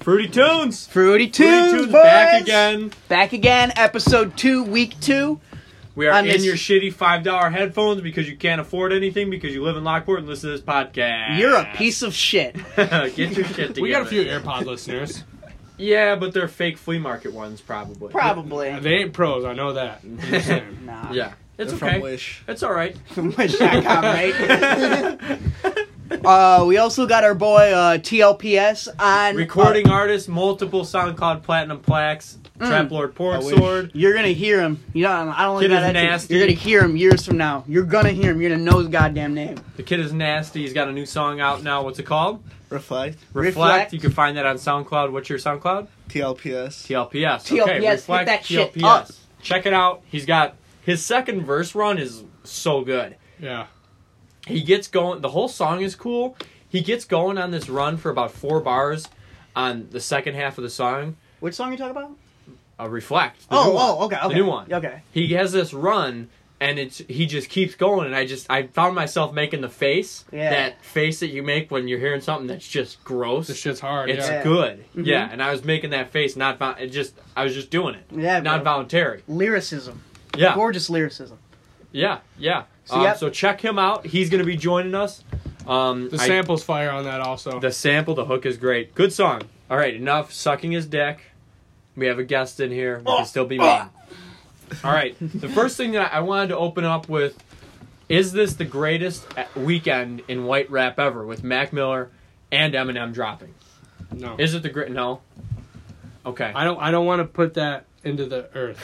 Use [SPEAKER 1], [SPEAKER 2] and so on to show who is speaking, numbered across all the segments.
[SPEAKER 1] Fruity Tunes!
[SPEAKER 2] Fruity Tunes,
[SPEAKER 1] Fruity Tunes
[SPEAKER 2] boys!
[SPEAKER 1] back again.
[SPEAKER 2] Back again, episode two, week two.
[SPEAKER 1] We are
[SPEAKER 2] On
[SPEAKER 1] in
[SPEAKER 2] this-
[SPEAKER 1] your shitty $5 headphones because you can't afford anything because you live in Lockport and listen to this podcast.
[SPEAKER 2] You're a piece of shit.
[SPEAKER 1] Get your shit together.
[SPEAKER 3] We got a few AirPod listeners.
[SPEAKER 1] Yeah, but they're fake flea market ones, probably.
[SPEAKER 2] Probably.
[SPEAKER 3] They ain't pros, I know that. I'm just saying.
[SPEAKER 2] Nah.
[SPEAKER 1] Yeah. It's
[SPEAKER 4] They're
[SPEAKER 1] okay.
[SPEAKER 4] from Wish.
[SPEAKER 1] It's alright.
[SPEAKER 2] From Wish.com, right? uh, we also got our boy uh, TLPS on. uh,
[SPEAKER 1] Recording artist, multiple SoundCloud platinum plaques,
[SPEAKER 2] Mm.
[SPEAKER 1] Trap Lord Pork
[SPEAKER 4] I wish.
[SPEAKER 1] Sword.
[SPEAKER 2] You're gonna hear him. You know, I don't
[SPEAKER 1] Kid
[SPEAKER 2] think
[SPEAKER 1] is
[SPEAKER 2] that.
[SPEAKER 1] nasty.
[SPEAKER 2] You're gonna hear him years from now. You're gonna hear him. You're gonna know his goddamn name.
[SPEAKER 1] The kid is nasty. He's got a new song out now. What's it called?
[SPEAKER 4] Reflect.
[SPEAKER 1] Reflect.
[SPEAKER 2] Reflect.
[SPEAKER 1] You can find that on SoundCloud. What's your SoundCloud?
[SPEAKER 4] TLPS.
[SPEAKER 1] TLPS.
[SPEAKER 2] TLPS,
[SPEAKER 1] Okay,
[SPEAKER 2] hit
[SPEAKER 1] Reflect
[SPEAKER 2] that shit
[SPEAKER 1] TLPS.
[SPEAKER 2] up.
[SPEAKER 1] Check it out. He's got his second verse run is so good.
[SPEAKER 3] Yeah.
[SPEAKER 1] He gets going. The whole song is cool. He gets going on this run for about four bars on the second half of the song.
[SPEAKER 2] Which song you talking about?
[SPEAKER 1] Uh, Reflect. the new
[SPEAKER 2] oh,
[SPEAKER 1] one.
[SPEAKER 2] oh, okay, okay.
[SPEAKER 1] new one.
[SPEAKER 2] Okay.
[SPEAKER 1] He has this run. And it's he just keeps going, and I just I found myself making the face
[SPEAKER 2] Yeah.
[SPEAKER 1] that face that you make when you're hearing something that's just gross.
[SPEAKER 3] This shit's hard.
[SPEAKER 1] It's
[SPEAKER 3] yeah.
[SPEAKER 2] Yeah. Mm-hmm.
[SPEAKER 1] good. Yeah, and I was making that face, not vo- it just I was just doing it,
[SPEAKER 2] Yeah.
[SPEAKER 1] not
[SPEAKER 2] bro.
[SPEAKER 1] voluntary.
[SPEAKER 2] Lyricism.
[SPEAKER 1] Yeah,
[SPEAKER 2] Gorgeous lyricism.
[SPEAKER 1] yeah, yeah.
[SPEAKER 2] So,
[SPEAKER 1] um,
[SPEAKER 2] yep.
[SPEAKER 1] so check him out. He's gonna be joining us. Um,
[SPEAKER 3] The
[SPEAKER 1] I-
[SPEAKER 3] sample's fire on that also.
[SPEAKER 1] the sample, the hook is great. Good song. All right, enough sucking his dick. We have a guest in here. We can still be mean. All right. The first thing that I wanted to open up with is this the greatest uh, weekend in white rap ever with Mac Miller and Eminem dropping?
[SPEAKER 3] no.
[SPEAKER 1] Is it the great? No. Okay.
[SPEAKER 3] I don't I don't want to put that into the earth.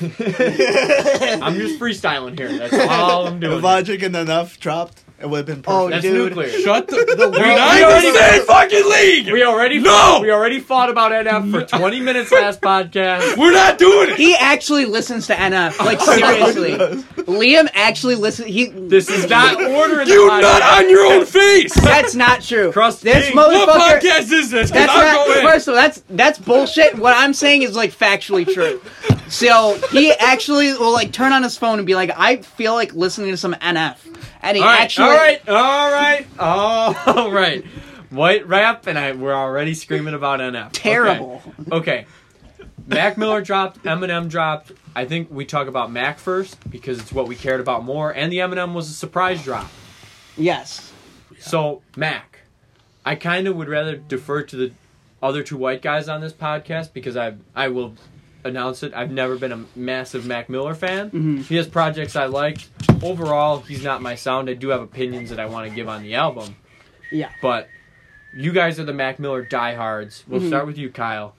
[SPEAKER 1] I'm just freestyling here. That's all I'm
[SPEAKER 4] If
[SPEAKER 1] doing.
[SPEAKER 4] Logic and Enough dropped, it would have been
[SPEAKER 2] Oh,
[SPEAKER 1] That's
[SPEAKER 4] perfect.
[SPEAKER 2] dude.
[SPEAKER 1] nuclear.
[SPEAKER 3] Shut the, the
[SPEAKER 1] We, we already fucking league. We already no. We already fought about NF for 20 minutes last podcast.
[SPEAKER 3] We're not doing
[SPEAKER 2] He actually listens to NF. Like seriously, Liam actually listens. He.
[SPEAKER 1] This is not order in the podcast.
[SPEAKER 3] your own face.
[SPEAKER 2] That's not true.
[SPEAKER 1] Trust
[SPEAKER 2] this
[SPEAKER 1] me.
[SPEAKER 2] motherfucker.
[SPEAKER 3] is this? 'Cause
[SPEAKER 2] That's
[SPEAKER 3] I'm
[SPEAKER 2] not
[SPEAKER 3] going-
[SPEAKER 2] first of all, that's that's bullshit. What I'm saying is like factually true. So he actually will like turn on his phone and be like, I feel like listening to some NF. And he
[SPEAKER 1] All right,
[SPEAKER 2] actually
[SPEAKER 1] all right, all right, all right. White rap, and I we're already screaming about NF. Okay.
[SPEAKER 2] terrible.
[SPEAKER 1] Okay. Mac Miller dropped, Eminem dropped. I think we talk about Mac first because it's what we cared about more, and the Eminem was a surprise drop.
[SPEAKER 2] Yes.
[SPEAKER 1] So Mac, I kind of would rather defer to the other two white guys on this podcast because I I will announce it. I've never been a massive Mac Miller fan.
[SPEAKER 2] Mm-hmm.
[SPEAKER 1] He has projects I like. Overall, he's not my sound. I do have opinions that I want to give on the album,
[SPEAKER 2] Yeah.
[SPEAKER 1] but you guys are the Mac Miller diehards. We'll start with you, Kyle.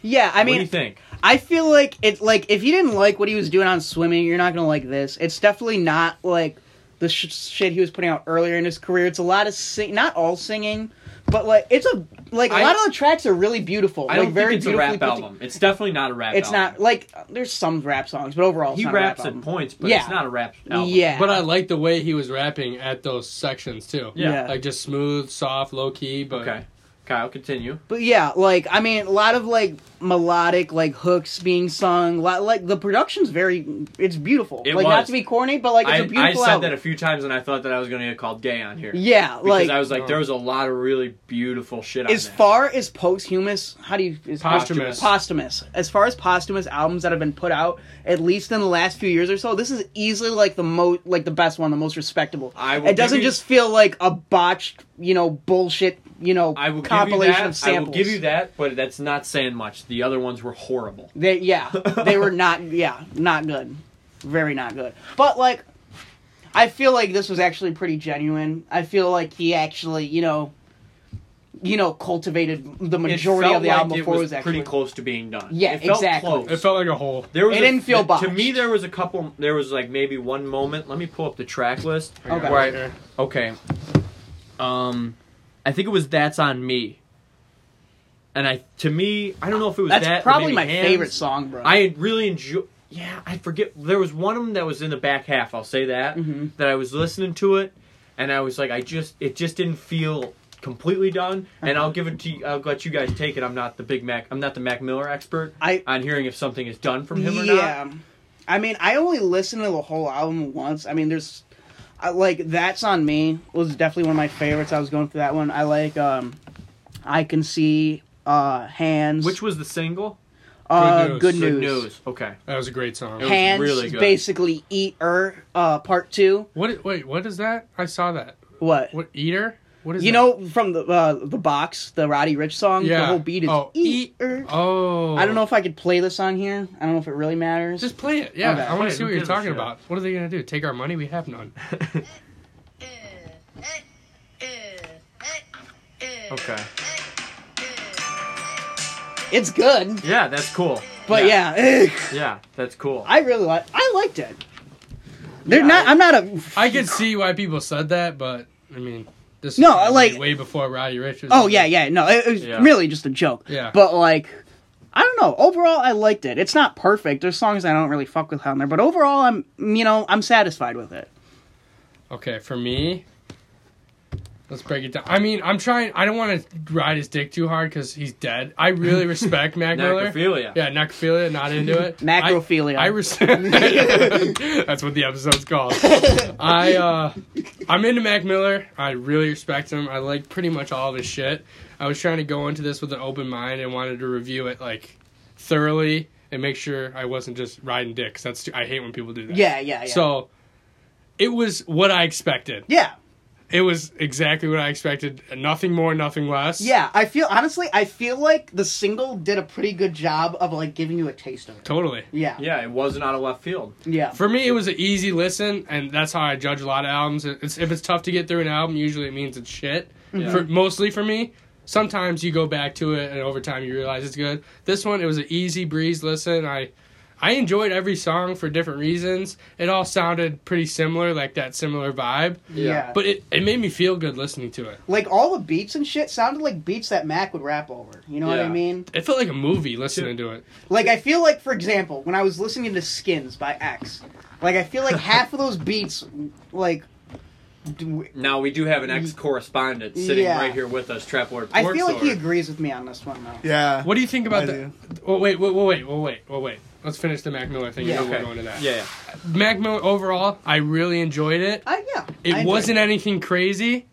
[SPEAKER 2] Yeah, Mm-hmm. I
[SPEAKER 1] what do you
[SPEAKER 2] mean
[SPEAKER 1] think?
[SPEAKER 2] I feel like it's like if you didn't like what he was doing on swimming, you're not gonna like this. It's definitely not like the sh- shit he was putting out earlier in his career. It's a lot of sing, not all singing, but like it's a like a
[SPEAKER 1] I-
[SPEAKER 2] lot of the tracks are really beautiful.
[SPEAKER 1] I
[SPEAKER 2] like
[SPEAKER 1] don't
[SPEAKER 2] very
[SPEAKER 1] think it's a
[SPEAKER 2] beautifully
[SPEAKER 1] rap
[SPEAKER 2] put to-
[SPEAKER 1] album. It's definitely not a rap.
[SPEAKER 2] It's
[SPEAKER 1] album.
[SPEAKER 2] not like there's some rap songs, but overall, it's
[SPEAKER 1] He
[SPEAKER 2] not
[SPEAKER 1] raps
[SPEAKER 2] a
[SPEAKER 1] at
[SPEAKER 2] rap album.
[SPEAKER 1] points, but
[SPEAKER 2] Yeah.
[SPEAKER 1] it's not a rap album.
[SPEAKER 2] Yeah,
[SPEAKER 3] But I like the way he was rapping at those sections too.
[SPEAKER 1] Yeah.
[SPEAKER 2] Yeah.
[SPEAKER 3] Like just smooth, soft, low key, but
[SPEAKER 1] Okay, Kyle, continue.
[SPEAKER 2] But yeah, like I mean, a lot of like melodic like hooks being sung. Lot, like the production's very, it's beautiful.
[SPEAKER 1] It
[SPEAKER 2] like not
[SPEAKER 1] was.
[SPEAKER 2] to be corny, but like it's
[SPEAKER 1] I,
[SPEAKER 2] a
[SPEAKER 1] I
[SPEAKER 2] beautiful
[SPEAKER 1] said
[SPEAKER 2] album.
[SPEAKER 1] that a few times, and I thought that I was going to get called gay on here.
[SPEAKER 2] yeah,
[SPEAKER 1] because
[SPEAKER 2] like
[SPEAKER 1] I was like,
[SPEAKER 3] Oh.
[SPEAKER 1] there was a lot of really beautiful shit. On
[SPEAKER 2] as
[SPEAKER 1] that.
[SPEAKER 2] far as posthumous, how do you is
[SPEAKER 3] Posthumous.
[SPEAKER 2] posthumous? As far as posthumous albums that have been put out, at least in the last few years or so, this is easily like the most like the best one, the most respectable.
[SPEAKER 1] I will
[SPEAKER 2] it doesn't
[SPEAKER 1] give you-
[SPEAKER 2] just feel like a botched, you know, bullshit, you know,
[SPEAKER 1] I will
[SPEAKER 2] compilation
[SPEAKER 1] give you that.
[SPEAKER 2] of samples.
[SPEAKER 1] I will give you that, but that's not saying much. The other ones were horrible.
[SPEAKER 2] They yeah, they were not yeah, not good. Very not good. But like I feel like this was actually pretty genuine. I feel like he actually, you know, you know, cultivated the majority
[SPEAKER 1] felt
[SPEAKER 2] of the
[SPEAKER 1] like
[SPEAKER 2] album
[SPEAKER 1] it
[SPEAKER 2] before
[SPEAKER 1] was
[SPEAKER 2] it was actually
[SPEAKER 1] pretty close to being done.
[SPEAKER 2] Yeah,
[SPEAKER 1] it felt
[SPEAKER 2] exactly.
[SPEAKER 1] Close.
[SPEAKER 3] it felt like a hole.
[SPEAKER 1] there was
[SPEAKER 2] it
[SPEAKER 1] a-
[SPEAKER 2] didn't feel
[SPEAKER 1] th- To
[SPEAKER 2] botched.
[SPEAKER 1] me, there was a couple. There was like maybe one moment. Let me pull up the track list.
[SPEAKER 2] Okay.
[SPEAKER 1] Where I- Okay. Um, I think it was "That's on Me," and I to me, I don't know if it was
[SPEAKER 2] That's
[SPEAKER 1] that. or maybe
[SPEAKER 2] probably my
[SPEAKER 1] Hands.
[SPEAKER 2] favorite song, bro.
[SPEAKER 1] I really enjoy. Yeah, I forget. There was one of them that was in the back half. I'll say that
[SPEAKER 2] Mhm.
[SPEAKER 1] that I was listening to it, and I was like, I just it just didn't feel completely done. And
[SPEAKER 2] Uh-huh.
[SPEAKER 1] I'll give it to you. I'll let you guys take it. I'm not the Big Mac. I'm not the Mac Miller expert
[SPEAKER 2] I
[SPEAKER 1] on hearing if something is done from him or
[SPEAKER 2] yeah.
[SPEAKER 1] not.
[SPEAKER 2] I mean, I only listened to the whole album once. I mean, there's I, like that's on me was definitely one of my favorites. I was going through that one. I like um I can see uh, hands.
[SPEAKER 1] Which was the single?
[SPEAKER 2] uh,
[SPEAKER 3] Good
[SPEAKER 2] good
[SPEAKER 3] News.
[SPEAKER 2] news.
[SPEAKER 1] Good news. Okay.
[SPEAKER 3] That was a great song.
[SPEAKER 1] It was
[SPEAKER 2] Hands
[SPEAKER 1] really good.
[SPEAKER 2] basically eat her uh, part two.
[SPEAKER 3] What? Wait, what is that? I saw that.
[SPEAKER 2] What?
[SPEAKER 3] What eater? What is
[SPEAKER 2] you
[SPEAKER 3] that?
[SPEAKER 2] know from the uh, the box, the Roddy Rich song. The
[SPEAKER 3] Yeah.
[SPEAKER 2] whole beat is
[SPEAKER 3] Oh,
[SPEAKER 2] eat
[SPEAKER 3] eat
[SPEAKER 2] her.
[SPEAKER 3] Oh,
[SPEAKER 2] I don't know if I could play this on here. I don't know if it really matters.
[SPEAKER 3] Just play it. Yeah,
[SPEAKER 2] Okay.
[SPEAKER 3] I
[SPEAKER 1] Play
[SPEAKER 3] want
[SPEAKER 1] it.
[SPEAKER 3] to see what
[SPEAKER 1] Who
[SPEAKER 3] you're
[SPEAKER 1] gives a
[SPEAKER 3] talking
[SPEAKER 1] shit?
[SPEAKER 3] about. What are they gonna do? Take our money? We have none.
[SPEAKER 1] okay.
[SPEAKER 2] it's good,
[SPEAKER 1] Yeah, that's cool.
[SPEAKER 2] but yeah,
[SPEAKER 1] Yeah, that's cool.
[SPEAKER 2] I really like. I liked it. They're
[SPEAKER 1] Yeah,
[SPEAKER 2] not.
[SPEAKER 1] I-
[SPEAKER 2] I, am not a.
[SPEAKER 3] I could see why people said that, but I mean, this
[SPEAKER 2] No,
[SPEAKER 3] was
[SPEAKER 2] like-
[SPEAKER 3] way before Roddy Rich. Was
[SPEAKER 2] Oh yeah, yeah. No, it, it was
[SPEAKER 1] Yeah.
[SPEAKER 2] really just a joke.
[SPEAKER 3] Yeah.
[SPEAKER 2] But like, I don't know. Overall, I liked it. It's not perfect. There's songs I don't really fuck with on there, but overall, I'm you know I'm satisfied with it.
[SPEAKER 3] Okay, for me, let's break it down. I mean, I'm trying. I don't want to ride his dick too hard because he's dead. I really respect Mac Miller.
[SPEAKER 1] Necrophilia.
[SPEAKER 3] Yeah, necrophilia, not into it.
[SPEAKER 2] Macrophilia.
[SPEAKER 3] I, I respect. That's what the episode's called. I uh, I'm into Mac Miller. I really respect him. I like pretty much all of his shit. I was trying to go into this with an open mind and wanted to review it like thoroughly and make sure I wasn't just riding dicks. That's too, I hate when people do that.
[SPEAKER 2] Yeah, yeah, yeah.
[SPEAKER 3] So it was what I expected.
[SPEAKER 2] yeah,
[SPEAKER 3] It was exactly what I expected. Nothing more, nothing less.
[SPEAKER 2] yeah. I feel honestly, I feel like the single did a pretty good job of like giving you a taste of it.
[SPEAKER 3] Totally.
[SPEAKER 2] Yeah, yeah,
[SPEAKER 1] Yeah, it wasn't out of left field.
[SPEAKER 2] yeah.
[SPEAKER 3] For me, it was an easy listen, and that's how I judge a lot of albums. It's, if it's tough to get through an album, usually it means it's shit.
[SPEAKER 1] Yeah.
[SPEAKER 3] For, mostly for me. Sometimes you go back to it, and over time you realize it's good. This one, it was an easy breeze listen. I, I enjoyed every song for different reasons. It all sounded pretty similar, like that similar vibe.
[SPEAKER 2] Yeah.
[SPEAKER 3] But it, it made me feel good listening to it.
[SPEAKER 2] like all the beats and shit sounded like beats that Mac would rap over. You know what I
[SPEAKER 1] Yeah.
[SPEAKER 2] mean?
[SPEAKER 3] It felt like a movie listening to it.
[SPEAKER 2] Like I feel like, for example, when I was listening to Skins by X, like I feel like half of those beats, like, do,
[SPEAKER 1] Now we do have an ex correspondent sitting
[SPEAKER 2] Yeah.
[SPEAKER 1] right here with us, Trap Lord
[SPEAKER 2] I feel like he
[SPEAKER 1] Portsor.
[SPEAKER 2] agrees with me on this one though.
[SPEAKER 4] Yeah.
[SPEAKER 3] What do you think about
[SPEAKER 4] I
[SPEAKER 3] that?
[SPEAKER 4] do.
[SPEAKER 3] Oh wait, wait, wait, wait, wait, wait, wait, wait. Let's finish the Mac Miller thing.
[SPEAKER 2] Yeah,
[SPEAKER 3] Yeah,
[SPEAKER 1] Okay.
[SPEAKER 3] we're going to that.
[SPEAKER 1] Yeah, yeah.
[SPEAKER 3] Mac Miller overall, I really enjoyed it.
[SPEAKER 2] I yeah. I
[SPEAKER 3] It
[SPEAKER 2] enjoyed
[SPEAKER 3] wasn't anything crazy.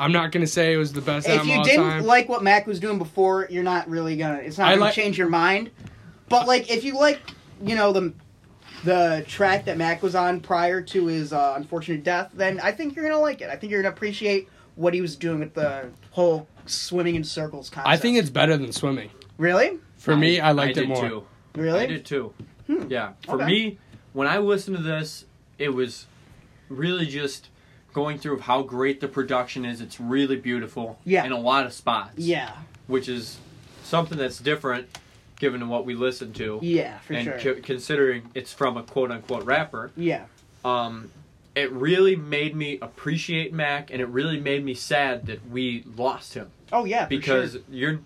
[SPEAKER 3] I'm not gonna say it was the best
[SPEAKER 2] If
[SPEAKER 3] album
[SPEAKER 2] you
[SPEAKER 3] all
[SPEAKER 2] didn't
[SPEAKER 3] time.
[SPEAKER 2] like what Mac was doing before, you're not really gonna. It's not
[SPEAKER 3] I
[SPEAKER 2] gonna
[SPEAKER 3] like-
[SPEAKER 2] change your mind. But like, if you like, you know the the track that Mac was on prior to his uh, unfortunate death, then I think you're gonna like it. I think you're gonna appreciate what he was doing with the whole swimming in circles concept.
[SPEAKER 3] I think it's better than swimming.
[SPEAKER 2] really,
[SPEAKER 3] For me, I
[SPEAKER 1] I
[SPEAKER 3] liked
[SPEAKER 1] did
[SPEAKER 3] it more.
[SPEAKER 1] too.
[SPEAKER 2] really. Hmm.
[SPEAKER 1] I did too. Yeah. For
[SPEAKER 2] Okay.
[SPEAKER 1] me, when I listened to this, it was really just going through how great the production is. It's really beautiful.
[SPEAKER 2] Yeah.
[SPEAKER 1] In a lot of spots.
[SPEAKER 2] Yeah,
[SPEAKER 1] Which is something that's different given to what we listen to.
[SPEAKER 2] yeah, for
[SPEAKER 1] and
[SPEAKER 2] sure.
[SPEAKER 1] co- considering it's from a quote unquote rapper,
[SPEAKER 2] yeah,
[SPEAKER 1] um, it really made me appreciate Mac, and it really made me sad that we lost him
[SPEAKER 2] oh yeah, for
[SPEAKER 1] because
[SPEAKER 2] sure.
[SPEAKER 1] you're.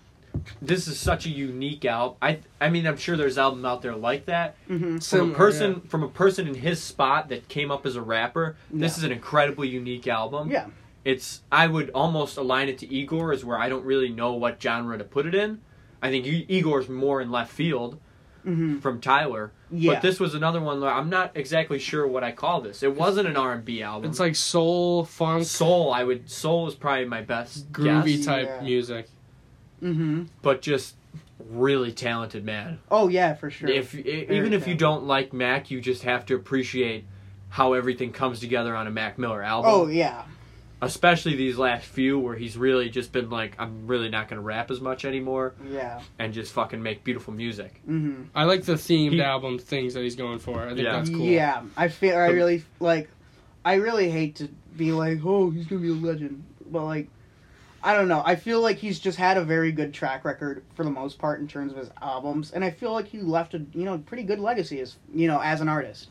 [SPEAKER 1] This is such a unique album. I I mean, I'm sure there's albums out there like that.
[SPEAKER 2] Mhm.
[SPEAKER 1] From a
[SPEAKER 3] Similar,
[SPEAKER 1] person from a person in his spot that came up as a rapper, this
[SPEAKER 2] Yeah.
[SPEAKER 1] is an incredibly unique album.
[SPEAKER 2] yeah,
[SPEAKER 1] It's I would almost align it to Igor as where I don't really know what genre to put it in. I think I- Igor's more in left field
[SPEAKER 2] Mhm.
[SPEAKER 1] from Tyler.
[SPEAKER 2] Yeah.
[SPEAKER 1] But this was another one where I'm not exactly sure what I call this. It wasn't an R&B album.
[SPEAKER 3] It's like soul, funk,
[SPEAKER 1] soul. I would soul is probably my best
[SPEAKER 3] groovy
[SPEAKER 1] guess,
[SPEAKER 3] type
[SPEAKER 2] Yeah.
[SPEAKER 3] music.
[SPEAKER 2] mm-hmm.
[SPEAKER 1] but just really talented man.
[SPEAKER 2] Oh yeah, for sure.
[SPEAKER 1] If i even if you
[SPEAKER 2] talented.
[SPEAKER 1] don't like Mac, you just have to appreciate how everything comes together on a Mac Miller album.
[SPEAKER 2] oh yeah,
[SPEAKER 1] especially these last few where he's really just been like, I'm really not gonna rap as much anymore
[SPEAKER 2] yeah,
[SPEAKER 1] and just fucking make beautiful music.
[SPEAKER 2] mm-hmm.
[SPEAKER 3] I like the themed
[SPEAKER 1] He-
[SPEAKER 3] album things that he's going for. I think
[SPEAKER 1] Yeah.
[SPEAKER 3] that's cool.
[SPEAKER 2] Yeah, I feel I really like. I really hate to be like, oh, he's gonna be a legend, but like, I don't know. I feel like he's just had a very good track record for the most part in terms of his albums, and I feel like he left a you know pretty good legacy as you know as an artist.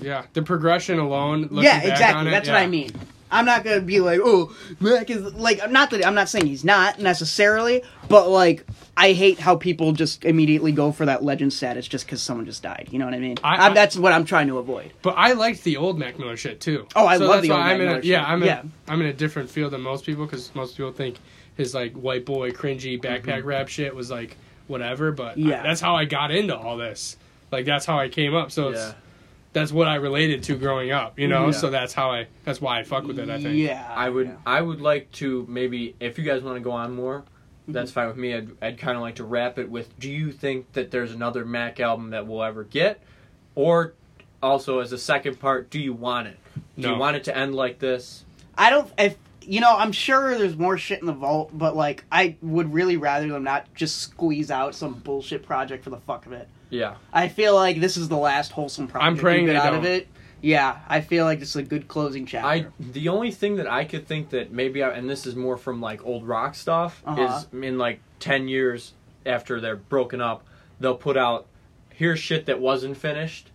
[SPEAKER 3] Yeah, the progression alone. Looking
[SPEAKER 2] yeah,
[SPEAKER 3] back on
[SPEAKER 2] exactly.
[SPEAKER 3] it,
[SPEAKER 2] That's what
[SPEAKER 3] yeah.
[SPEAKER 2] I mean. I'm not gonna be like, oh, Mac is like. Not that I'm not saying he's not necessarily, but like, I hate how people just immediately go for that legend status just because someone just died. You know what I mean?
[SPEAKER 3] I-
[SPEAKER 2] I, that's what I'm trying to avoid.
[SPEAKER 3] But I liked the old Mac Miller shit too.
[SPEAKER 2] Oh, I love the old
[SPEAKER 3] why
[SPEAKER 2] Mac
[SPEAKER 3] I'm in
[SPEAKER 2] Miller
[SPEAKER 3] a, Yeah,
[SPEAKER 2] shit.
[SPEAKER 3] I'm
[SPEAKER 2] Yeah.
[SPEAKER 3] In, I'm in a different field than most people because most people think his like white boy cringy backpack rap shit was like whatever. But I-
[SPEAKER 2] Mm-hmm. Yeah.
[SPEAKER 3] that's how I got into all this. Like that's how I came up. So
[SPEAKER 1] Yeah.
[SPEAKER 3] it's, that's what I related to growing up. You know.
[SPEAKER 1] Yeah.
[SPEAKER 3] So that's how I. That's why I fuck with it. I think.
[SPEAKER 2] Ah, Yeah,
[SPEAKER 1] I would
[SPEAKER 2] yeah.
[SPEAKER 1] I would like to maybe if you guys want to go on more, That's
[SPEAKER 2] Mm-hmm.
[SPEAKER 1] fine with me. I'd, I'd kind of like to wrap it with Do you think that there's another Mac album that we'll ever get? Or also, as a second part, do you want it? Do
[SPEAKER 3] No.
[SPEAKER 1] you want it to end like this?
[SPEAKER 2] I don't. If you know, I'm sure there's more shit in the vault, but like, I would really rather them not just squeeze out some bullshit project for the fuck of it.
[SPEAKER 1] Yeah.
[SPEAKER 2] I feel like this is the last wholesome project. you
[SPEAKER 3] praying
[SPEAKER 2] get
[SPEAKER 3] they
[SPEAKER 2] out
[SPEAKER 3] don't.
[SPEAKER 2] of it. Yeah, I feel like it's a good closing chapter.
[SPEAKER 1] I the only thing that I could think that maybe I, and this is more from like old rock stuff
[SPEAKER 2] Uh-huh.
[SPEAKER 1] is in like 10 years after they're broken up they'll put out here's shit that wasn't finished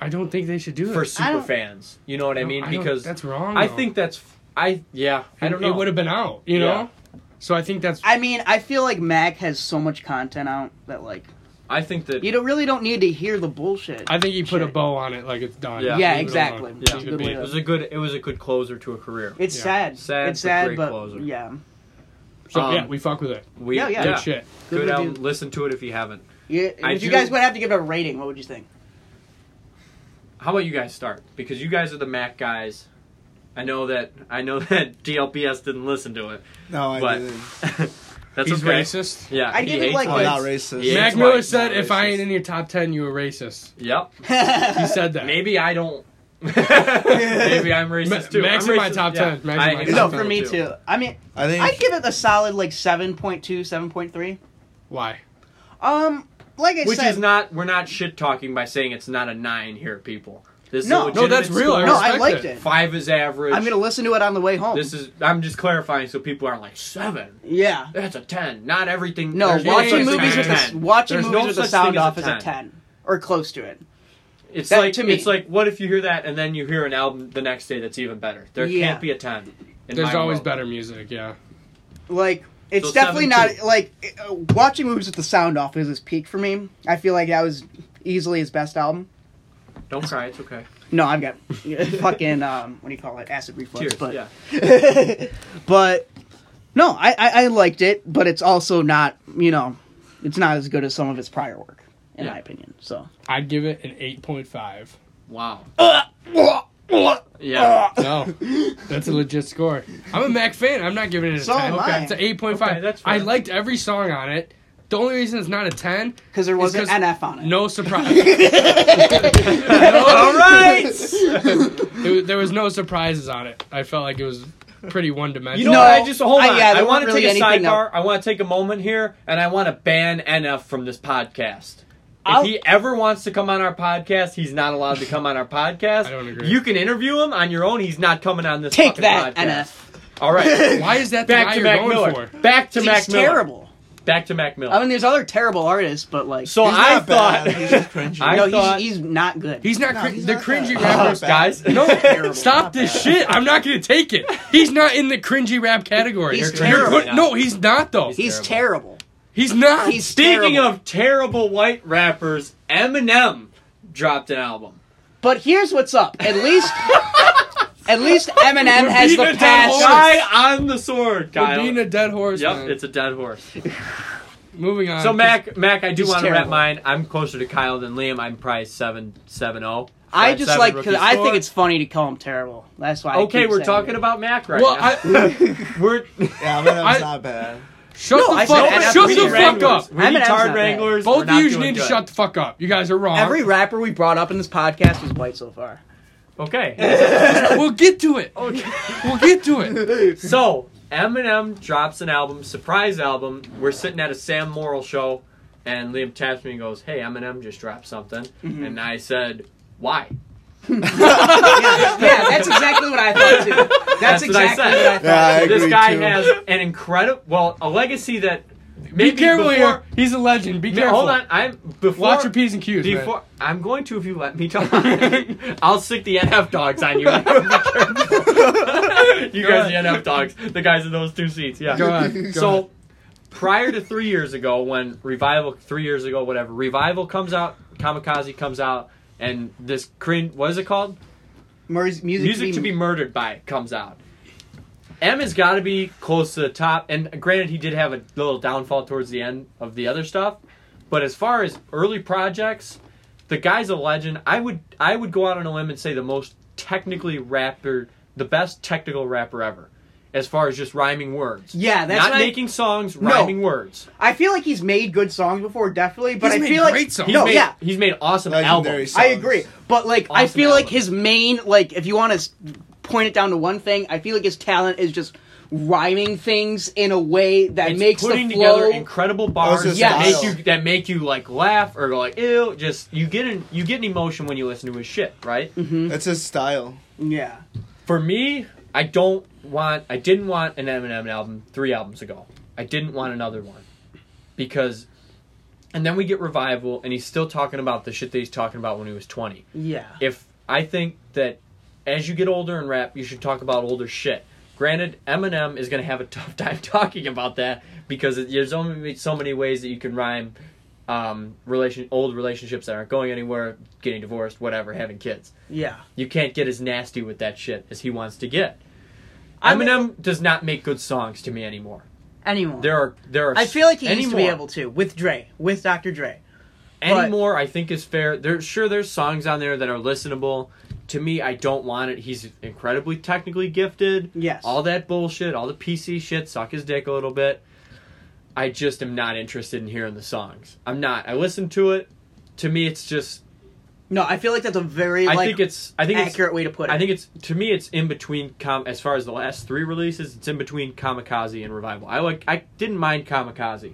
[SPEAKER 3] I don't think they should do that.
[SPEAKER 1] for
[SPEAKER 2] I
[SPEAKER 1] super
[SPEAKER 2] don't-
[SPEAKER 1] fans you know what I
[SPEAKER 3] No,
[SPEAKER 1] mean
[SPEAKER 3] don't-
[SPEAKER 1] because
[SPEAKER 3] that's wrong.
[SPEAKER 1] I
[SPEAKER 3] though.
[SPEAKER 1] think that's f- I yeah I don't
[SPEAKER 3] it,
[SPEAKER 1] know
[SPEAKER 3] would have been out, you
[SPEAKER 1] Yeah.
[SPEAKER 3] know. So I think that's
[SPEAKER 2] I mean, I feel like Mac has so much content out that like
[SPEAKER 1] I think that
[SPEAKER 2] you don't really don't need to hear the bullshit.
[SPEAKER 3] I think you put a
[SPEAKER 2] Shit.
[SPEAKER 3] bow on it like it's done.
[SPEAKER 1] Yeah.
[SPEAKER 2] Yeah,
[SPEAKER 3] Leave it
[SPEAKER 2] exactly.
[SPEAKER 3] alone.
[SPEAKER 1] Yeah. It's
[SPEAKER 3] Leave
[SPEAKER 1] a
[SPEAKER 3] it
[SPEAKER 2] good
[SPEAKER 3] be.
[SPEAKER 2] way
[SPEAKER 1] it was a good it was a good closer to a career
[SPEAKER 2] it's
[SPEAKER 3] Yeah.
[SPEAKER 2] sad.
[SPEAKER 1] Sad,
[SPEAKER 2] It's
[SPEAKER 1] but
[SPEAKER 2] sad,
[SPEAKER 1] great
[SPEAKER 2] but
[SPEAKER 1] closer.
[SPEAKER 2] yeah,
[SPEAKER 3] So
[SPEAKER 1] Um,
[SPEAKER 3] yeah, we fuck with it.
[SPEAKER 1] we
[SPEAKER 2] Yeah, yeah.
[SPEAKER 3] Good shit.
[SPEAKER 2] Good
[SPEAKER 1] good album
[SPEAKER 2] review.
[SPEAKER 1] listen to it if you haven't
[SPEAKER 2] yeah.
[SPEAKER 1] I
[SPEAKER 2] If you
[SPEAKER 1] do-
[SPEAKER 2] guys would have to give it a rating, what would you think?
[SPEAKER 1] How about you guys start? Because you guys are the Mac guys. I know that I know that DLPS didn't listen to it,
[SPEAKER 4] No, I
[SPEAKER 1] but
[SPEAKER 4] didn't.
[SPEAKER 1] that's
[SPEAKER 3] He's
[SPEAKER 1] okay.
[SPEAKER 3] racist.
[SPEAKER 1] Yeah,
[SPEAKER 2] I'd
[SPEAKER 1] he
[SPEAKER 2] give it
[SPEAKER 1] hates
[SPEAKER 2] like
[SPEAKER 4] Oh,
[SPEAKER 1] whites.
[SPEAKER 4] not racist.
[SPEAKER 1] Yeah.
[SPEAKER 3] Mac
[SPEAKER 1] It's
[SPEAKER 3] Miller
[SPEAKER 1] white,
[SPEAKER 3] said,
[SPEAKER 1] not
[SPEAKER 3] "If I
[SPEAKER 1] racist."
[SPEAKER 3] ain't in your top ten, you a racist."
[SPEAKER 1] Yep.
[SPEAKER 3] He said that.
[SPEAKER 1] Maybe I don't. Maybe I'm
[SPEAKER 3] Ma-
[SPEAKER 1] racist too.
[SPEAKER 3] Mac's
[SPEAKER 1] I'm
[SPEAKER 3] in my
[SPEAKER 1] racist,
[SPEAKER 3] top
[SPEAKER 1] yeah.
[SPEAKER 3] 10. Mac's
[SPEAKER 1] I
[SPEAKER 3] in my
[SPEAKER 1] am
[SPEAKER 3] top
[SPEAKER 2] no,
[SPEAKER 1] top
[SPEAKER 2] for
[SPEAKER 3] 10.
[SPEAKER 2] me too. I mean,
[SPEAKER 4] I think
[SPEAKER 2] I'd give it a solid like 7.2, 7.3.
[SPEAKER 3] Why?
[SPEAKER 2] Um, like I
[SPEAKER 1] Which
[SPEAKER 2] said,
[SPEAKER 1] is not. We're not shit talking by saying it's not a nine here, people. This
[SPEAKER 2] No.
[SPEAKER 1] is a
[SPEAKER 3] No, that's
[SPEAKER 1] legitimate
[SPEAKER 3] real.
[SPEAKER 1] score.
[SPEAKER 2] no,
[SPEAKER 3] I
[SPEAKER 2] I
[SPEAKER 3] respect
[SPEAKER 2] liked
[SPEAKER 3] it.
[SPEAKER 2] it.
[SPEAKER 1] Five is average.
[SPEAKER 2] I'm gonna listen to it on the way home.
[SPEAKER 1] This is. I'm just clarifying so people aren't like seven.
[SPEAKER 2] yeah.
[SPEAKER 1] That's a ten. Not everything.
[SPEAKER 2] No,
[SPEAKER 1] there's no
[SPEAKER 3] such
[SPEAKER 2] watching
[SPEAKER 1] thing
[SPEAKER 2] movies
[SPEAKER 1] as
[SPEAKER 2] with
[SPEAKER 1] a
[SPEAKER 2] the
[SPEAKER 1] 10.
[SPEAKER 2] watching
[SPEAKER 1] There's
[SPEAKER 2] movies
[SPEAKER 1] no
[SPEAKER 2] with the
[SPEAKER 1] such
[SPEAKER 2] sound
[SPEAKER 1] thing as a
[SPEAKER 2] off is a
[SPEAKER 1] 10.
[SPEAKER 2] ten or close to it.
[SPEAKER 1] It's
[SPEAKER 2] That-
[SPEAKER 1] like
[SPEAKER 2] to me.
[SPEAKER 1] it's like what if you hear that and then you hear an album the next day that's even better? There
[SPEAKER 2] Yeah.
[SPEAKER 1] can't be a ten. in
[SPEAKER 3] There's
[SPEAKER 1] my
[SPEAKER 3] always
[SPEAKER 1] world.
[SPEAKER 3] better music. Yeah.
[SPEAKER 2] Like it's
[SPEAKER 1] So
[SPEAKER 2] definitely
[SPEAKER 1] 7.2.
[SPEAKER 2] not like uh, watching movies with the sound off is his peak for me. I feel like that was easily his best album.
[SPEAKER 1] Don't cry, it's okay.
[SPEAKER 2] No, I've got fucking um, what do you call it, acid reflux.
[SPEAKER 1] Tears.
[SPEAKER 2] but
[SPEAKER 1] yeah.
[SPEAKER 2] but no, I, I I liked it, but it's also not you know, it's not as good as some of his prior work in
[SPEAKER 1] Yeah.
[SPEAKER 2] my opinion. So
[SPEAKER 3] I'd give it an eight point five.
[SPEAKER 1] Wow.
[SPEAKER 2] Uh,
[SPEAKER 1] Yeah.
[SPEAKER 3] No, that's a legit score. I'm a Mac fan. I'm not giving it a
[SPEAKER 2] So
[SPEAKER 3] ten.
[SPEAKER 2] am I.
[SPEAKER 3] It's an eight point five.
[SPEAKER 1] Okay, that's fair.
[SPEAKER 3] I liked every song on it. The only reason it's not a ten,
[SPEAKER 2] because there wasn't
[SPEAKER 3] 'cause-
[SPEAKER 2] NF on it.
[SPEAKER 3] no surprise.
[SPEAKER 1] All right.
[SPEAKER 3] It- there was no surprises on it. I felt like it was pretty one dimensional.
[SPEAKER 1] You know
[SPEAKER 2] No,
[SPEAKER 1] what? I just hold
[SPEAKER 2] I-
[SPEAKER 1] on.
[SPEAKER 2] yeah,
[SPEAKER 1] I
[SPEAKER 2] there
[SPEAKER 1] want to
[SPEAKER 2] wasn't
[SPEAKER 1] take a
[SPEAKER 2] really anything
[SPEAKER 1] sidebar. I want to take a moment here, and I want to ban NF from this podcast. If
[SPEAKER 2] I'll-
[SPEAKER 1] he ever wants to come on our podcast, he's not allowed to come on our podcast.
[SPEAKER 3] I don't agree.
[SPEAKER 1] You can interview him on your own. He's not coming on this
[SPEAKER 2] Take
[SPEAKER 1] fucking
[SPEAKER 2] that,
[SPEAKER 1] podcast.
[SPEAKER 2] NF.
[SPEAKER 1] All right.
[SPEAKER 3] Why is that the
[SPEAKER 1] Back
[SPEAKER 3] guy
[SPEAKER 1] to
[SPEAKER 3] you're
[SPEAKER 1] Mac
[SPEAKER 3] going
[SPEAKER 1] Miller.
[SPEAKER 3] for?
[SPEAKER 1] Back to
[SPEAKER 2] He's
[SPEAKER 1] Mac Miller.
[SPEAKER 2] terrible.
[SPEAKER 1] Back to Mac Miller.
[SPEAKER 2] I mean, there's other terrible artists, but like,
[SPEAKER 1] So
[SPEAKER 4] He's
[SPEAKER 1] I
[SPEAKER 4] not bad.
[SPEAKER 1] thought,
[SPEAKER 4] He's just cringy.
[SPEAKER 1] I
[SPEAKER 2] no,
[SPEAKER 1] thought,
[SPEAKER 2] he's, he's not good.
[SPEAKER 3] He's not.
[SPEAKER 4] No,
[SPEAKER 3] cr-
[SPEAKER 4] he's
[SPEAKER 3] the
[SPEAKER 4] not
[SPEAKER 3] cringy
[SPEAKER 4] that.
[SPEAKER 3] rappers.
[SPEAKER 4] bad.
[SPEAKER 1] guys.
[SPEAKER 3] No,
[SPEAKER 4] Terrible.
[SPEAKER 3] stop
[SPEAKER 4] Not
[SPEAKER 3] this
[SPEAKER 4] bad.
[SPEAKER 3] shit. I'm not gonna take it. He's not in the cringy rap category.
[SPEAKER 2] He's
[SPEAKER 3] You're
[SPEAKER 2] terrible.
[SPEAKER 3] put- no, he's not though. He's,
[SPEAKER 2] he's terrible.
[SPEAKER 3] not.
[SPEAKER 2] He's
[SPEAKER 1] Speaking
[SPEAKER 2] terrible.
[SPEAKER 1] of terrible white rappers, Eminem dropped an album.
[SPEAKER 2] But here's what's up. At least, at least Eminem has
[SPEAKER 3] beating
[SPEAKER 2] the
[SPEAKER 3] a dead
[SPEAKER 2] past.
[SPEAKER 3] horse.
[SPEAKER 1] Die on the sword,
[SPEAKER 3] We're
[SPEAKER 1] Kyle.
[SPEAKER 3] being a dead horse.
[SPEAKER 1] Yep,
[SPEAKER 3] man. Uh,
[SPEAKER 1] it's a dead horse.
[SPEAKER 3] moving on.
[SPEAKER 1] So Mac, Mac, I do
[SPEAKER 2] He's
[SPEAKER 1] want to wrap
[SPEAKER 2] terrible.
[SPEAKER 1] mine. I'm closer to Kyle than Liam. I'm probably seven seven zero.
[SPEAKER 2] I
[SPEAKER 1] Five,
[SPEAKER 2] just
[SPEAKER 1] seven,
[SPEAKER 2] like
[SPEAKER 1] rookie
[SPEAKER 2] because I
[SPEAKER 1] score.
[SPEAKER 2] think it's funny to call him terrible. That's why. I
[SPEAKER 1] okay.
[SPEAKER 2] keep
[SPEAKER 1] We're
[SPEAKER 2] saying
[SPEAKER 1] talking
[SPEAKER 2] it.
[SPEAKER 1] about Mac right
[SPEAKER 3] Well,
[SPEAKER 1] now.
[SPEAKER 3] I,
[SPEAKER 1] we're
[SPEAKER 4] Yeah, I mean, that was
[SPEAKER 3] I-
[SPEAKER 4] not bad.
[SPEAKER 3] shut
[SPEAKER 2] No,
[SPEAKER 3] the
[SPEAKER 2] I
[SPEAKER 3] fuck.
[SPEAKER 2] said
[SPEAKER 3] up.
[SPEAKER 2] NF
[SPEAKER 3] Shut
[SPEAKER 1] we
[SPEAKER 2] Media
[SPEAKER 3] the
[SPEAKER 1] need
[SPEAKER 3] fuck
[SPEAKER 1] wranglers.
[SPEAKER 3] up.
[SPEAKER 1] We
[SPEAKER 2] Eminem's
[SPEAKER 1] need
[SPEAKER 2] not
[SPEAKER 1] tarred
[SPEAKER 2] bad.
[SPEAKER 1] wranglers. We're
[SPEAKER 3] Both of
[SPEAKER 1] not
[SPEAKER 3] you
[SPEAKER 1] doing
[SPEAKER 3] need to
[SPEAKER 1] good.
[SPEAKER 3] shut the fuck up. You guys are wrong.
[SPEAKER 2] Every rapper we brought up in this podcast was white so far.
[SPEAKER 1] Okay.
[SPEAKER 3] we'll get to it.
[SPEAKER 1] okay.
[SPEAKER 3] We'll get to it.
[SPEAKER 1] So Eminem drops an album, surprise album. We're sitting at a Sam Morrill show, and Liam taps me and goes, "Hey, Eminem just dropped something," and I said, "Why?"
[SPEAKER 2] yeah, yeah, that's exactly what I thought too. That's,
[SPEAKER 1] That's what I
[SPEAKER 2] exactly what I,
[SPEAKER 1] said.
[SPEAKER 2] thought.
[SPEAKER 4] Yeah, I agree
[SPEAKER 1] this guy
[SPEAKER 4] too.
[SPEAKER 1] has an incredible, well, a legacy that.
[SPEAKER 3] Be
[SPEAKER 1] Maybe
[SPEAKER 3] careful
[SPEAKER 1] before,
[SPEAKER 3] here. He's a legend. Be
[SPEAKER 1] Ma-
[SPEAKER 3] careful.
[SPEAKER 1] Hold on, I'm before.
[SPEAKER 3] Watch your p's and q's, man.
[SPEAKER 1] Before I'm going to, if you let me talk, I'll stick the NF dogs on you. Be careful. you
[SPEAKER 3] Go
[SPEAKER 1] guys,
[SPEAKER 3] ahead.
[SPEAKER 1] the NF dogs, the guys in those two seats. Yeah.
[SPEAKER 3] Go ahead. Go
[SPEAKER 1] so
[SPEAKER 3] ahead.
[SPEAKER 1] prior to three years ago when revival three years ago whatever revival comes out kamikaze comes out and this crin what is it called
[SPEAKER 2] Murray's music,
[SPEAKER 1] music to be murdered by comes out m has got to be close to the top and granted he did have a little downfall towards the end of the other stuff but as far as early projects the guy's a legend i would i would go out on a limb and say the most technically rapper the best technical rapper ever as far as just rhyming words.
[SPEAKER 2] Yeah, that's
[SPEAKER 1] not
[SPEAKER 2] what I-
[SPEAKER 1] making songs,
[SPEAKER 2] No.
[SPEAKER 1] rhyming words.
[SPEAKER 2] I feel like he's made good songs before, definitely, but
[SPEAKER 3] He's
[SPEAKER 2] I
[SPEAKER 3] made
[SPEAKER 2] feel like
[SPEAKER 3] great songs.
[SPEAKER 1] He's
[SPEAKER 2] no,
[SPEAKER 1] made,
[SPEAKER 2] yeah,
[SPEAKER 1] he's made awesome
[SPEAKER 4] Legendary
[SPEAKER 1] albums.
[SPEAKER 4] songs.
[SPEAKER 2] I agree. But like, I
[SPEAKER 1] Awesome
[SPEAKER 2] feel like
[SPEAKER 1] album.
[SPEAKER 2] his main like, if you want to point it down to one thing, I feel like his talent is just rhyming things in a way that
[SPEAKER 1] It's
[SPEAKER 2] makes
[SPEAKER 1] putting
[SPEAKER 2] the flow.
[SPEAKER 1] together incredible bars
[SPEAKER 4] his
[SPEAKER 1] that
[SPEAKER 2] Yes.
[SPEAKER 1] make you that make you like laugh or go like ew. Just you get an you get an emotion when you listen to his shit, right?
[SPEAKER 2] Mm-hmm.
[SPEAKER 4] That's his style.
[SPEAKER 2] yeah,
[SPEAKER 1] For me, I don't want. I didn't want an Eminem album three albums ago. I didn't want another one because, and then we get revival, and he's still talking about the shit that he's talking about when he was twenty.
[SPEAKER 2] yeah,
[SPEAKER 1] If I think that as you get older in rap, you should talk about older shit. Granted, Eminem is gonna have a tough time talking about that because it- there's only so many ways that you can rhyme um, relation old relationships that aren't going anywhere, getting divorced, whatever, having kids.
[SPEAKER 2] yeah.
[SPEAKER 1] You can't get as nasty with that shit as he wants to get.
[SPEAKER 2] I mean-
[SPEAKER 1] Eminem does not make good songs to me anymore.
[SPEAKER 2] Anyone?
[SPEAKER 1] There are there are
[SPEAKER 2] I feel like he
[SPEAKER 1] any
[SPEAKER 2] used to
[SPEAKER 1] more-
[SPEAKER 2] be able to with Dre, with Dr. Dre. but-
[SPEAKER 1] any more I think is fair. There sure there's songs on there that are listenable. To me, I don't want it. He's incredibly technically gifted.
[SPEAKER 2] Yes.
[SPEAKER 1] All that bullshit, all the PC shit, suck his dick a little bit. I just am not interested in hearing the songs. I'm not. I listen to it. To me, it's just.
[SPEAKER 2] No, I feel like that's a very
[SPEAKER 1] I
[SPEAKER 2] like
[SPEAKER 1] think it's. I think it's
[SPEAKER 2] accurate way to put it.
[SPEAKER 1] I think it's to me. It's in between. Com- as far as the last three releases, it's in between Kamikaze and Revival. I like. I didn't mind Kamikaze.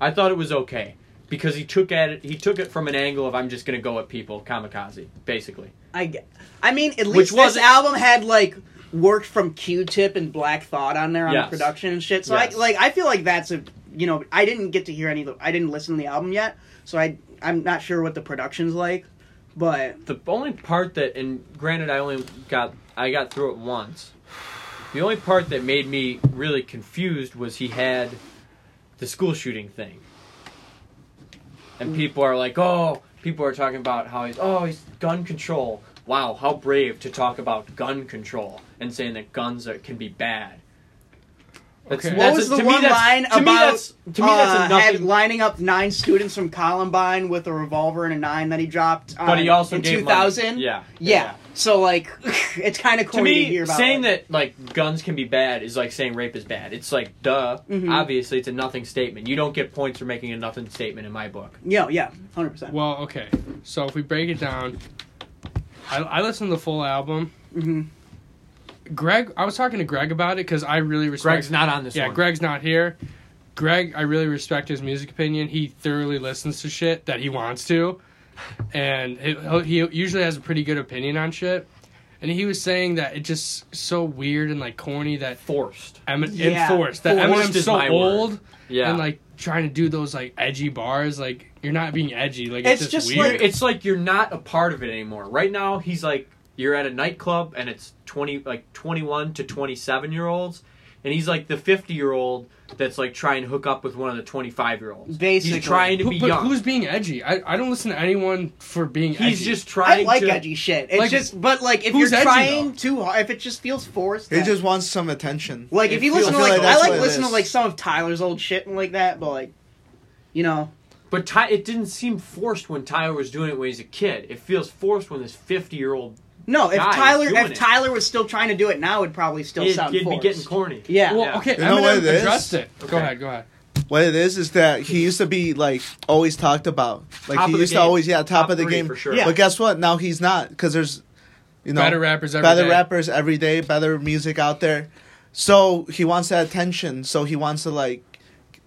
[SPEAKER 1] I thought it was okay because he took at it. He took it from an angle of I'm just gonna go at people. Kamikaze, basically.
[SPEAKER 2] I get. I mean, at least
[SPEAKER 1] Which
[SPEAKER 2] this
[SPEAKER 1] wasn't-
[SPEAKER 2] album had like work from Q-Tip and Black Thought on there on
[SPEAKER 1] Yes.
[SPEAKER 2] the production and shit. So
[SPEAKER 1] Yes.
[SPEAKER 2] I like. I feel like that's a you know. I didn't get to hear any. of the- I didn't listen to the album yet, so I I'm not sure what the production's like. But
[SPEAKER 1] The only part that, and granted, I only got I got through it once. The only part that made me really confused was he had the school shooting thing, and people are like, "Oh, people are talking about how he's oh he's gun control. Wow, how brave to talk about gun control and saying that guns are, can be bad." That's-
[SPEAKER 3] Okay. What
[SPEAKER 2] what
[SPEAKER 1] that's
[SPEAKER 2] was
[SPEAKER 1] a-
[SPEAKER 2] the
[SPEAKER 1] to me,
[SPEAKER 2] one
[SPEAKER 1] that's-
[SPEAKER 2] line
[SPEAKER 1] to
[SPEAKER 2] about?
[SPEAKER 1] me, that's, to me, that's a
[SPEAKER 2] uh, had
[SPEAKER 1] nothing.
[SPEAKER 2] lining up nine students from Columbine with a revolver and a nine that he dropped. Um,
[SPEAKER 1] but he also
[SPEAKER 2] in
[SPEAKER 1] gave money.
[SPEAKER 2] 2000.
[SPEAKER 1] Yeah,
[SPEAKER 2] Yeah. So like, it's kind of
[SPEAKER 1] to
[SPEAKER 2] corny to,
[SPEAKER 1] me,
[SPEAKER 2] hear about.
[SPEAKER 1] saying
[SPEAKER 2] like-
[SPEAKER 1] that like guns can be bad is like saying rape is bad. It's like duh.
[SPEAKER 2] Mhm.
[SPEAKER 1] Obviously, it's a nothing statement. You don't get points for making a nothing statement in my book.
[SPEAKER 2] Yeah. Yeah. Hundred percent.
[SPEAKER 3] Well, okay. So if we break it down, I, I listened to the full album.
[SPEAKER 2] hmm
[SPEAKER 3] Greg, I was talking to Greg about it because I really respect.
[SPEAKER 1] Mm-hmm. Greg's not on this
[SPEAKER 3] Yeah,
[SPEAKER 1] one.
[SPEAKER 3] Greg's not here. Greg, I really respect his music opinion. He thoroughly listens to shit that he wants to, and he, he'll- he usually has a pretty good opinion on shit. And he was saying that it's just so weird and like corny that
[SPEAKER 1] forced.
[SPEAKER 3] Emin-
[SPEAKER 2] Yeah,
[SPEAKER 3] enforced that
[SPEAKER 1] forced
[SPEAKER 3] Eminem's
[SPEAKER 1] is
[SPEAKER 3] so
[SPEAKER 1] my word.
[SPEAKER 3] old
[SPEAKER 1] Yeah,
[SPEAKER 3] and like trying to do those like edgy bars. Like you're not being edgy. Like it's,
[SPEAKER 2] It's
[SPEAKER 3] just,
[SPEAKER 2] just
[SPEAKER 3] weird.
[SPEAKER 2] like-
[SPEAKER 1] it's like you're not a part of it anymore. Right now, he's like you're at a nightclub and it's twenty like twenty one to twenty seven year olds, and he's like the fifty year old that's like trying to hook up with one of the twenty five year olds.
[SPEAKER 2] Basically.
[SPEAKER 1] he's trying to
[SPEAKER 3] Who-
[SPEAKER 1] be
[SPEAKER 3] but
[SPEAKER 1] young.
[SPEAKER 3] who's being edgy? I, I don't listen to anyone for being edgy.
[SPEAKER 1] he's just
[SPEAKER 2] I
[SPEAKER 1] trying.
[SPEAKER 2] like
[SPEAKER 1] to,
[SPEAKER 2] edgy shit. It's
[SPEAKER 3] Like,
[SPEAKER 2] just, but like if you're
[SPEAKER 3] who's edgy,
[SPEAKER 2] trying
[SPEAKER 3] though?
[SPEAKER 2] too hard, if it just feels forced,
[SPEAKER 4] He
[SPEAKER 2] then-
[SPEAKER 4] just wants some attention.
[SPEAKER 2] like if
[SPEAKER 1] it
[SPEAKER 2] you
[SPEAKER 1] feels-
[SPEAKER 2] listen to
[SPEAKER 4] I feel
[SPEAKER 2] like,
[SPEAKER 4] like
[SPEAKER 2] I
[SPEAKER 4] that's
[SPEAKER 2] like
[SPEAKER 4] what it
[SPEAKER 2] listen to
[SPEAKER 4] is.
[SPEAKER 2] like some of Tyler's old shit and like that, but like, you know,
[SPEAKER 1] But Ty, it didn't seem forced when Tyler was doing it when he's a kid. It feels forced when this fifty-year-old
[SPEAKER 2] no. If
[SPEAKER 1] Guys
[SPEAKER 2] Tyler,
[SPEAKER 1] doing
[SPEAKER 2] if
[SPEAKER 1] it.
[SPEAKER 2] Tyler was still trying to do it now, it'd probably still
[SPEAKER 1] kid
[SPEAKER 2] sound
[SPEAKER 1] kid be
[SPEAKER 2] forced.
[SPEAKER 1] getting corny.
[SPEAKER 2] yeah.
[SPEAKER 3] well,
[SPEAKER 1] Yeah.
[SPEAKER 3] okay.
[SPEAKER 4] You know
[SPEAKER 3] Eminem
[SPEAKER 4] what it is?
[SPEAKER 3] addressed it. Go
[SPEAKER 1] Okay.
[SPEAKER 3] ahead. Go ahead.
[SPEAKER 4] What it is is that he used to be like always talked about. Like
[SPEAKER 1] Top of
[SPEAKER 4] he
[SPEAKER 1] the
[SPEAKER 4] used to
[SPEAKER 1] game.
[SPEAKER 4] always yeah top,
[SPEAKER 1] Top
[SPEAKER 4] of the
[SPEAKER 1] three
[SPEAKER 4] game.
[SPEAKER 1] for sure.
[SPEAKER 2] Yeah.
[SPEAKER 4] But guess what? Now he's not because there's you know
[SPEAKER 3] better rappers every
[SPEAKER 4] better
[SPEAKER 3] day.
[SPEAKER 4] rappers every day, better music out there. So he wants that attention. So he wants to like,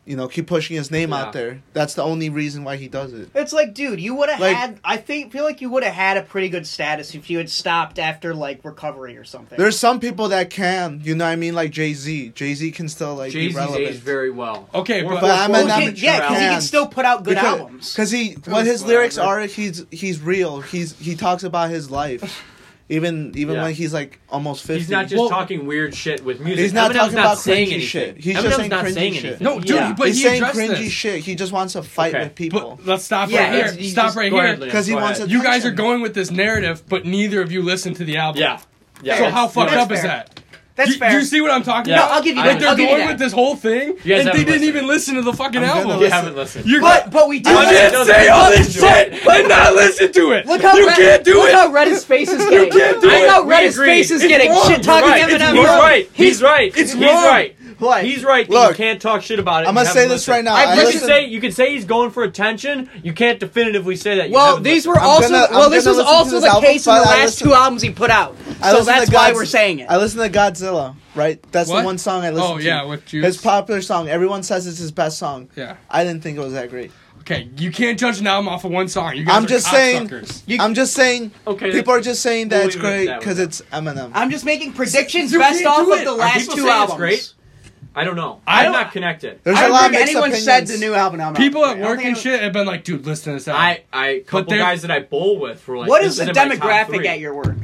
[SPEAKER 4] you know, keep pushing his name
[SPEAKER 1] Yeah.
[SPEAKER 4] out there. That's the only reason why he does it.
[SPEAKER 2] It's like, dude, you would have
[SPEAKER 4] Like-
[SPEAKER 2] had. I think feel like you would have had a pretty good status if you had stopped after like recovery or something.
[SPEAKER 4] There's some people that can, you know, what I mean, like Jay Z. Jay Z can still like
[SPEAKER 1] Jay
[SPEAKER 4] be
[SPEAKER 1] Z's
[SPEAKER 4] relevant.
[SPEAKER 1] aged very well.
[SPEAKER 3] Okay,
[SPEAKER 1] Or-
[SPEAKER 3] but-
[SPEAKER 4] But I'm
[SPEAKER 1] or-
[SPEAKER 2] Well,
[SPEAKER 4] an-
[SPEAKER 1] or-
[SPEAKER 2] he-
[SPEAKER 4] amateur
[SPEAKER 2] yeah, because he can
[SPEAKER 4] band.
[SPEAKER 2] still put out good
[SPEAKER 4] because,
[SPEAKER 2] albums.
[SPEAKER 4] Because he, what his
[SPEAKER 3] Whatever.
[SPEAKER 4] lyrics are, he's he's real. He's he talks about his life, even even
[SPEAKER 1] Yeah.
[SPEAKER 4] when he's like almost fifty.
[SPEAKER 1] He's not just
[SPEAKER 3] Well-
[SPEAKER 1] talking weird shit with music.
[SPEAKER 4] He's not
[SPEAKER 1] Eminem's
[SPEAKER 4] talking
[SPEAKER 1] not
[SPEAKER 4] about
[SPEAKER 1] saying
[SPEAKER 4] cringy
[SPEAKER 1] anything.
[SPEAKER 4] shit. He's
[SPEAKER 1] Eminem's
[SPEAKER 4] just saying
[SPEAKER 1] not
[SPEAKER 4] cringy
[SPEAKER 1] saying
[SPEAKER 4] shit.
[SPEAKER 1] anything.
[SPEAKER 3] No, dude,
[SPEAKER 1] Yeah.
[SPEAKER 3] but
[SPEAKER 4] he's
[SPEAKER 3] he
[SPEAKER 4] saying
[SPEAKER 3] addressed
[SPEAKER 4] cringy
[SPEAKER 3] this.
[SPEAKER 4] shit. He just wants to fight
[SPEAKER 1] Okay.
[SPEAKER 4] with people.
[SPEAKER 3] But let's stop
[SPEAKER 2] Yeah,
[SPEAKER 3] right
[SPEAKER 2] it's-
[SPEAKER 3] here.
[SPEAKER 2] you
[SPEAKER 3] Stop
[SPEAKER 2] just-
[SPEAKER 3] right
[SPEAKER 1] Go
[SPEAKER 3] here.
[SPEAKER 1] ahead, Liam.
[SPEAKER 4] Because he
[SPEAKER 1] Go
[SPEAKER 4] wants
[SPEAKER 1] ahead.
[SPEAKER 4] attention.
[SPEAKER 3] You guys are going with this narrative, but neither of you listen to the album.
[SPEAKER 1] Yeah. Yeah.
[SPEAKER 3] so how
[SPEAKER 1] that's-
[SPEAKER 3] fucked
[SPEAKER 1] that's
[SPEAKER 3] up is
[SPEAKER 2] fair.
[SPEAKER 3] that?
[SPEAKER 2] That's
[SPEAKER 3] do,
[SPEAKER 2] fair.
[SPEAKER 3] do you see what I'm talking
[SPEAKER 1] Yeah.
[SPEAKER 2] No,
[SPEAKER 3] about?
[SPEAKER 2] I'll give you
[SPEAKER 1] I-
[SPEAKER 3] Like
[SPEAKER 2] that.
[SPEAKER 3] they're
[SPEAKER 2] I'll give you
[SPEAKER 3] going
[SPEAKER 2] that.
[SPEAKER 3] with this whole thing, and
[SPEAKER 1] guys
[SPEAKER 3] they
[SPEAKER 1] haven't
[SPEAKER 3] didn't
[SPEAKER 1] listened.
[SPEAKER 3] even listen to the fucking
[SPEAKER 4] I'm gonna
[SPEAKER 1] You
[SPEAKER 3] album.
[SPEAKER 4] listen.
[SPEAKER 1] haven't listened.
[SPEAKER 3] You're
[SPEAKER 2] But but we do.
[SPEAKER 1] I'm
[SPEAKER 3] I
[SPEAKER 1] gonna-
[SPEAKER 2] Look,
[SPEAKER 1] No,
[SPEAKER 3] didn't say all
[SPEAKER 1] they
[SPEAKER 3] this
[SPEAKER 1] don't
[SPEAKER 3] shit and not listen to it.
[SPEAKER 2] how
[SPEAKER 3] you
[SPEAKER 2] red,
[SPEAKER 3] can't do
[SPEAKER 2] look
[SPEAKER 3] it.
[SPEAKER 2] how red his face is getting.
[SPEAKER 3] can't do
[SPEAKER 2] look
[SPEAKER 3] it.
[SPEAKER 2] how
[SPEAKER 1] We
[SPEAKER 2] red his
[SPEAKER 1] agree.
[SPEAKER 2] face is
[SPEAKER 1] It's
[SPEAKER 2] getting.
[SPEAKER 1] wrong.
[SPEAKER 2] Shit talking
[SPEAKER 1] You're right.
[SPEAKER 2] Eminem.
[SPEAKER 1] He's
[SPEAKER 2] bro.
[SPEAKER 1] right. He's right.
[SPEAKER 3] It's
[SPEAKER 1] he's
[SPEAKER 3] wrong.
[SPEAKER 1] right.
[SPEAKER 2] Like-
[SPEAKER 1] he's right. that
[SPEAKER 4] Look,
[SPEAKER 1] you can't talk shit about it. You
[SPEAKER 4] I'm gonna
[SPEAKER 1] haven't
[SPEAKER 4] say this
[SPEAKER 1] listened.
[SPEAKER 4] right now.
[SPEAKER 2] I've
[SPEAKER 4] I
[SPEAKER 1] You
[SPEAKER 2] listened-
[SPEAKER 1] can say you can say he's going for attention. You can't definitively say that. You
[SPEAKER 2] Well,
[SPEAKER 1] haven't
[SPEAKER 2] these
[SPEAKER 1] listened.
[SPEAKER 2] were
[SPEAKER 4] I'm
[SPEAKER 2] also
[SPEAKER 4] gonna-
[SPEAKER 2] well.
[SPEAKER 4] I'm
[SPEAKER 2] This was
[SPEAKER 4] gonna listen to
[SPEAKER 2] also
[SPEAKER 4] this
[SPEAKER 2] the
[SPEAKER 4] album,
[SPEAKER 2] case in the
[SPEAKER 4] but I
[SPEAKER 2] last
[SPEAKER 4] listen-
[SPEAKER 2] two albums he put out. So
[SPEAKER 4] I listen to
[SPEAKER 2] that's why
[SPEAKER 4] Godz-
[SPEAKER 2] we're saying it.
[SPEAKER 4] I listen to Godzilla, right? That's
[SPEAKER 3] What?
[SPEAKER 4] the one song I listen
[SPEAKER 3] Oh,
[SPEAKER 4] to.
[SPEAKER 3] yeah, with Juice.
[SPEAKER 4] His popular song. Everyone says it's his best song.
[SPEAKER 3] Yeah.
[SPEAKER 4] I didn't think it was that great.
[SPEAKER 3] Okay, you can't judge an album off of one song. You guys
[SPEAKER 4] I'm
[SPEAKER 3] are
[SPEAKER 4] just saying.
[SPEAKER 3] cocksuckers.
[SPEAKER 4] I'm just saying.
[SPEAKER 1] Okay.
[SPEAKER 4] People are just saying that
[SPEAKER 1] We'll
[SPEAKER 4] it's
[SPEAKER 1] leave it at
[SPEAKER 4] great
[SPEAKER 1] that
[SPEAKER 4] because
[SPEAKER 1] one.
[SPEAKER 4] it's Eminem.
[SPEAKER 2] I'm just making predictions
[SPEAKER 3] You
[SPEAKER 2] based
[SPEAKER 3] can't
[SPEAKER 2] off
[SPEAKER 3] do
[SPEAKER 2] of
[SPEAKER 3] it.
[SPEAKER 2] the
[SPEAKER 3] Are
[SPEAKER 2] last
[SPEAKER 1] people
[SPEAKER 2] two
[SPEAKER 1] saying it's
[SPEAKER 2] albums.
[SPEAKER 1] great? I don't know. I
[SPEAKER 3] I
[SPEAKER 1] am
[SPEAKER 3] don't-
[SPEAKER 1] not connected.
[SPEAKER 4] There's
[SPEAKER 2] I
[SPEAKER 4] a
[SPEAKER 2] don't
[SPEAKER 4] lot of
[SPEAKER 2] think
[SPEAKER 4] mixed
[SPEAKER 2] anyone
[SPEAKER 4] opinions.
[SPEAKER 2] said the new album. I'm out.
[SPEAKER 3] People
[SPEAKER 2] I
[SPEAKER 3] at
[SPEAKER 2] don't
[SPEAKER 3] work
[SPEAKER 2] think
[SPEAKER 3] and
[SPEAKER 2] it-
[SPEAKER 3] shit have been like, dude, listen to this album.
[SPEAKER 1] I I couple
[SPEAKER 3] they're-
[SPEAKER 1] guys that I bowl with were like.
[SPEAKER 2] What
[SPEAKER 1] this
[SPEAKER 2] is the
[SPEAKER 1] isn't my top
[SPEAKER 2] demographic
[SPEAKER 1] three.
[SPEAKER 2] at your work?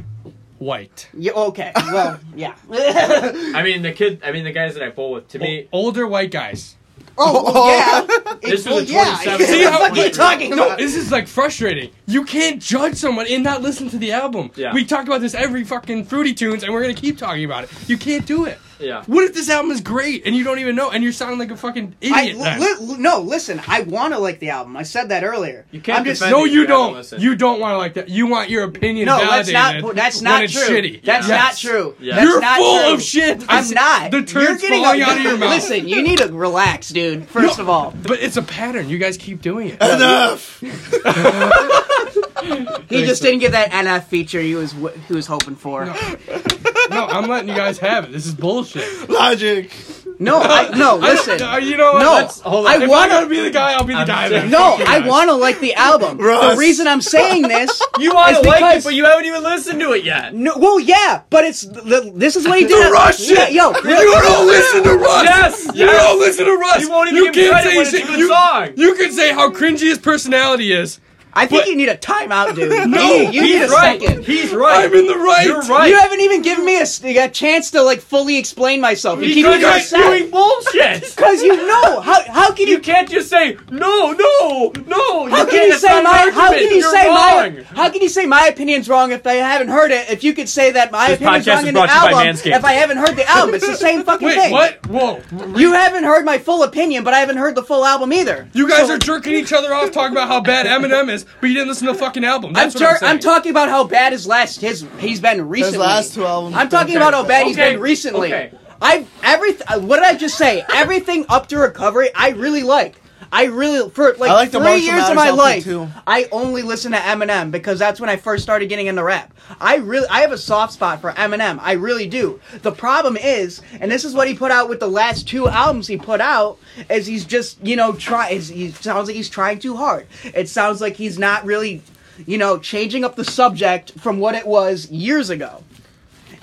[SPEAKER 3] White.
[SPEAKER 2] Yeah, okay. Well, yeah. oh,
[SPEAKER 1] I mean the kid. I mean the guys that I bowl with. To me,
[SPEAKER 3] O- older white guys.
[SPEAKER 2] well,
[SPEAKER 4] Oh,
[SPEAKER 2] yeah.
[SPEAKER 1] This
[SPEAKER 2] Well,
[SPEAKER 1] was a
[SPEAKER 2] yeah.
[SPEAKER 1] 27.
[SPEAKER 3] See how-
[SPEAKER 2] what the fuck are you talking
[SPEAKER 3] No,
[SPEAKER 2] about?
[SPEAKER 3] this is like frustrating. You can't judge someone and not listen to the album.
[SPEAKER 1] Yeah.
[SPEAKER 3] We talk about this every fucking Fruity Tunes, and we're gonna keep talking about it. You can't do it.
[SPEAKER 1] yeah.
[SPEAKER 3] What if this album is great and you don't even know, and you're sounding like a fucking
[SPEAKER 2] I,
[SPEAKER 3] idiot? then?
[SPEAKER 2] li- li- no, listen. I want to like the album. I said that earlier.
[SPEAKER 1] You can't
[SPEAKER 2] I'm just
[SPEAKER 1] defend
[SPEAKER 3] no,
[SPEAKER 1] it if
[SPEAKER 3] you
[SPEAKER 1] haven't
[SPEAKER 3] don't.
[SPEAKER 1] listened.
[SPEAKER 3] You don't want to like that. You want your opinion
[SPEAKER 2] no. That's
[SPEAKER 3] validated.
[SPEAKER 2] not. That's
[SPEAKER 3] when
[SPEAKER 2] not
[SPEAKER 3] it's
[SPEAKER 2] true.
[SPEAKER 3] shitty.
[SPEAKER 2] That's
[SPEAKER 1] Yeah.
[SPEAKER 2] not
[SPEAKER 3] Yes.
[SPEAKER 2] true.
[SPEAKER 1] Yeah.
[SPEAKER 2] That's
[SPEAKER 3] You're
[SPEAKER 2] not
[SPEAKER 3] full
[SPEAKER 2] true.
[SPEAKER 3] of shit. I
[SPEAKER 2] I'm
[SPEAKER 3] see-
[SPEAKER 2] not.
[SPEAKER 3] The
[SPEAKER 2] You're
[SPEAKER 3] turn's
[SPEAKER 2] getting
[SPEAKER 3] falling
[SPEAKER 2] a-
[SPEAKER 3] out of your mouth.
[SPEAKER 2] Listen, you need to relax, dude. First of all,
[SPEAKER 3] But it's a pattern. You guys keep doing it.
[SPEAKER 4] Enough.
[SPEAKER 2] he just didn't get that NF feature he was w- he was hoping for.
[SPEAKER 3] No, I'm letting you guys have it. This is bullshit.
[SPEAKER 4] Logic.
[SPEAKER 2] No, I, no.
[SPEAKER 3] I-
[SPEAKER 2] Listen,
[SPEAKER 3] uh, you know what?
[SPEAKER 2] No,
[SPEAKER 3] Let's-
[SPEAKER 1] hold
[SPEAKER 2] I
[SPEAKER 1] on.
[SPEAKER 3] if
[SPEAKER 2] wanna-
[SPEAKER 3] I gotta be the guy, I'll be the
[SPEAKER 1] I'm
[SPEAKER 3] guy.
[SPEAKER 1] saying-
[SPEAKER 3] Then.
[SPEAKER 2] no.
[SPEAKER 3] Fuck you
[SPEAKER 2] I
[SPEAKER 3] guys.
[SPEAKER 2] want to like the album. The
[SPEAKER 4] Russ.
[SPEAKER 2] reason I'm saying this,
[SPEAKER 1] You want
[SPEAKER 2] It's
[SPEAKER 1] to like
[SPEAKER 2] because-
[SPEAKER 1] it, but you haven't even listened to it yet.
[SPEAKER 2] no, well, yeah, but it's the, this is what he did.
[SPEAKER 3] Russian!
[SPEAKER 2] Yeah, yo,
[SPEAKER 3] You don't listen to Russ.
[SPEAKER 1] Yes,
[SPEAKER 3] You
[SPEAKER 1] yes.
[SPEAKER 3] don't listen to Russ.
[SPEAKER 1] You won't even give
[SPEAKER 3] can't
[SPEAKER 1] credit
[SPEAKER 3] say
[SPEAKER 1] when it's
[SPEAKER 3] shit.
[SPEAKER 1] a good
[SPEAKER 3] you,
[SPEAKER 1] song.
[SPEAKER 3] You can say how cringy his personality is.
[SPEAKER 2] I think
[SPEAKER 3] But-
[SPEAKER 2] you need a timeout, dude.
[SPEAKER 3] No,
[SPEAKER 2] you need, you need a
[SPEAKER 1] He's right.
[SPEAKER 2] second.
[SPEAKER 1] He's right.
[SPEAKER 3] I'm in the right.
[SPEAKER 1] You're right.
[SPEAKER 2] You haven't even given me a, s- a chance to like fully explain myself. You keep
[SPEAKER 1] Because
[SPEAKER 2] doing
[SPEAKER 1] you're
[SPEAKER 3] yourself.
[SPEAKER 1] doing bullshit.
[SPEAKER 2] because you know how how can you
[SPEAKER 1] You can't just say no, no, no.
[SPEAKER 2] How
[SPEAKER 1] you
[SPEAKER 2] can you
[SPEAKER 1] can't. It's not
[SPEAKER 2] say
[SPEAKER 1] an
[SPEAKER 2] my How
[SPEAKER 1] argument.
[SPEAKER 2] can you
[SPEAKER 1] You're
[SPEAKER 2] say my
[SPEAKER 1] wrong.
[SPEAKER 2] How can you say my opinion's wrong if I haven't heard it? If you could say that my
[SPEAKER 1] This
[SPEAKER 2] opinion's
[SPEAKER 1] podcast
[SPEAKER 2] wrong
[SPEAKER 1] is
[SPEAKER 2] in the
[SPEAKER 1] brought to you by
[SPEAKER 2] album,
[SPEAKER 1] Manscaped.
[SPEAKER 2] if I haven't heard the album, it's the same fucking
[SPEAKER 3] Wait,
[SPEAKER 2] thing.
[SPEAKER 3] what? Whoa.
[SPEAKER 2] You haven't heard my full opinion, but I haven't heard the full album either.
[SPEAKER 3] You guys are jerking each other off talking about how bad Eminem is, but you didn't listen to the fucking album.
[SPEAKER 2] I'm,
[SPEAKER 3] That's
[SPEAKER 2] tar-
[SPEAKER 3] what
[SPEAKER 2] I'm,
[SPEAKER 3] I'm saying.
[SPEAKER 2] talking about how bad his last his he's been recently.
[SPEAKER 4] last two albums
[SPEAKER 2] I'm talking
[SPEAKER 4] been
[SPEAKER 2] about
[SPEAKER 4] bad.
[SPEAKER 2] how bad he's
[SPEAKER 1] Okay,
[SPEAKER 2] been recently.
[SPEAKER 1] okay.
[SPEAKER 2] I've everything. uh, What did I just say? everything up to recovery. I really like. I really for like,
[SPEAKER 4] I like the
[SPEAKER 2] three
[SPEAKER 4] Marshall
[SPEAKER 2] years of
[SPEAKER 4] Mathers
[SPEAKER 2] my
[SPEAKER 4] LP
[SPEAKER 2] life.
[SPEAKER 4] too.
[SPEAKER 2] I only listen to Eminem because that's when I first started getting into rap. I really I have a soft spot for Eminem. I really do. The problem is, and this is what he put out with the last two albums he put out, is he's just you know try. Is he sounds like he's trying too hard. It sounds like he's not really, you know, changing up the subject from what it was years ago.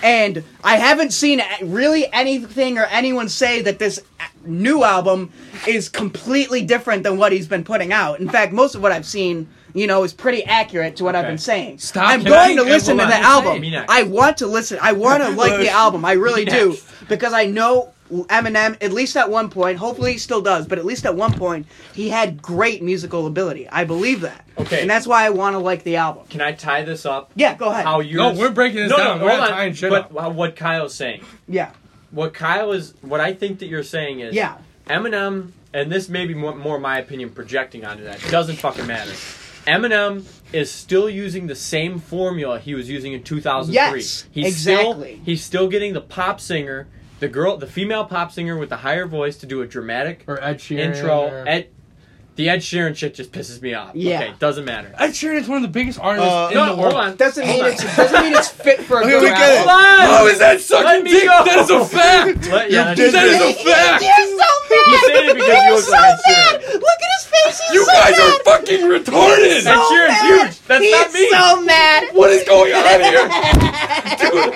[SPEAKER 2] And I haven't seen a- really anything or anyone say that this a- new album is completely different than what he's been putting out. In fact, most of what I've seen, you know, is pretty accurate to what I've
[SPEAKER 1] Okay.
[SPEAKER 2] been saying.
[SPEAKER 3] Stop
[SPEAKER 2] I'm going to
[SPEAKER 3] kidding.
[SPEAKER 2] listen to
[SPEAKER 3] Everyone
[SPEAKER 2] the
[SPEAKER 3] is saying.
[SPEAKER 2] album.
[SPEAKER 1] Me next.
[SPEAKER 2] I want to listen. I want to like the album. I really do because I know Eminem. At least at one point, hopefully he still does, but at least at one point he had great musical ability. I believe that.
[SPEAKER 1] Okay.
[SPEAKER 2] and that's why I want to like the album.
[SPEAKER 1] Can I tie this up?
[SPEAKER 2] Yeah, go ahead.
[SPEAKER 1] How you?
[SPEAKER 3] No, we're breaking this
[SPEAKER 1] no,
[SPEAKER 3] down.
[SPEAKER 1] No,
[SPEAKER 3] We're
[SPEAKER 1] hold
[SPEAKER 3] not
[SPEAKER 1] on.
[SPEAKER 3] tying shit
[SPEAKER 1] but
[SPEAKER 3] up.
[SPEAKER 1] wh- what Kyle's saying,
[SPEAKER 2] Yeah,
[SPEAKER 1] what Kyle is, what I think that you're saying is,
[SPEAKER 2] yeah.
[SPEAKER 1] Eminem, and this may be more, more my opinion projecting onto that, doesn't fucking matter. Eminem is still using the same formula he was using in 2003.
[SPEAKER 2] Yes,
[SPEAKER 1] he's
[SPEAKER 2] exactly.
[SPEAKER 1] Still, he's still getting the pop singer, the girl, the female pop singer with the higher voice to do a dramatic
[SPEAKER 3] Or Ed Sheeran.
[SPEAKER 1] intro.
[SPEAKER 3] or-
[SPEAKER 1] Ed, the Ed Sheeran shit just pisses me off.
[SPEAKER 2] Yeah.
[SPEAKER 1] Okay, doesn't matter.
[SPEAKER 3] Ed Sheeran is one of the biggest artists
[SPEAKER 4] Uh,
[SPEAKER 3] in
[SPEAKER 1] No,
[SPEAKER 3] the
[SPEAKER 1] hold
[SPEAKER 3] world.
[SPEAKER 1] on.
[SPEAKER 2] Doesn't mean it's doesn't mean it's fit for a
[SPEAKER 4] Okay,
[SPEAKER 2] good
[SPEAKER 4] we get it.
[SPEAKER 2] album.
[SPEAKER 1] Hold on.
[SPEAKER 3] How Oh, is that sucking
[SPEAKER 1] Let me
[SPEAKER 3] dick?
[SPEAKER 1] go.
[SPEAKER 3] That is a fact.
[SPEAKER 1] Let- yeah,
[SPEAKER 3] that
[SPEAKER 1] that's-
[SPEAKER 3] is a fact.
[SPEAKER 1] You said it because you look like Ed Sheeran.
[SPEAKER 2] Look at his face. He's
[SPEAKER 3] You guys are fucking retarded.
[SPEAKER 1] Ed Sheeran's huge. That's not me.
[SPEAKER 2] mad.
[SPEAKER 3] What is going on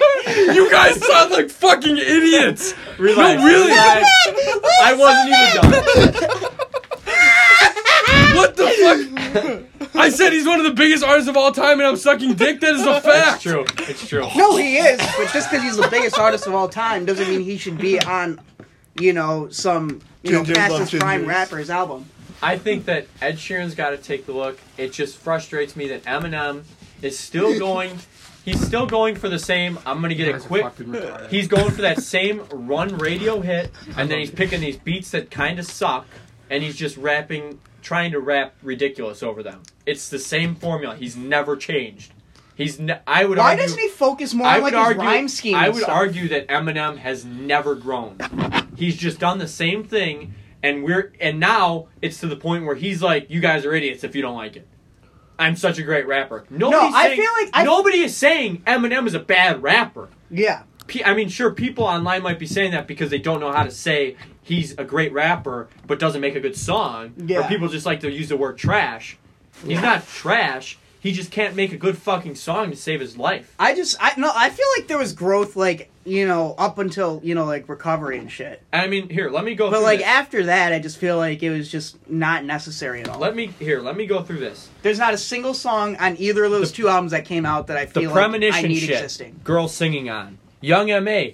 [SPEAKER 3] here? Dude, you guys sound like fucking idiots.
[SPEAKER 1] Relax.
[SPEAKER 3] No, really.
[SPEAKER 1] Relax. I wasn't even done.
[SPEAKER 3] What the fuck? I said he's one of the biggest artists of all time, and I'm sucking dick. That is a
[SPEAKER 1] It's
[SPEAKER 3] fact.
[SPEAKER 1] true. It's true.
[SPEAKER 2] No, he is. But just because he's the biggest artist of all time doesn't mean he should be on, you know, some you know
[SPEAKER 4] Gingers
[SPEAKER 2] past
[SPEAKER 4] love
[SPEAKER 2] his prime
[SPEAKER 4] gingers.
[SPEAKER 2] rappers album.
[SPEAKER 1] I think that Ed Sheeran's got to take the look. It just frustrates me that Eminem is still going. He's still going for the same. I'm gonna get a
[SPEAKER 3] Guys are
[SPEAKER 1] quick.
[SPEAKER 3] fucking retarded.
[SPEAKER 1] He's going for that same run radio hit, and then he's picking these beats that kind of suck, and he's just rapping, trying to rap ridiculous over them. It's the same formula. He's never changed. He's. Ne- I would.
[SPEAKER 2] Why
[SPEAKER 1] argue,
[SPEAKER 2] doesn't he focus more
[SPEAKER 1] I
[SPEAKER 2] on
[SPEAKER 1] would
[SPEAKER 2] like his
[SPEAKER 1] argue.
[SPEAKER 2] rhyme scheme?
[SPEAKER 1] I
[SPEAKER 2] and
[SPEAKER 1] would
[SPEAKER 2] stuff?
[SPEAKER 1] argue that Eminem has never grown. He's just done the same thing, and we're and now it's to the point where he's like, "You guys are idiots if you don't like it." I'm such a great rapper. Nobody's
[SPEAKER 2] I
[SPEAKER 1] saying,
[SPEAKER 2] feel like I-
[SPEAKER 1] nobody is saying Eminem is a bad rapper.
[SPEAKER 2] Yeah.
[SPEAKER 1] P- I mean, sure, people online might be saying that because they don't know how to say he's a great rapper but doesn't make a good song. Or
[SPEAKER 2] Yeah.
[SPEAKER 1] people just like to use the word trash. He's not trash. He just can't make a good fucking song to save his life.
[SPEAKER 2] I just I no I feel like there was growth like you know up until you know like recovery and shit.
[SPEAKER 1] And I mean, here, let me go
[SPEAKER 2] But
[SPEAKER 1] through
[SPEAKER 2] like
[SPEAKER 1] this.
[SPEAKER 2] after that, I just feel like it was just not necessary at all.
[SPEAKER 1] let me here, let me go through this.
[SPEAKER 2] There's not a single song on either of those two albums that came out that I
[SPEAKER 1] The
[SPEAKER 2] feel like I
[SPEAKER 1] premonition
[SPEAKER 2] need
[SPEAKER 1] shit.
[SPEAKER 2] existing.
[SPEAKER 1] Girl singing on. Young MA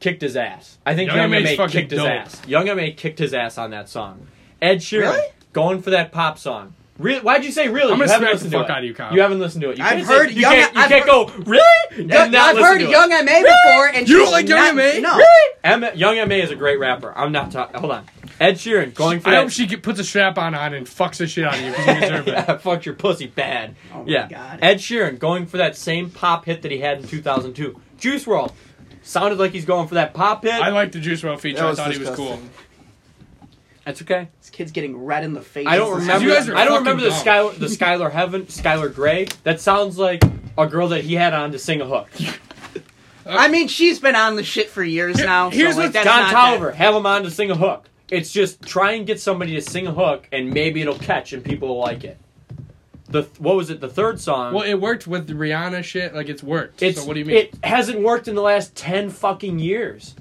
[SPEAKER 1] kicked his ass. I think
[SPEAKER 3] Young
[SPEAKER 1] Young,
[SPEAKER 3] M.A. 's
[SPEAKER 1] MA
[SPEAKER 3] fucking
[SPEAKER 1] kicked his
[SPEAKER 3] dope.
[SPEAKER 1] ass. Young MA kicked his ass on that song. Ed Sheeran
[SPEAKER 2] Really?
[SPEAKER 1] going for that pop song. Really? Why'd you say really?
[SPEAKER 3] I'm gonna
[SPEAKER 1] you haven't
[SPEAKER 3] smack
[SPEAKER 1] listened
[SPEAKER 3] the
[SPEAKER 1] to
[SPEAKER 3] fuck
[SPEAKER 1] it.
[SPEAKER 3] out of you, Kyle.
[SPEAKER 1] You haven't listened to it. You
[SPEAKER 2] I've
[SPEAKER 1] can't
[SPEAKER 2] heard
[SPEAKER 1] say, you
[SPEAKER 2] Young-
[SPEAKER 1] can't, you
[SPEAKER 2] I've
[SPEAKER 1] can't
[SPEAKER 2] heard-
[SPEAKER 1] go really. and
[SPEAKER 2] Young-
[SPEAKER 1] not
[SPEAKER 2] I've
[SPEAKER 1] listen
[SPEAKER 2] heard
[SPEAKER 1] to it.
[SPEAKER 2] Young M.A. before, and
[SPEAKER 3] You
[SPEAKER 2] she's
[SPEAKER 3] don't like Young
[SPEAKER 2] not-
[SPEAKER 3] M.A.?
[SPEAKER 2] No,
[SPEAKER 1] Em- Young MA is a great rapper. I'm not talking. Hold on. Ed Sheeran going for
[SPEAKER 3] I
[SPEAKER 1] that.
[SPEAKER 3] hope she get, puts a strap on on and fucks the shit out of you because you deserve it.
[SPEAKER 1] yeah, fucked your pussy bad.
[SPEAKER 2] Oh my
[SPEAKER 1] yeah.
[SPEAKER 2] God.
[SPEAKER 1] Ed Sheeran going for that same pop hit that he had in 2002. Juice World sounded like he's going for that pop hit.
[SPEAKER 3] I liked the Juice WRLD feature.
[SPEAKER 4] That
[SPEAKER 3] I
[SPEAKER 4] was
[SPEAKER 3] thought he was
[SPEAKER 4] disgusting.
[SPEAKER 3] cool.
[SPEAKER 1] That's okay.
[SPEAKER 2] this kid's getting red in the face.
[SPEAKER 1] I don't
[SPEAKER 2] This is-
[SPEAKER 1] remember.
[SPEAKER 3] guys are
[SPEAKER 1] I don't
[SPEAKER 3] fucking
[SPEAKER 1] remember the
[SPEAKER 3] dumb.
[SPEAKER 1] Skylar, the Skylar Heaven, Skylar Gray. That sounds like a girl that he had on to sing a hook.
[SPEAKER 2] I mean, she's been on the shit for years now. so,
[SPEAKER 3] here's
[SPEAKER 2] like,
[SPEAKER 3] what's
[SPEAKER 2] that's
[SPEAKER 1] Don
[SPEAKER 2] not
[SPEAKER 1] Tolliver, have him on to sing a hook. It's just try and get somebody to sing a hook, and maybe it'll catch and people will like it. The th- what was it? The third song.
[SPEAKER 3] Well, it worked with the Rihanna shit. Like it's worked.
[SPEAKER 1] it's,
[SPEAKER 3] so what do you mean?
[SPEAKER 1] It hasn't worked in the last ten fucking years.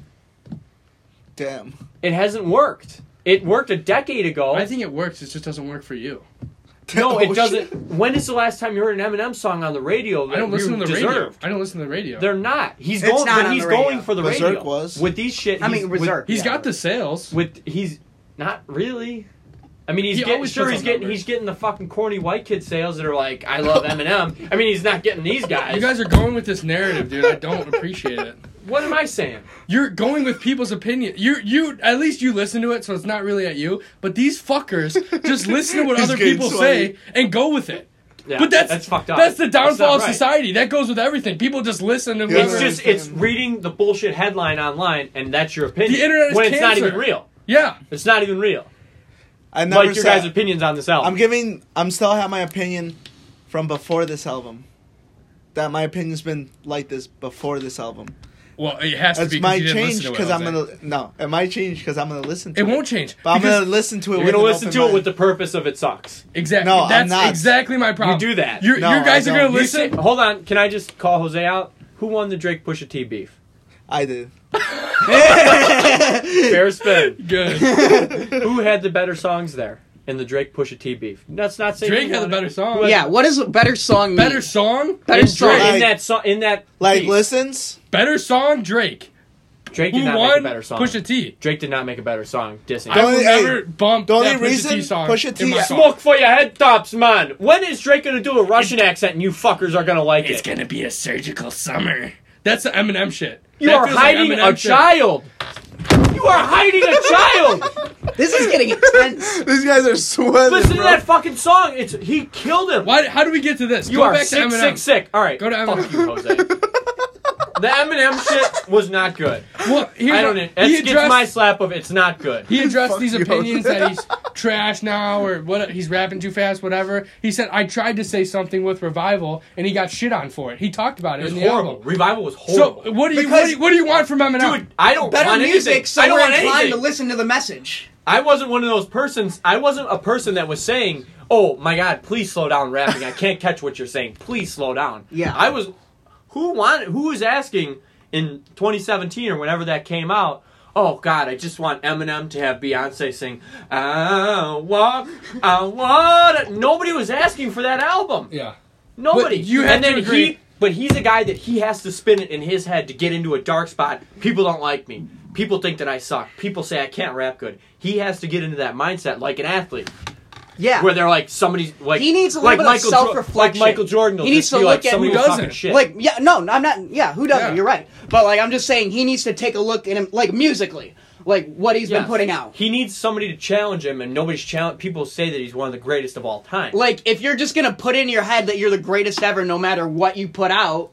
[SPEAKER 4] Damn.
[SPEAKER 1] It hasn't worked. It worked a decade ago.
[SPEAKER 3] I think it works. It just doesn't work for you.
[SPEAKER 1] no,
[SPEAKER 4] Oh,
[SPEAKER 1] it
[SPEAKER 4] shit.
[SPEAKER 1] doesn't. When is the last time you heard an Eminem song on the radio that
[SPEAKER 3] I don't
[SPEAKER 1] you
[SPEAKER 3] listen to the radio.
[SPEAKER 1] deserved?
[SPEAKER 3] I don't listen to the radio.
[SPEAKER 1] They're not. He's
[SPEAKER 2] It's
[SPEAKER 1] going.
[SPEAKER 2] not
[SPEAKER 1] but
[SPEAKER 2] on
[SPEAKER 1] he's
[SPEAKER 2] the radio.
[SPEAKER 1] going for the
[SPEAKER 4] Berserk
[SPEAKER 1] radio.
[SPEAKER 4] was.
[SPEAKER 1] with these shit.
[SPEAKER 2] I
[SPEAKER 1] he's-
[SPEAKER 2] mean,
[SPEAKER 1] with-
[SPEAKER 2] Berserk.
[SPEAKER 3] He's
[SPEAKER 2] Yeah.
[SPEAKER 3] got the sales.
[SPEAKER 1] With, he's not really. I mean, he's
[SPEAKER 3] He
[SPEAKER 1] getting
[SPEAKER 3] always
[SPEAKER 1] sure
[SPEAKER 3] puts
[SPEAKER 1] he's
[SPEAKER 3] up
[SPEAKER 1] getting
[SPEAKER 3] numbers.
[SPEAKER 1] he's getting the fucking corny white kid sales that are like, I love Eminem. I mean, he's not getting these guys.
[SPEAKER 3] You guys are going with this narrative, dude. I don't appreciate it.
[SPEAKER 1] what am I saying?
[SPEAKER 3] You're going with people's opinion. You you at least you listen to it, so it's not really at you. But these fuckers just listen to what
[SPEAKER 4] He's
[SPEAKER 3] other
[SPEAKER 4] getting
[SPEAKER 3] people
[SPEAKER 4] sweaty.
[SPEAKER 3] say and go with it.
[SPEAKER 1] Yeah,
[SPEAKER 3] but that's
[SPEAKER 1] that's fucked up.
[SPEAKER 3] That's the
[SPEAKER 1] not
[SPEAKER 3] downfall of
[SPEAKER 1] right.
[SPEAKER 3] society. That goes with everything. People just listen to.
[SPEAKER 4] Yeah.
[SPEAKER 1] It's
[SPEAKER 3] whoever-
[SPEAKER 1] just it's reading the bullshit headline online, and that's your opinion.
[SPEAKER 3] The internet is
[SPEAKER 1] when it's not
[SPEAKER 3] cancer.
[SPEAKER 1] even real.
[SPEAKER 3] yeah.
[SPEAKER 1] It's not even real.
[SPEAKER 4] I never
[SPEAKER 1] like your
[SPEAKER 4] said.
[SPEAKER 1] guys' opinions on this album.
[SPEAKER 4] I'm giving. I'm still have my opinion from before this album. That my opinion's been like this before this album.
[SPEAKER 3] Well, it has to
[SPEAKER 4] It's
[SPEAKER 3] be.
[SPEAKER 4] might
[SPEAKER 3] you didn't listen
[SPEAKER 4] change
[SPEAKER 3] to it,
[SPEAKER 4] because
[SPEAKER 3] I
[SPEAKER 4] I'm
[SPEAKER 3] was
[SPEAKER 4] gonna
[SPEAKER 3] like-
[SPEAKER 4] no. It might change because I'm gonna listen. to
[SPEAKER 3] It
[SPEAKER 4] It,
[SPEAKER 3] won't change.
[SPEAKER 4] But I'm
[SPEAKER 3] because-
[SPEAKER 4] gonna listen to it.
[SPEAKER 1] You're
[SPEAKER 4] with
[SPEAKER 1] gonna
[SPEAKER 4] an
[SPEAKER 1] listen
[SPEAKER 4] open
[SPEAKER 1] to it
[SPEAKER 4] mind.
[SPEAKER 1] with the purpose of it sucks.
[SPEAKER 3] Exactly.
[SPEAKER 4] No, I'm
[SPEAKER 3] that's
[SPEAKER 4] not.
[SPEAKER 3] exactly my problem.
[SPEAKER 1] do that.
[SPEAKER 3] You're,
[SPEAKER 4] No,
[SPEAKER 3] you guys
[SPEAKER 4] I
[SPEAKER 3] are gonna
[SPEAKER 4] don't. You
[SPEAKER 1] You
[SPEAKER 3] listen.
[SPEAKER 1] say- hold on, can I just call Jose out? Who won the Drake Pusha T beef?
[SPEAKER 4] I did.
[SPEAKER 1] Fair spin.
[SPEAKER 3] Good.
[SPEAKER 1] Who had the better songs there in the Drake Pusha T beef? That's not saying
[SPEAKER 3] Drake
[SPEAKER 1] who
[SPEAKER 3] had the
[SPEAKER 1] won
[SPEAKER 3] better
[SPEAKER 1] it.
[SPEAKER 3] song.
[SPEAKER 2] Bad. Yeah, what is a better song? mean?
[SPEAKER 3] Better song.
[SPEAKER 2] Better
[SPEAKER 1] In
[SPEAKER 2] song.
[SPEAKER 1] Drake- in
[SPEAKER 4] Like-
[SPEAKER 1] that song. In that
[SPEAKER 4] Like
[SPEAKER 1] beef.
[SPEAKER 4] listens.
[SPEAKER 3] Better song. Drake.
[SPEAKER 1] Drake did
[SPEAKER 3] Who
[SPEAKER 1] not make a
[SPEAKER 3] won?
[SPEAKER 1] better song.
[SPEAKER 3] Pusha T.
[SPEAKER 1] Drake did not make a better song. Dissing.
[SPEAKER 3] I
[SPEAKER 1] I-
[SPEAKER 4] Don't-
[SPEAKER 3] will
[SPEAKER 4] only-
[SPEAKER 3] never
[SPEAKER 4] hey,
[SPEAKER 3] bump
[SPEAKER 4] the only
[SPEAKER 3] that Pusha T
[SPEAKER 4] reason
[SPEAKER 3] song.
[SPEAKER 4] Pusha
[SPEAKER 3] in
[SPEAKER 4] T-
[SPEAKER 3] my car.
[SPEAKER 1] Smoke for your head tops, man. When is Drake gonna do a Russian accent and you fuckers are gonna like
[SPEAKER 3] It's
[SPEAKER 1] it?
[SPEAKER 3] gonna be a surgical summer. That's the Eminem shit.
[SPEAKER 1] You
[SPEAKER 3] That
[SPEAKER 1] are
[SPEAKER 3] feels like
[SPEAKER 1] hiding
[SPEAKER 3] Eminem
[SPEAKER 1] a
[SPEAKER 3] shit.
[SPEAKER 1] child. You are hiding a child.
[SPEAKER 2] This is getting intense.
[SPEAKER 4] These guys are sweating.
[SPEAKER 1] Listen to
[SPEAKER 4] bro.
[SPEAKER 1] that fucking song. It's he killed him.
[SPEAKER 3] Why? How do we get to this?
[SPEAKER 1] You
[SPEAKER 3] Go
[SPEAKER 1] are
[SPEAKER 3] back
[SPEAKER 1] sick,
[SPEAKER 3] to
[SPEAKER 1] sick,
[SPEAKER 3] Eminem.
[SPEAKER 1] sick. All right,
[SPEAKER 3] Go to
[SPEAKER 1] fuck
[SPEAKER 3] Eminem.
[SPEAKER 1] you, Jose. the Eminem shit was not good.
[SPEAKER 3] Well, here's
[SPEAKER 1] I don't.
[SPEAKER 3] what-
[SPEAKER 1] It
[SPEAKER 3] he
[SPEAKER 1] gets
[SPEAKER 3] addressed,
[SPEAKER 1] my slap of it's not good.
[SPEAKER 3] he addressed
[SPEAKER 4] Fuck
[SPEAKER 3] these
[SPEAKER 4] you.
[SPEAKER 3] opinions that he's trash now or what he's rapping too fast, whatever. He said I tried to say something with revival and he got shit on for it. He talked about it,
[SPEAKER 1] It was
[SPEAKER 3] in the
[SPEAKER 1] horrible.
[SPEAKER 3] album.
[SPEAKER 1] Revival was
[SPEAKER 3] So
[SPEAKER 1] horrible.
[SPEAKER 3] what do you what
[SPEAKER 2] Because-
[SPEAKER 3] do you, what do you want from Eminem?
[SPEAKER 1] Dude, I don't
[SPEAKER 2] Better
[SPEAKER 1] want
[SPEAKER 2] music,
[SPEAKER 1] anything.
[SPEAKER 2] so
[SPEAKER 1] I don't
[SPEAKER 2] we're
[SPEAKER 1] want
[SPEAKER 2] inclined to
[SPEAKER 1] anything.
[SPEAKER 2] listen to the message.
[SPEAKER 1] I wasn't one of those persons. I wasn't a person that was saying, "Oh my God, please slow down rapping. I can't catch what you're saying. Please slow down."
[SPEAKER 2] Yeah.
[SPEAKER 1] I was. Who wanted? Who was asking in 2017 or whenever that came out? Oh God, I just want Eminem to have Beyonce sing "I Walk, I Wanna." Nobody was asking for that album.
[SPEAKER 3] yeah.
[SPEAKER 1] Nobody.
[SPEAKER 3] But you have
[SPEAKER 1] and then
[SPEAKER 3] to agree-
[SPEAKER 1] he but he's a guy that he has to spin it in his head to get into a dark spot. People don't like me. People think that I suck. People say I can't rap good. He has to get into that mindset like an athlete.
[SPEAKER 2] Yeah.
[SPEAKER 1] where they're like somebody's like
[SPEAKER 2] He needs a little
[SPEAKER 1] like
[SPEAKER 2] bit of
[SPEAKER 1] Michael Jo-
[SPEAKER 2] self-reflection.
[SPEAKER 1] Like Michael Jordan, will
[SPEAKER 2] He
[SPEAKER 1] just
[SPEAKER 2] needs to
[SPEAKER 1] be
[SPEAKER 2] look
[SPEAKER 1] like,
[SPEAKER 2] at-
[SPEAKER 1] somebody
[SPEAKER 2] Who
[SPEAKER 1] was
[SPEAKER 3] doesn't?
[SPEAKER 1] talking shit.
[SPEAKER 2] Like, yeah, no, I'm not. Yeah, who doesn't?
[SPEAKER 3] Yeah.
[SPEAKER 2] You're right. But like, I'm just saying, he needs to take a look at him, like musically, like what he's
[SPEAKER 1] Yes.
[SPEAKER 2] been putting out.
[SPEAKER 1] He needs somebody to challenge him, and nobody's challenge. People say that he's one of the greatest of all time.
[SPEAKER 2] Like, if you're just gonna put in your head that you're the greatest ever, no matter what you put out,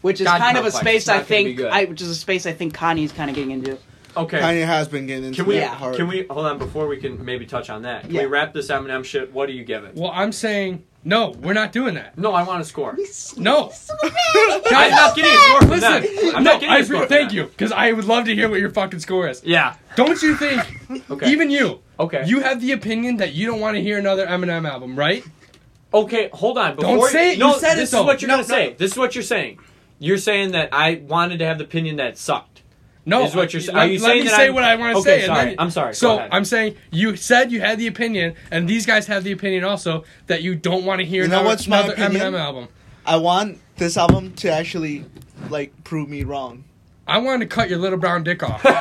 [SPEAKER 2] which is
[SPEAKER 1] God
[SPEAKER 2] kind of a
[SPEAKER 1] complex. It's
[SPEAKER 2] space
[SPEAKER 1] not
[SPEAKER 2] I
[SPEAKER 1] gonna be
[SPEAKER 2] think,
[SPEAKER 1] good.
[SPEAKER 2] I, which is a space I think Connie's kind of getting into.
[SPEAKER 1] okay,
[SPEAKER 4] Kanye has been getting into
[SPEAKER 1] can we
[SPEAKER 4] that
[SPEAKER 2] Yeah.
[SPEAKER 4] hard.
[SPEAKER 1] can we hold on before we can maybe touch on that? Can
[SPEAKER 2] Yeah.
[SPEAKER 1] we wrap this Eminem shit? What do you give it?
[SPEAKER 3] Well, I'm saying no. We're not doing that.
[SPEAKER 1] No, I want a score.
[SPEAKER 3] No.
[SPEAKER 1] I'm not getting a score from
[SPEAKER 3] Listen,
[SPEAKER 1] them. I'm
[SPEAKER 3] no,
[SPEAKER 1] not getting
[SPEAKER 3] I
[SPEAKER 1] a score.
[SPEAKER 3] agree-
[SPEAKER 1] from
[SPEAKER 3] thank
[SPEAKER 1] them.
[SPEAKER 3] you, because I would love to hear what your fucking score is.
[SPEAKER 1] Yeah.
[SPEAKER 3] Don't you think,
[SPEAKER 1] Okay.
[SPEAKER 3] even you,
[SPEAKER 1] okay.
[SPEAKER 3] you have the opinion that you don't want to hear another Eminem album, right?
[SPEAKER 1] Okay, hold on. Before,
[SPEAKER 3] say it.
[SPEAKER 1] No,
[SPEAKER 3] You said it,
[SPEAKER 1] this
[SPEAKER 3] though.
[SPEAKER 1] is what you're
[SPEAKER 3] No,
[SPEAKER 1] gonna
[SPEAKER 3] no.
[SPEAKER 1] say. This is what you're saying. You're saying that I wanted to have the opinion that it sucked.
[SPEAKER 3] No,
[SPEAKER 1] Is what you're sa-
[SPEAKER 3] let,
[SPEAKER 1] are you
[SPEAKER 3] let
[SPEAKER 1] saying
[SPEAKER 3] me
[SPEAKER 1] that
[SPEAKER 3] say
[SPEAKER 1] I'm-
[SPEAKER 3] what I want to
[SPEAKER 1] Okay,
[SPEAKER 3] say. and
[SPEAKER 1] sorry.
[SPEAKER 3] then-
[SPEAKER 1] I'm sorry. Go
[SPEAKER 3] So
[SPEAKER 1] ahead.
[SPEAKER 3] I'm saying you said you had the opinion, and these guys have the opinion also that you don't want to hear
[SPEAKER 4] You know
[SPEAKER 3] another,
[SPEAKER 4] what's my
[SPEAKER 3] another
[SPEAKER 4] opinion?
[SPEAKER 3] Eminem album.
[SPEAKER 4] I want this album to actually like prove me wrong.
[SPEAKER 3] I want to cut your little brown dick off. Like,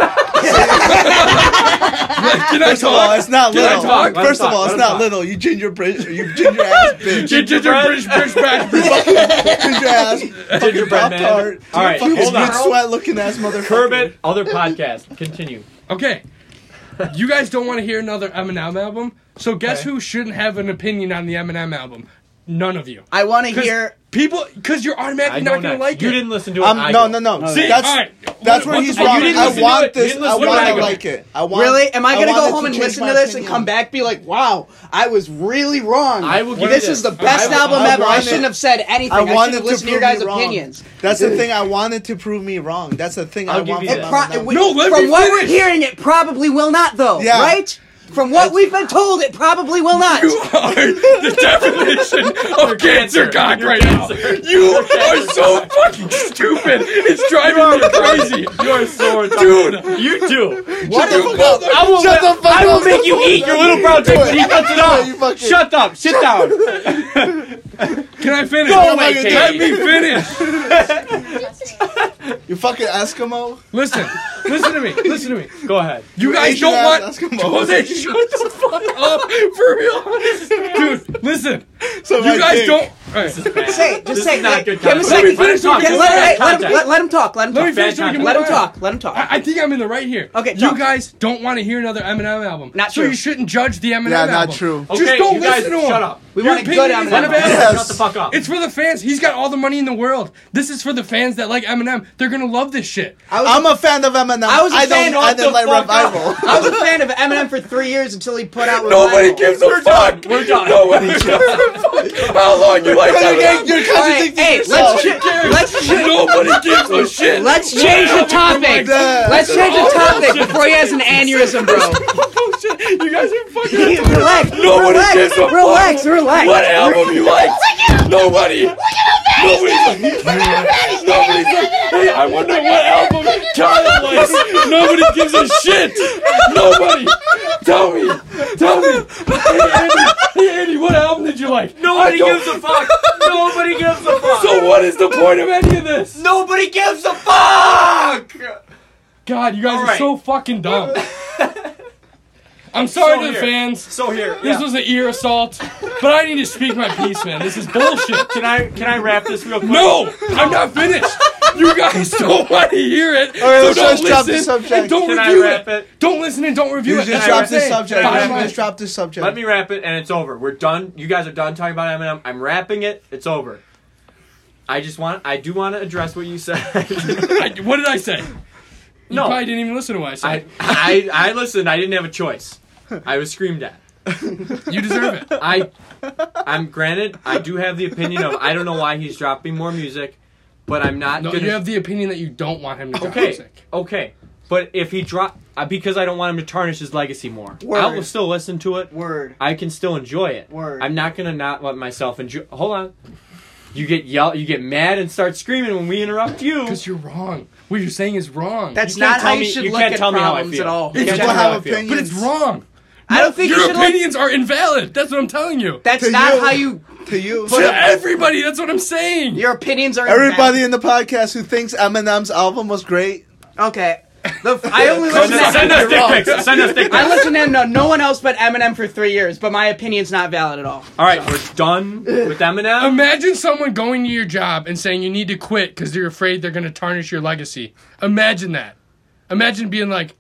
[SPEAKER 3] can I
[SPEAKER 4] First of all,
[SPEAKER 3] talk?
[SPEAKER 4] it's not
[SPEAKER 3] Can I
[SPEAKER 4] little.
[SPEAKER 3] talk?
[SPEAKER 1] Let him
[SPEAKER 4] First of
[SPEAKER 1] talk,
[SPEAKER 4] all,
[SPEAKER 1] let
[SPEAKER 4] it's
[SPEAKER 1] him
[SPEAKER 4] not
[SPEAKER 1] talk.
[SPEAKER 4] little. You ginger bridge, you ginger ass bitch,
[SPEAKER 3] Ginger,
[SPEAKER 1] Gingerbread.
[SPEAKER 3] British, British, British,
[SPEAKER 4] ginger ass, fucking
[SPEAKER 1] Gingerbread
[SPEAKER 4] pop
[SPEAKER 1] man.
[SPEAKER 4] tart,
[SPEAKER 1] All right,
[SPEAKER 4] fucking
[SPEAKER 1] hold on.
[SPEAKER 4] meat sweat looking ass motherfucker.
[SPEAKER 1] Curb it. Other podcast. Continue.
[SPEAKER 3] Okay. You guys don't want to hear another Eminem album, so guess
[SPEAKER 1] Okay.
[SPEAKER 3] who shouldn't have an opinion on the Eminem album? None of you.
[SPEAKER 2] I want to
[SPEAKER 3] 'Cause
[SPEAKER 2] hear.
[SPEAKER 3] people, because you're
[SPEAKER 1] I
[SPEAKER 3] automatically
[SPEAKER 1] know
[SPEAKER 3] not going
[SPEAKER 1] next.
[SPEAKER 3] to like
[SPEAKER 1] you
[SPEAKER 3] it.
[SPEAKER 1] didn't listen to it.
[SPEAKER 4] Um,
[SPEAKER 1] I
[SPEAKER 4] no,
[SPEAKER 1] did.
[SPEAKER 4] no, no.
[SPEAKER 2] See,
[SPEAKER 4] that's
[SPEAKER 3] all right.
[SPEAKER 4] that's
[SPEAKER 3] What
[SPEAKER 4] where
[SPEAKER 3] the
[SPEAKER 4] he's
[SPEAKER 3] fuck?
[SPEAKER 4] wrong.
[SPEAKER 1] You didn't
[SPEAKER 4] I
[SPEAKER 1] listen to it.
[SPEAKER 4] want
[SPEAKER 1] You
[SPEAKER 4] this.
[SPEAKER 1] didn't
[SPEAKER 4] I
[SPEAKER 1] listen to
[SPEAKER 4] want
[SPEAKER 1] it.
[SPEAKER 4] to like it. I want.
[SPEAKER 2] Really? Am I gonna
[SPEAKER 4] want it
[SPEAKER 2] go home and
[SPEAKER 4] change
[SPEAKER 2] listen
[SPEAKER 4] my
[SPEAKER 2] to this and
[SPEAKER 4] opinion.
[SPEAKER 2] come back be like, "Wow, I was really wrong.
[SPEAKER 1] I will give
[SPEAKER 2] this
[SPEAKER 1] you
[SPEAKER 2] is the
[SPEAKER 1] this.
[SPEAKER 2] best
[SPEAKER 1] I will-
[SPEAKER 2] album
[SPEAKER 1] I
[SPEAKER 2] ever. I
[SPEAKER 4] wanted-
[SPEAKER 2] shouldn't have said anything.
[SPEAKER 4] I
[SPEAKER 2] I, should
[SPEAKER 4] wanted
[SPEAKER 2] have
[SPEAKER 4] to
[SPEAKER 2] listened
[SPEAKER 4] prove
[SPEAKER 2] to your guys'
[SPEAKER 4] me wrong.
[SPEAKER 2] opinions."
[SPEAKER 4] That's the thing. I wanted to prove me wrong. That's the thing
[SPEAKER 1] I'll
[SPEAKER 4] I
[SPEAKER 1] give
[SPEAKER 4] want.
[SPEAKER 1] you
[SPEAKER 4] from
[SPEAKER 1] that.
[SPEAKER 4] Eminem.
[SPEAKER 2] Pro- we-
[SPEAKER 3] No, let
[SPEAKER 2] from
[SPEAKER 3] me
[SPEAKER 2] what
[SPEAKER 3] finish.
[SPEAKER 2] we're hearing, it probably will not, though.
[SPEAKER 4] Yeah.
[SPEAKER 2] Right? From what we've been told, it probably will not.
[SPEAKER 3] You are the definition of
[SPEAKER 1] cancer.
[SPEAKER 3] Oh, cancer cock
[SPEAKER 1] You're
[SPEAKER 3] right
[SPEAKER 1] cancer.
[SPEAKER 3] now. You are so fucking stupid. It's driving me crazy.
[SPEAKER 1] You are so
[SPEAKER 3] Dude.
[SPEAKER 1] retarded. You do.
[SPEAKER 4] Shut the fuck
[SPEAKER 1] will-
[SPEAKER 4] up.
[SPEAKER 1] I will,
[SPEAKER 4] Shut the fuck
[SPEAKER 1] I will
[SPEAKER 4] up.
[SPEAKER 1] make you eat your little brown dick when he cuts it
[SPEAKER 4] You
[SPEAKER 1] off.
[SPEAKER 4] fucking-
[SPEAKER 1] Shut up. Sit down.
[SPEAKER 3] Can I finish?
[SPEAKER 1] Go
[SPEAKER 4] away,
[SPEAKER 3] Let
[SPEAKER 1] Katie.
[SPEAKER 3] me finish.
[SPEAKER 4] You fucking Eskimo.
[SPEAKER 3] Listen. Listen to me. Listen to me.
[SPEAKER 1] Go ahead.
[SPEAKER 3] You guys
[SPEAKER 4] Asian
[SPEAKER 3] don't
[SPEAKER 4] ass
[SPEAKER 3] want
[SPEAKER 4] Eskimo.
[SPEAKER 3] Jose. Shut the fuck up, for real, dude. Listen,
[SPEAKER 4] So
[SPEAKER 3] you guys don't. all right,
[SPEAKER 2] Say it.
[SPEAKER 1] This
[SPEAKER 2] Just say
[SPEAKER 1] is
[SPEAKER 2] it.
[SPEAKER 1] not
[SPEAKER 2] Give
[SPEAKER 1] good
[SPEAKER 2] him a
[SPEAKER 1] content. Let
[SPEAKER 2] second.
[SPEAKER 1] me finish talking.
[SPEAKER 2] Yeah,
[SPEAKER 1] This
[SPEAKER 2] let,
[SPEAKER 1] is bad
[SPEAKER 2] hey, let, him,
[SPEAKER 1] content.
[SPEAKER 2] let, let him talk. Let him
[SPEAKER 3] Let me
[SPEAKER 2] talk.
[SPEAKER 3] finish. So we can
[SPEAKER 1] content.
[SPEAKER 2] Let him
[SPEAKER 3] move on.
[SPEAKER 2] talk. Let him talk.
[SPEAKER 3] I, I think I'm in the right here.
[SPEAKER 2] Okay,
[SPEAKER 3] you
[SPEAKER 2] talk.
[SPEAKER 3] guys don't want to hear another Eminem album.
[SPEAKER 2] Not
[SPEAKER 3] so
[SPEAKER 2] true.
[SPEAKER 3] you shouldn't judge the Eminem
[SPEAKER 4] Yeah,
[SPEAKER 3] album.
[SPEAKER 4] not true.
[SPEAKER 1] Okay,
[SPEAKER 3] Just don't
[SPEAKER 1] you guys,
[SPEAKER 3] listen to him.
[SPEAKER 1] shut up.
[SPEAKER 2] We
[SPEAKER 3] Your
[SPEAKER 2] want a good
[SPEAKER 3] opinion is
[SPEAKER 2] Eminem.
[SPEAKER 3] invalid.
[SPEAKER 4] Yes.
[SPEAKER 1] Shut the fuck up.
[SPEAKER 3] It's for the fans. He's got all the money in the world. This is for the fans that like Eminem. They're gonna love this shit.
[SPEAKER 2] I was,
[SPEAKER 4] I'm a fan of Eminem.
[SPEAKER 2] I was a
[SPEAKER 4] I
[SPEAKER 2] fan
[SPEAKER 4] don't. I
[SPEAKER 1] of
[SPEAKER 4] didn't
[SPEAKER 1] the
[SPEAKER 4] like
[SPEAKER 1] fuck up.
[SPEAKER 4] revival.
[SPEAKER 2] I was a fan of Eminem for three years until he put out. Revival.
[SPEAKER 1] We're done. We're done.
[SPEAKER 3] How long you like
[SPEAKER 4] You're getting- you're
[SPEAKER 2] All right,
[SPEAKER 4] contradicting
[SPEAKER 2] hey, let's
[SPEAKER 4] yourself.
[SPEAKER 2] ch- let's ch-
[SPEAKER 3] Nobody gives a shit.
[SPEAKER 2] let's change
[SPEAKER 1] Oh
[SPEAKER 2] the topic.
[SPEAKER 4] Duh.
[SPEAKER 2] Let's change the topic before he has an aneurysm, bro.
[SPEAKER 3] you guys are fucking.
[SPEAKER 2] relax.
[SPEAKER 3] Nobody
[SPEAKER 2] relax.
[SPEAKER 3] gives a
[SPEAKER 2] relax. Relax.
[SPEAKER 5] What album you like? Nobody. Nobody. Nobody. Hey, I wonder what album Tyler likes. Nobody gives a shit. Nobody. Tell me. Tell me. Hey, Andy. Hey, Andy, what album did you like?
[SPEAKER 1] Nobody
[SPEAKER 5] I don't-
[SPEAKER 1] gives a fuck. Nobody gives a fuck.
[SPEAKER 5] So what is the point of any of this?
[SPEAKER 1] Nobody gives a fuck.
[SPEAKER 3] God, you guys
[SPEAKER 1] All
[SPEAKER 3] are
[SPEAKER 1] right.
[SPEAKER 3] so fucking dumb. I'm sorry
[SPEAKER 1] So
[SPEAKER 3] to the
[SPEAKER 1] here.
[SPEAKER 3] fans.
[SPEAKER 1] So here,
[SPEAKER 3] This
[SPEAKER 1] yeah.
[SPEAKER 3] was an ear assault, but I need to speak my piece, man. This is bullshit.
[SPEAKER 1] Can I can I wrap this real quick?
[SPEAKER 3] No, I'm not finished. You guys don't want to hear it,
[SPEAKER 4] right,
[SPEAKER 3] so don't
[SPEAKER 4] let's just drop the
[SPEAKER 3] listen
[SPEAKER 4] subject.
[SPEAKER 3] and don't
[SPEAKER 1] Can I
[SPEAKER 3] review
[SPEAKER 1] wrap
[SPEAKER 3] it.
[SPEAKER 1] it?
[SPEAKER 3] Don't listen and don't review
[SPEAKER 4] You
[SPEAKER 3] it.
[SPEAKER 4] just
[SPEAKER 3] That's what
[SPEAKER 4] dropped
[SPEAKER 3] I'm
[SPEAKER 4] this
[SPEAKER 3] saying.
[SPEAKER 4] subject.
[SPEAKER 1] Bottom
[SPEAKER 4] You
[SPEAKER 1] line.
[SPEAKER 4] just dropped this subject.
[SPEAKER 1] Let me wrap it, and it's over. We're done. You guys are done talking about Eminem. I'm wrapping it. It's over. I just want. I do want to address what you said.
[SPEAKER 3] I- what did I say? You
[SPEAKER 1] No.
[SPEAKER 3] probably didn't even listen to what I
[SPEAKER 1] I,
[SPEAKER 3] said.
[SPEAKER 1] I I listened. I didn't have a choice. I was screamed at.
[SPEAKER 3] you deserve it.
[SPEAKER 1] I I'm granted. I do have the opinion of I don't know why he's dropping more music, but I'm not
[SPEAKER 3] No,
[SPEAKER 1] gonna.
[SPEAKER 3] you have the opinion that you don't want him to drop
[SPEAKER 1] okay,
[SPEAKER 3] music.
[SPEAKER 1] okay. But if he drop uh, because I don't want him to tarnish his legacy more. I
[SPEAKER 2] Word.
[SPEAKER 1] will still listen to it.
[SPEAKER 2] Word.
[SPEAKER 1] I can still enjoy it.
[SPEAKER 2] Word.
[SPEAKER 1] I'm not gonna not let myself enjoy. Hold on. You get yell. You get mad and start screaming when we interrupt you.
[SPEAKER 3] Because you're wrong. What you're saying is wrong.
[SPEAKER 2] That's
[SPEAKER 1] You can't
[SPEAKER 2] not how
[SPEAKER 1] tell
[SPEAKER 2] you
[SPEAKER 1] me-
[SPEAKER 2] should
[SPEAKER 1] you
[SPEAKER 2] look
[SPEAKER 1] can't
[SPEAKER 2] at
[SPEAKER 1] tell me how I
[SPEAKER 2] problems
[SPEAKER 1] feel.
[SPEAKER 2] at all.
[SPEAKER 1] You
[SPEAKER 2] You
[SPEAKER 1] can't
[SPEAKER 2] can't
[SPEAKER 4] People
[SPEAKER 1] That's how I
[SPEAKER 4] have
[SPEAKER 1] feel.
[SPEAKER 4] opinions.
[SPEAKER 3] but it's wrong.
[SPEAKER 2] I don't think you
[SPEAKER 3] Your
[SPEAKER 2] should look.
[SPEAKER 3] opinions are invalid. That's what I'm telling you.
[SPEAKER 2] That's
[SPEAKER 4] To
[SPEAKER 2] not
[SPEAKER 4] you.
[SPEAKER 2] how you.
[SPEAKER 4] to you.
[SPEAKER 3] to everybody, that's what I'm saying.
[SPEAKER 2] Your opinions are.
[SPEAKER 4] Everybody in the podcast who thinks Eminem's album was great,
[SPEAKER 2] Okay. The, I only
[SPEAKER 1] Send
[SPEAKER 2] listen
[SPEAKER 1] us, send us
[SPEAKER 2] to
[SPEAKER 1] dick pics. Send us dick
[SPEAKER 2] I
[SPEAKER 1] pics.
[SPEAKER 2] listened to no, no one else but Eminem for three years, but my opinion's not valid at all.
[SPEAKER 1] All right, we're done with Eminem.
[SPEAKER 3] Imagine someone going to your job and saying you need to quit because they're afraid they're going to tarnish your legacy. Imagine that. Imagine being like,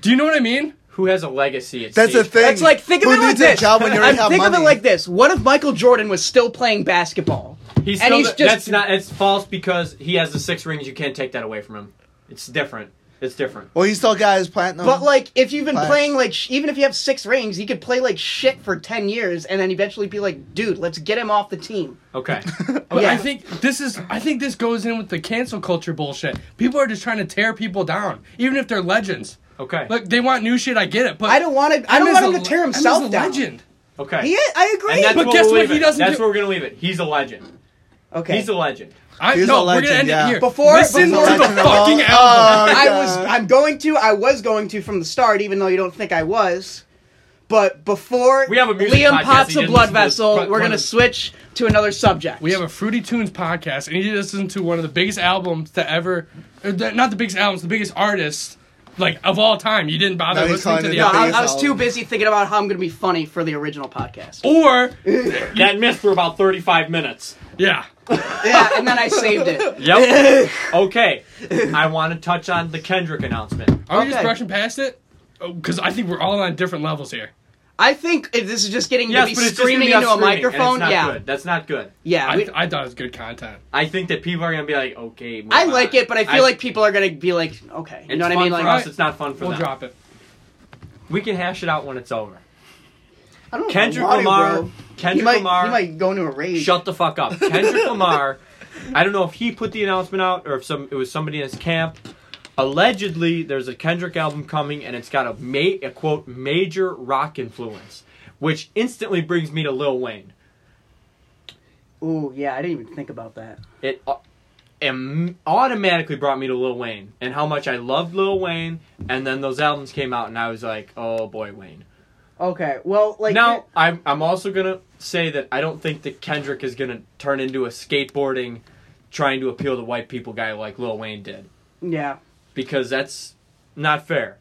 [SPEAKER 3] do you know what I mean?
[SPEAKER 1] Who has a legacy? It's
[SPEAKER 4] That's
[SPEAKER 1] Steve.
[SPEAKER 4] a thing.
[SPEAKER 2] That's like think of
[SPEAKER 4] Who
[SPEAKER 2] it like
[SPEAKER 4] needs a
[SPEAKER 2] this.
[SPEAKER 4] job when you
[SPEAKER 2] I'm-
[SPEAKER 4] already have
[SPEAKER 2] think of it
[SPEAKER 4] money?
[SPEAKER 2] like this. What if Michael Jordan was still playing basketball?
[SPEAKER 1] He's
[SPEAKER 2] And
[SPEAKER 1] still
[SPEAKER 2] he's
[SPEAKER 1] the-
[SPEAKER 2] just-
[SPEAKER 1] that's not. It's false because he has the six rings. You can't take that away from him. It's different. It's different.
[SPEAKER 4] Well, he still got his platinum.
[SPEAKER 2] But like, if you've been
[SPEAKER 4] Class.
[SPEAKER 2] playing like, sh- even if you have six rings, he could play like shit for ten years, and then eventually be like, dude, let's get him off the team.
[SPEAKER 1] Okay.
[SPEAKER 3] But
[SPEAKER 2] Yeah.
[SPEAKER 3] I think this is I think this goes in with the cancel culture bullshit. People are just trying to tear people down, even if they're legends.
[SPEAKER 1] Okay.
[SPEAKER 3] Like they want new shit, I get it, but
[SPEAKER 2] I don't want to. I don't
[SPEAKER 3] Eminem
[SPEAKER 2] want
[SPEAKER 3] is
[SPEAKER 2] him
[SPEAKER 3] a
[SPEAKER 2] to tear
[SPEAKER 3] le-
[SPEAKER 2] himself
[SPEAKER 3] Eminem is a
[SPEAKER 2] down.
[SPEAKER 3] legend.
[SPEAKER 1] Okay.
[SPEAKER 2] He is, I
[SPEAKER 1] And that's
[SPEAKER 2] agree.
[SPEAKER 3] But
[SPEAKER 1] what
[SPEAKER 3] guess
[SPEAKER 1] we're
[SPEAKER 3] what? He
[SPEAKER 1] leaving.
[SPEAKER 3] doesn't
[SPEAKER 1] That's
[SPEAKER 3] do-
[SPEAKER 1] where we're gonna leave it. He's a legend.
[SPEAKER 2] Okay.
[SPEAKER 1] He's a legend.
[SPEAKER 3] I,
[SPEAKER 4] He's
[SPEAKER 3] no,
[SPEAKER 4] a
[SPEAKER 3] we're gonna
[SPEAKER 4] legend,
[SPEAKER 3] end
[SPEAKER 4] yeah.
[SPEAKER 3] it here.
[SPEAKER 2] Before-
[SPEAKER 3] listen
[SPEAKER 2] before-
[SPEAKER 3] to the fucking
[SPEAKER 4] Oh,
[SPEAKER 3] album.
[SPEAKER 4] God.
[SPEAKER 2] I was. I'm going to. I was going to from the start, even though you don't think I was. But before
[SPEAKER 1] We have a music
[SPEAKER 2] Liam
[SPEAKER 1] podcast,
[SPEAKER 2] pops
[SPEAKER 1] he
[SPEAKER 2] a
[SPEAKER 1] didn't
[SPEAKER 2] blood
[SPEAKER 1] listen to this
[SPEAKER 2] vessel,
[SPEAKER 3] front-
[SPEAKER 2] we're going to
[SPEAKER 3] front-
[SPEAKER 2] switch to another subject.
[SPEAKER 3] We have a Fruity Tunes podcast, and he listened to one of the biggest albums to ever, or the- not the biggest albums, the biggest artist, like of all time. You didn't bother
[SPEAKER 4] No, he's
[SPEAKER 3] listening
[SPEAKER 4] calling
[SPEAKER 3] to
[SPEAKER 4] it
[SPEAKER 3] the
[SPEAKER 4] a
[SPEAKER 2] No,
[SPEAKER 3] album,
[SPEAKER 2] I,
[SPEAKER 4] base
[SPEAKER 2] I was
[SPEAKER 4] album.
[SPEAKER 2] too busy thinking about how I'm going to be funny for the original podcast.
[SPEAKER 1] Oh.
[SPEAKER 3] or
[SPEAKER 1] That missed for about thirty-five minutes.
[SPEAKER 3] yeah,
[SPEAKER 2] Yeah, and then I saved it.
[SPEAKER 1] Yep. okay. I want to touch on the Kendrick announcement.
[SPEAKER 3] are we just
[SPEAKER 2] Okay.
[SPEAKER 3] brushing past it? Because I think we're all on different levels here.
[SPEAKER 2] I think if this is just getting
[SPEAKER 1] Yes,
[SPEAKER 2] to be
[SPEAKER 1] but it's just gonna
[SPEAKER 2] screaming
[SPEAKER 1] be us
[SPEAKER 2] into a
[SPEAKER 1] screaming, and it's
[SPEAKER 2] microphone.
[SPEAKER 1] not
[SPEAKER 2] Yeah,
[SPEAKER 1] good. That's not good.
[SPEAKER 2] yeah.
[SPEAKER 3] I,
[SPEAKER 2] we-
[SPEAKER 3] I thought it was good content.
[SPEAKER 1] I think that people are gonna be like, okay. move
[SPEAKER 2] I like
[SPEAKER 1] on.
[SPEAKER 2] it, but I feel like people are going to be like, okay, you
[SPEAKER 1] it's
[SPEAKER 2] know what I
[SPEAKER 1] fun
[SPEAKER 2] mean?
[SPEAKER 1] for
[SPEAKER 2] Like,
[SPEAKER 1] us. It's not fun for
[SPEAKER 3] We'll
[SPEAKER 1] them.
[SPEAKER 3] drop it.
[SPEAKER 1] We can hash it out when it's over.
[SPEAKER 2] I don't know if I
[SPEAKER 1] Kendrick
[SPEAKER 2] want to,
[SPEAKER 1] Lamar.
[SPEAKER 2] bro.
[SPEAKER 1] Kendrick
[SPEAKER 2] he might,
[SPEAKER 1] Lamar.
[SPEAKER 2] He might go into a rage.
[SPEAKER 1] Shut the fuck up. Kendrick Lamar, I don't know if he put the announcement out or if some it was somebody in his camp. Allegedly, there's a Kendrick album coming and it's got a, ma- a quote major rock influence, which instantly brings me to Lil Wayne.
[SPEAKER 2] Ooh, yeah. I didn't even think about that.
[SPEAKER 1] It au- am- automatically brought me to Lil Wayne and how much I loved Lil Wayne. And then those albums came out and I was like, oh boy, Wayne.
[SPEAKER 2] Okay. Well, like
[SPEAKER 1] now I'm I'm also gonna say that I don't think that Kendrick is gonna turn into a skateboarding, trying to appeal to white people guy like Lil Wayne did
[SPEAKER 2] Yeah.
[SPEAKER 1] because that's not fair.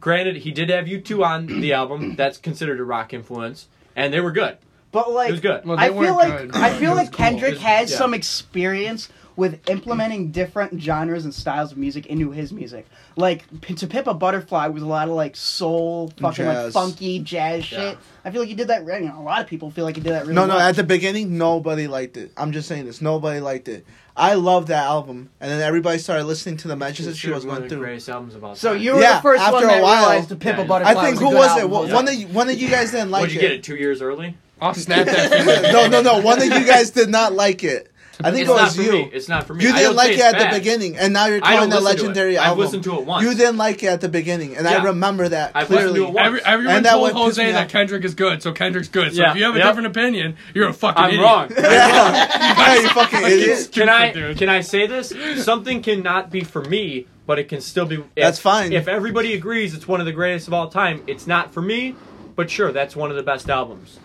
[SPEAKER 1] Granted, he did have you two on the album. That's considered a rock influence, and they were good.
[SPEAKER 2] But like,
[SPEAKER 1] It was good.
[SPEAKER 3] Well, they
[SPEAKER 2] I feel
[SPEAKER 3] weren't
[SPEAKER 2] like
[SPEAKER 3] good.
[SPEAKER 2] I feel
[SPEAKER 3] It was
[SPEAKER 2] like
[SPEAKER 3] cool.
[SPEAKER 2] Kendrick
[SPEAKER 1] It was-
[SPEAKER 2] has
[SPEAKER 1] yeah.
[SPEAKER 2] some experience with implementing different genres and styles of music into his music. Like P- to Pimp a Butterfly was a lot of like soul, fucking like
[SPEAKER 4] Jazz.
[SPEAKER 2] funky jazz
[SPEAKER 1] Yeah.
[SPEAKER 2] shit. I feel like he did that. Really, you know, a lot of people feel like he did that. Really
[SPEAKER 4] no, no.
[SPEAKER 2] well.
[SPEAKER 4] At the beginning, nobody liked it. I'm just saying this. Nobody liked it. I loved that album, and then everybody started listening to the messages she was
[SPEAKER 1] one
[SPEAKER 4] going
[SPEAKER 1] of the
[SPEAKER 4] through.
[SPEAKER 1] greatest albums of all time.
[SPEAKER 2] so you were the
[SPEAKER 4] Yeah,
[SPEAKER 2] first
[SPEAKER 4] after
[SPEAKER 2] one
[SPEAKER 4] a
[SPEAKER 2] that
[SPEAKER 4] while-
[SPEAKER 2] realized to Pimp
[SPEAKER 1] Yeah,
[SPEAKER 2] a
[SPEAKER 1] yeah.
[SPEAKER 2] Butterfly.
[SPEAKER 4] I think
[SPEAKER 2] was
[SPEAKER 4] who
[SPEAKER 2] a good
[SPEAKER 4] was it?
[SPEAKER 2] album.
[SPEAKER 4] One-
[SPEAKER 1] Yeah.
[SPEAKER 4] One of you, one of you guys didn't
[SPEAKER 1] Would
[SPEAKER 4] like
[SPEAKER 1] you get
[SPEAKER 4] it.
[SPEAKER 1] it two years early?
[SPEAKER 3] I'll snap that. finger.
[SPEAKER 4] No, no, no. One of you guys did not like it. I think
[SPEAKER 1] It's
[SPEAKER 4] it
[SPEAKER 1] not
[SPEAKER 4] was
[SPEAKER 1] for
[SPEAKER 4] you.
[SPEAKER 1] me. It's not for me.
[SPEAKER 4] You
[SPEAKER 1] I
[SPEAKER 4] didn't
[SPEAKER 1] don't
[SPEAKER 4] like
[SPEAKER 1] say
[SPEAKER 4] it
[SPEAKER 1] it's
[SPEAKER 4] at
[SPEAKER 1] bad.
[SPEAKER 4] the beginning, and now you're
[SPEAKER 1] I
[SPEAKER 4] calling
[SPEAKER 1] don't
[SPEAKER 4] that
[SPEAKER 1] listen to it.
[SPEAKER 4] legendary
[SPEAKER 1] I've
[SPEAKER 4] album.
[SPEAKER 1] listened to it once.
[SPEAKER 4] You didn't like it at the beginning, and
[SPEAKER 1] Yeah.
[SPEAKER 4] I remember that
[SPEAKER 1] I've listened
[SPEAKER 4] clearly.
[SPEAKER 1] to it once.
[SPEAKER 3] Every, everyone
[SPEAKER 4] And that
[SPEAKER 3] told
[SPEAKER 4] one pissed
[SPEAKER 3] Jose
[SPEAKER 4] me
[SPEAKER 3] that
[SPEAKER 4] off.
[SPEAKER 3] Kendrick is good, so Kendrick's good. So
[SPEAKER 1] Yeah,
[SPEAKER 3] if you have a
[SPEAKER 1] yep.
[SPEAKER 3] different opinion, you're a fucking
[SPEAKER 1] I'm
[SPEAKER 3] idiot.
[SPEAKER 1] wrong.
[SPEAKER 4] Yeah, you fucking idiot.
[SPEAKER 1] Can I
[SPEAKER 3] Dude.
[SPEAKER 1] can I say this? Something cannot be for me, but it can still be. If,
[SPEAKER 4] That's fine.
[SPEAKER 1] If everybody agrees it's one of the greatest of all time, it's not for me. But sure, that's one of the best albums.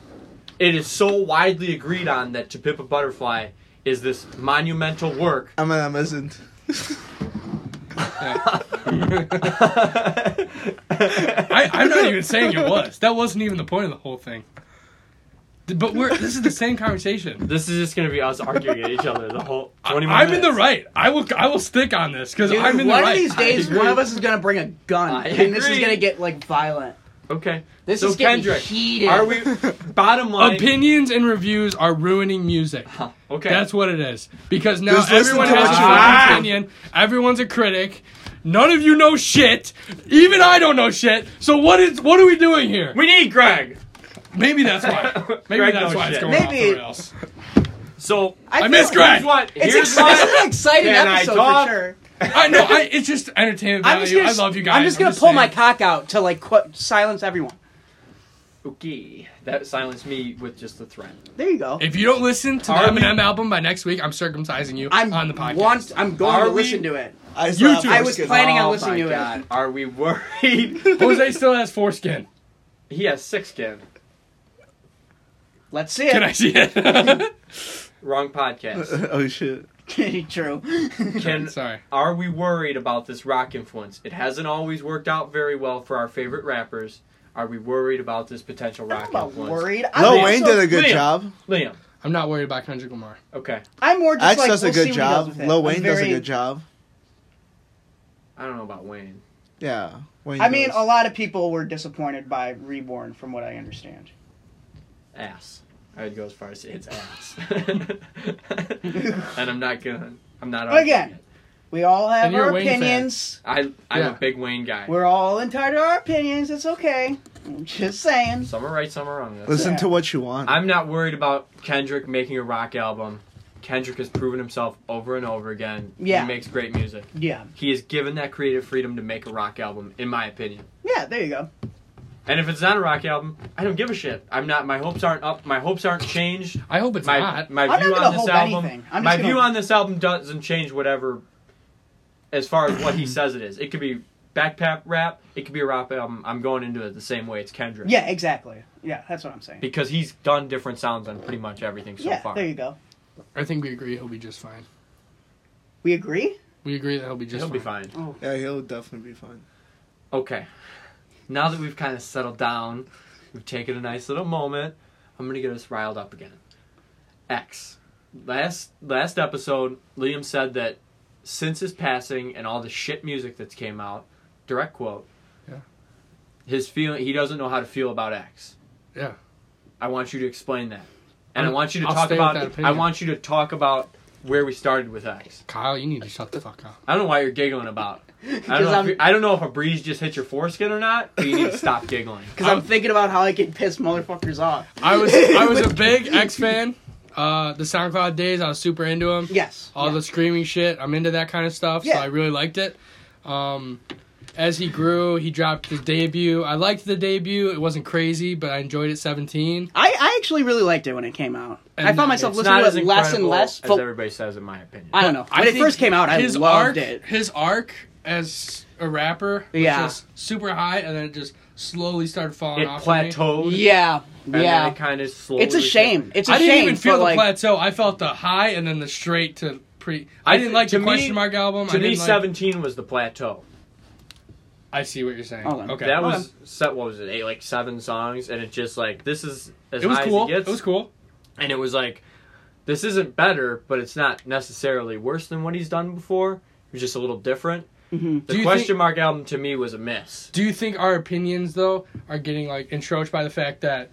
[SPEAKER 1] It is so widely agreed on that "To Pimp a Butterfly" is this monumental work.
[SPEAKER 4] I'm an Amazon.
[SPEAKER 3] I, I'm not even saying it was. That wasn't even the point of the whole thing. Th- But we're this is the same conversation.
[SPEAKER 1] This is just gonna be us arguing at each other the whole twenty more
[SPEAKER 3] I'm in the
[SPEAKER 1] minutes.
[SPEAKER 3] right. I will I will stick on this because
[SPEAKER 2] Dude,
[SPEAKER 3] I'm in the
[SPEAKER 2] one
[SPEAKER 3] right.
[SPEAKER 2] of these days,
[SPEAKER 1] agree.
[SPEAKER 2] one of us is gonna bring a gun,
[SPEAKER 1] I
[SPEAKER 2] and this is
[SPEAKER 1] agree.
[SPEAKER 2] gonna get like violent.
[SPEAKER 1] Okay,
[SPEAKER 2] This
[SPEAKER 1] so
[SPEAKER 2] is getting
[SPEAKER 1] Kendrick,
[SPEAKER 2] heated.
[SPEAKER 1] are we? Bottom line,
[SPEAKER 3] Opinions and reviews are ruining music.
[SPEAKER 1] Okay,
[SPEAKER 3] That's what it is. Because now
[SPEAKER 4] Just listen
[SPEAKER 3] everyone
[SPEAKER 4] to
[SPEAKER 3] has
[SPEAKER 4] what
[SPEAKER 3] a
[SPEAKER 4] you
[SPEAKER 1] want.
[SPEAKER 3] fucking opinion. Everyone's a critic. None of you know shit. Even I don't know shit. So what is what are we doing here?
[SPEAKER 1] we need Greg.
[SPEAKER 3] Maybe that's why. Maybe
[SPEAKER 1] Greg
[SPEAKER 3] that's
[SPEAKER 1] knows
[SPEAKER 3] why it's
[SPEAKER 1] shit.
[SPEAKER 3] going off
[SPEAKER 2] Maybe-
[SPEAKER 3] the rails.
[SPEAKER 1] So
[SPEAKER 3] I
[SPEAKER 2] feel
[SPEAKER 3] miss
[SPEAKER 2] like-
[SPEAKER 3] Greg.
[SPEAKER 1] here's what.
[SPEAKER 2] It's,
[SPEAKER 1] here's
[SPEAKER 2] exciting.
[SPEAKER 1] what-
[SPEAKER 2] an exciting
[SPEAKER 1] Can I
[SPEAKER 2] episode
[SPEAKER 1] talk?
[SPEAKER 2] for sure.
[SPEAKER 3] I know. I, it's just entertainment
[SPEAKER 2] I'm just
[SPEAKER 3] value.
[SPEAKER 2] gonna,
[SPEAKER 3] I love you guys.
[SPEAKER 2] I'm just gonna pull my
[SPEAKER 3] saying.
[SPEAKER 2] cock out to like qu- silence everyone.
[SPEAKER 1] Okay, that silenced me with just the threat.
[SPEAKER 2] There you go.
[SPEAKER 3] If you don't listen to the
[SPEAKER 1] Are we-
[SPEAKER 3] Eminem album by next week, I'm circumcising you
[SPEAKER 2] I'm
[SPEAKER 3] on the podcast.
[SPEAKER 2] want- I'm going
[SPEAKER 1] Are
[SPEAKER 2] to
[SPEAKER 1] we-
[SPEAKER 2] listen to it.
[SPEAKER 4] I still have
[SPEAKER 3] YouTube. I
[SPEAKER 4] to
[SPEAKER 3] was
[SPEAKER 4] get-
[SPEAKER 2] planning- on
[SPEAKER 1] oh
[SPEAKER 2] listening
[SPEAKER 1] my
[SPEAKER 2] to it.
[SPEAKER 1] God. Are we worried?
[SPEAKER 3] Jose still has foreskin.
[SPEAKER 1] he has six skin.
[SPEAKER 2] Let's see it.
[SPEAKER 3] Can I see it?
[SPEAKER 1] Wrong podcast.
[SPEAKER 4] oh shit.
[SPEAKER 2] True.
[SPEAKER 1] Can
[SPEAKER 3] Sorry.
[SPEAKER 1] are we worried about this rock influence? It hasn't always worked out very well for our favorite rappers. Are we worried about this potential rock
[SPEAKER 2] I'm about
[SPEAKER 1] influence?
[SPEAKER 2] worried. I'm
[SPEAKER 4] Lil
[SPEAKER 2] also-
[SPEAKER 4] Wayne did a good
[SPEAKER 1] Liam.
[SPEAKER 4] job.
[SPEAKER 1] Liam.
[SPEAKER 3] I'm not worried about Kendrick Lamar.
[SPEAKER 1] Okay.
[SPEAKER 2] I'm more just
[SPEAKER 4] X
[SPEAKER 2] like,
[SPEAKER 4] does a
[SPEAKER 2] we'll see
[SPEAKER 4] good
[SPEAKER 2] what he
[SPEAKER 4] job.
[SPEAKER 2] does with it.
[SPEAKER 4] Lil
[SPEAKER 2] I'm
[SPEAKER 4] Wayne does a
[SPEAKER 2] very-
[SPEAKER 4] good job.
[SPEAKER 1] I don't know about Wayne.
[SPEAKER 4] Yeah. Wayne
[SPEAKER 2] I mean,
[SPEAKER 4] does.
[SPEAKER 2] a lot of people were disappointed by Reborn, from what I understand.
[SPEAKER 1] Ass. I would go as far as it's ass. and I'm not gonna I'm not
[SPEAKER 2] But
[SPEAKER 1] arguing
[SPEAKER 2] again,
[SPEAKER 1] it.
[SPEAKER 2] we all have
[SPEAKER 3] And you're a
[SPEAKER 2] our
[SPEAKER 3] Wayne fan.
[SPEAKER 2] opinions.
[SPEAKER 1] I I'm
[SPEAKER 3] Yeah.
[SPEAKER 1] a big Wayne guy.
[SPEAKER 2] We're all entitled to our opinions. It's okay. I'm just saying.
[SPEAKER 1] Some are right, some are wrong. That's it.
[SPEAKER 4] Listen
[SPEAKER 2] Yeah.
[SPEAKER 4] to what you want.
[SPEAKER 1] I'm not worried about Kendrick making a rock album. Kendrick has proven himself over and over again.
[SPEAKER 2] Yeah.
[SPEAKER 1] He makes great music.
[SPEAKER 2] Yeah.
[SPEAKER 1] He is given that creative freedom to make a rock album, in my opinion.
[SPEAKER 2] Yeah, there you go.
[SPEAKER 1] And if it's not a rock album, I don't give a shit. I'm not. My hopes aren't up. My hopes aren't changed.
[SPEAKER 3] I hope it's
[SPEAKER 1] My
[SPEAKER 3] not.
[SPEAKER 1] my
[SPEAKER 2] I'm
[SPEAKER 1] view
[SPEAKER 2] not gonna
[SPEAKER 1] on this
[SPEAKER 2] hope
[SPEAKER 1] album.
[SPEAKER 2] anything. I'm
[SPEAKER 1] My
[SPEAKER 2] just gonna-
[SPEAKER 1] view on this album doesn't change. Whatever. As far as what he says, it is. It could be backpack rap. It could be a rock album. I'm going into it the same way. It's Kendrick.
[SPEAKER 2] Yeah, exactly. Yeah, that's what I'm saying.
[SPEAKER 1] Because he's done different sounds on pretty much everything so
[SPEAKER 2] yeah,
[SPEAKER 1] far.
[SPEAKER 2] there you go.
[SPEAKER 3] I think we agree he'll be just fine.
[SPEAKER 2] We agree?
[SPEAKER 3] We agree that he'll be just
[SPEAKER 1] He'll
[SPEAKER 3] fine.
[SPEAKER 1] be fine.
[SPEAKER 2] Oh.
[SPEAKER 4] yeah, he'll definitely be fine.
[SPEAKER 1] Okay. Now that we've kind of settled down, we've taken a nice little moment. I'm gonna get us riled up again. X. Last last episode, Liam said that since his passing and all the shit music that's came out, direct quote.
[SPEAKER 3] Yeah.
[SPEAKER 1] His feeling he doesn't know how to feel about X.
[SPEAKER 3] Yeah.
[SPEAKER 1] I want you to explain that. And i
[SPEAKER 3] I'm-
[SPEAKER 1] want you to
[SPEAKER 3] I'll
[SPEAKER 1] talk
[SPEAKER 3] stay with that
[SPEAKER 1] about
[SPEAKER 3] opinion.
[SPEAKER 1] I want you to talk about where we started with X.
[SPEAKER 3] Kyle, you need to shut the fuck up.
[SPEAKER 1] I don't know why you're giggling about. I don't,
[SPEAKER 2] 'Cause
[SPEAKER 1] know if
[SPEAKER 2] I'm-
[SPEAKER 1] you- I don't know if a breeze just hit your foreskin or not, but you need to stop giggling.
[SPEAKER 2] Because I'm thinking about how I can piss motherfuckers off.
[SPEAKER 3] I was I was a big X fan. Uh, the SoundCloud days, I was super into him.
[SPEAKER 2] Yes.
[SPEAKER 3] All
[SPEAKER 2] yeah.
[SPEAKER 3] the screaming shit, I'm into that kind of stuff. So
[SPEAKER 2] Yeah.
[SPEAKER 3] I really liked it. Um, as he grew, he dropped his debut. I liked the debut. It wasn't crazy, but I enjoyed it. 17.
[SPEAKER 2] I, I actually really liked it when it came out.
[SPEAKER 3] And
[SPEAKER 2] I found myself
[SPEAKER 1] It's
[SPEAKER 2] listening
[SPEAKER 1] not
[SPEAKER 2] to
[SPEAKER 1] as
[SPEAKER 2] it less and
[SPEAKER 1] incredible
[SPEAKER 2] less.
[SPEAKER 1] as
[SPEAKER 2] But
[SPEAKER 1] everybody says, in my opinion.
[SPEAKER 2] I don't know. When it
[SPEAKER 3] think
[SPEAKER 2] first came out, I
[SPEAKER 3] his
[SPEAKER 2] loved
[SPEAKER 3] arc,
[SPEAKER 2] it.
[SPEAKER 3] His arc as a rapper was
[SPEAKER 2] Yeah.
[SPEAKER 3] just super high, and then it just slowly started falling
[SPEAKER 1] it
[SPEAKER 3] off. for me.
[SPEAKER 1] plateaued.
[SPEAKER 2] Yeah.
[SPEAKER 1] and then
[SPEAKER 2] Yeah.
[SPEAKER 1] it kind of slowly.
[SPEAKER 2] It's a shame. It's a
[SPEAKER 3] I
[SPEAKER 2] shame.
[SPEAKER 3] didn't even feel
[SPEAKER 2] but,
[SPEAKER 3] the
[SPEAKER 2] like,
[SPEAKER 3] plateau. I felt the high and then the straight to pre. I,
[SPEAKER 1] I
[SPEAKER 3] didn't
[SPEAKER 1] thi-
[SPEAKER 3] like
[SPEAKER 1] to
[SPEAKER 3] the
[SPEAKER 1] me-
[SPEAKER 3] question mark album. I
[SPEAKER 1] To me,
[SPEAKER 3] didn't like-
[SPEAKER 1] seventeen was the plateau.
[SPEAKER 3] I see what you're saying.
[SPEAKER 2] Hold on.
[SPEAKER 3] Okay,
[SPEAKER 1] That
[SPEAKER 2] Okay.
[SPEAKER 1] was set. What was it? Eight, like seven songs, and it just like this is as
[SPEAKER 3] it was
[SPEAKER 1] high
[SPEAKER 3] cool.
[SPEAKER 1] as it gets.
[SPEAKER 3] It was cool.
[SPEAKER 1] And it was like, this isn't better, but it's not necessarily worse than what he's done before. It was just a little different.
[SPEAKER 2] Mhm.
[SPEAKER 1] The
[SPEAKER 3] Do you
[SPEAKER 1] question
[SPEAKER 3] think-
[SPEAKER 1] mark album to me was a miss.
[SPEAKER 3] Do you think our opinions though are getting like encroached by the fact that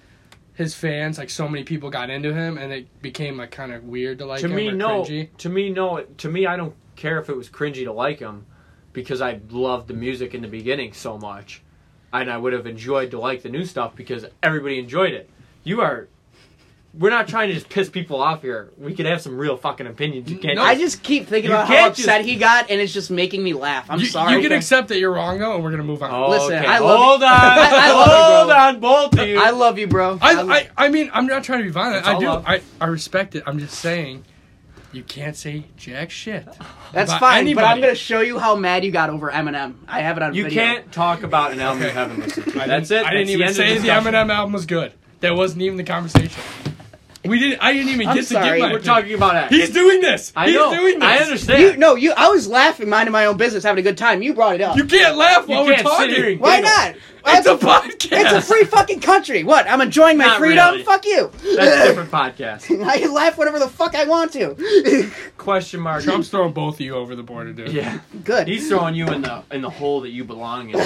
[SPEAKER 3] his fans, like so many people, got into him and it became like kind of weird to like
[SPEAKER 1] to
[SPEAKER 3] him
[SPEAKER 1] me
[SPEAKER 3] or
[SPEAKER 1] no
[SPEAKER 3] cringy?
[SPEAKER 1] to me no to me i don't care if it was cringy to like him because i loved the music in the beginning so much and i would have enjoyed to like the new stuff because everybody enjoyed it you are we're not trying to just piss people off here we could have some real fucking opinions you can't
[SPEAKER 3] No.
[SPEAKER 2] I
[SPEAKER 1] just-
[SPEAKER 2] just keep thinking
[SPEAKER 1] You
[SPEAKER 2] about how
[SPEAKER 1] can't just-
[SPEAKER 2] upset he got, and it's just making me laugh. I'm
[SPEAKER 3] you,
[SPEAKER 2] sorry.
[SPEAKER 3] You can
[SPEAKER 2] Okay.
[SPEAKER 3] accept that you're wrong though, and we're gonna move on.
[SPEAKER 1] Oh,
[SPEAKER 2] Listen,
[SPEAKER 1] okay.
[SPEAKER 2] I love
[SPEAKER 1] hold on
[SPEAKER 2] I love
[SPEAKER 1] hold on both of you
[SPEAKER 2] I love you, bro.
[SPEAKER 3] I,
[SPEAKER 2] lo-
[SPEAKER 3] I, I mean, I'm not trying to be violent.
[SPEAKER 1] It's
[SPEAKER 3] I
[SPEAKER 1] all
[SPEAKER 3] do.
[SPEAKER 1] love.
[SPEAKER 3] I, I respect it. I'm just saying, you can't say jack shit.
[SPEAKER 2] That's fine,
[SPEAKER 3] about
[SPEAKER 2] but I'm
[SPEAKER 3] anybody.
[SPEAKER 2] gonna show you how mad you got over Eminem. I have it on
[SPEAKER 1] you
[SPEAKER 2] video.
[SPEAKER 1] can't talk about an album you haven't listened to. That's it.
[SPEAKER 3] I didn't
[SPEAKER 1] That's
[SPEAKER 3] even
[SPEAKER 1] end of
[SPEAKER 3] say the
[SPEAKER 1] discussion.
[SPEAKER 3] Eminem album was good. That wasn't even the conversation. We didn't. I didn't even
[SPEAKER 2] I'm
[SPEAKER 3] get to
[SPEAKER 2] sorry,
[SPEAKER 3] give my.
[SPEAKER 1] We're
[SPEAKER 3] opinion.
[SPEAKER 1] talking about X.
[SPEAKER 3] He's doing this.
[SPEAKER 1] I
[SPEAKER 3] He's
[SPEAKER 1] know.
[SPEAKER 3] doing this.
[SPEAKER 1] I understand.
[SPEAKER 2] You no, you. I was laughing, minding my own business, having a good time. You brought it up.
[SPEAKER 3] You can't laugh while
[SPEAKER 1] can't
[SPEAKER 3] we're
[SPEAKER 1] sit
[SPEAKER 3] talking.
[SPEAKER 1] here and-
[SPEAKER 2] Why not?
[SPEAKER 3] It's
[SPEAKER 2] That's
[SPEAKER 3] a podcast.
[SPEAKER 2] It's a free fucking country. What? I'm enjoying my
[SPEAKER 1] Not
[SPEAKER 2] freedom.
[SPEAKER 1] really.
[SPEAKER 2] Fuck you.
[SPEAKER 1] That's a different podcast.
[SPEAKER 2] I can laugh whenever the fuck I want to.
[SPEAKER 1] Question mark.
[SPEAKER 3] Trump's throwing both of you over the border, dude.
[SPEAKER 1] Yeah.
[SPEAKER 2] Good.
[SPEAKER 1] He's throwing you in the in the hole that you belong in.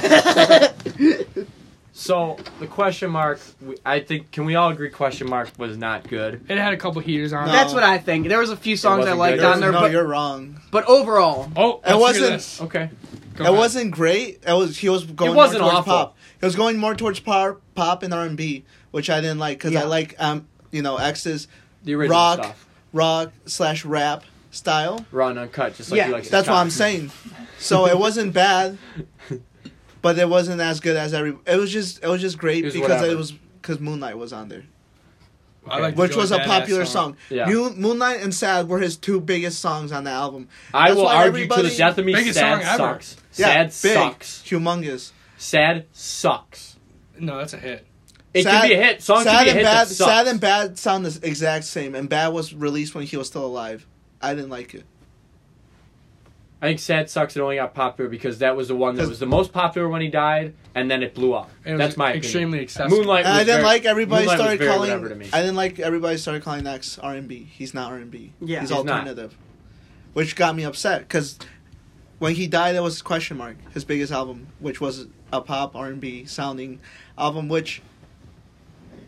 [SPEAKER 1] so the question mark, we- I think, can we all agree? Question mark was not good.
[SPEAKER 3] It had a couple heaters on.
[SPEAKER 4] No.
[SPEAKER 3] it.
[SPEAKER 2] That's what I think. There was a few songs I
[SPEAKER 1] wasn't
[SPEAKER 2] liked
[SPEAKER 1] good.
[SPEAKER 2] on there,
[SPEAKER 4] no,
[SPEAKER 2] but,
[SPEAKER 4] you're wrong.
[SPEAKER 2] but overall,
[SPEAKER 3] Oh,
[SPEAKER 4] It
[SPEAKER 3] let's hear
[SPEAKER 4] wasn't-
[SPEAKER 3] this.
[SPEAKER 1] Okay.
[SPEAKER 3] Go
[SPEAKER 4] it
[SPEAKER 3] ahead.
[SPEAKER 4] wasn't great. It was he was going
[SPEAKER 1] wasn't
[SPEAKER 4] more towards
[SPEAKER 1] awful.
[SPEAKER 4] pop. He was going more towards pop, pop and R and B, which I didn't like because
[SPEAKER 2] Yeah.
[SPEAKER 4] I like um you know X's
[SPEAKER 1] The original
[SPEAKER 4] Rock.
[SPEAKER 1] stuff,
[SPEAKER 4] rock slash rap style.
[SPEAKER 1] raw and uncut, just like
[SPEAKER 2] Yeah,
[SPEAKER 1] you like.
[SPEAKER 4] That's what I'm saying. So it wasn't bad, but it wasn't as good as every. It was just it was just great
[SPEAKER 1] It was
[SPEAKER 4] because
[SPEAKER 1] whatever.
[SPEAKER 4] it was because Moonlight was on there,
[SPEAKER 3] I like
[SPEAKER 4] which
[SPEAKER 3] Joey
[SPEAKER 4] was a
[SPEAKER 3] Badass
[SPEAKER 4] popular song.
[SPEAKER 1] Yeah.
[SPEAKER 4] Moon, Moonlight and Sad were his two biggest songs on the album.
[SPEAKER 1] I
[SPEAKER 4] That's
[SPEAKER 1] will
[SPEAKER 4] why
[SPEAKER 1] argue to the
[SPEAKER 4] everybody-
[SPEAKER 1] death of me.
[SPEAKER 3] Biggest
[SPEAKER 1] Sad
[SPEAKER 3] song ever.
[SPEAKER 1] sucks.
[SPEAKER 4] Yeah,
[SPEAKER 1] Sad
[SPEAKER 4] big,
[SPEAKER 1] sucks.
[SPEAKER 4] humongous.
[SPEAKER 1] Sad sucks.
[SPEAKER 3] No, that's a hit.
[SPEAKER 1] It
[SPEAKER 4] Sad-
[SPEAKER 1] can be a hit. Songs
[SPEAKER 4] sad
[SPEAKER 1] can be a
[SPEAKER 4] and
[SPEAKER 1] hit.
[SPEAKER 4] bad.
[SPEAKER 1] that sucks.
[SPEAKER 4] Sad and bad sound the exact same, and bad was released when he was still alive. I didn't like it.
[SPEAKER 1] I think Sad Sucks it only got popular because that was the one that was the most popular when he died, and then it blew up.
[SPEAKER 3] And it was
[SPEAKER 1] That's my
[SPEAKER 3] extremely
[SPEAKER 1] opinion.
[SPEAKER 3] accessible.
[SPEAKER 1] Moonlight.
[SPEAKER 4] And I
[SPEAKER 1] was
[SPEAKER 4] didn't
[SPEAKER 1] very-
[SPEAKER 4] like everybody
[SPEAKER 1] Moonlight was
[SPEAKER 4] started
[SPEAKER 1] very
[SPEAKER 4] calling.
[SPEAKER 1] whatever to me.
[SPEAKER 4] I didn't like everybody started calling X R and B. He's not R and B.
[SPEAKER 2] Yeah.
[SPEAKER 4] he's,
[SPEAKER 2] He's
[SPEAKER 1] not.
[SPEAKER 4] alternative, which got me upset because when he died, there was a question mark. His biggest album, which was a pop R and B sounding album, which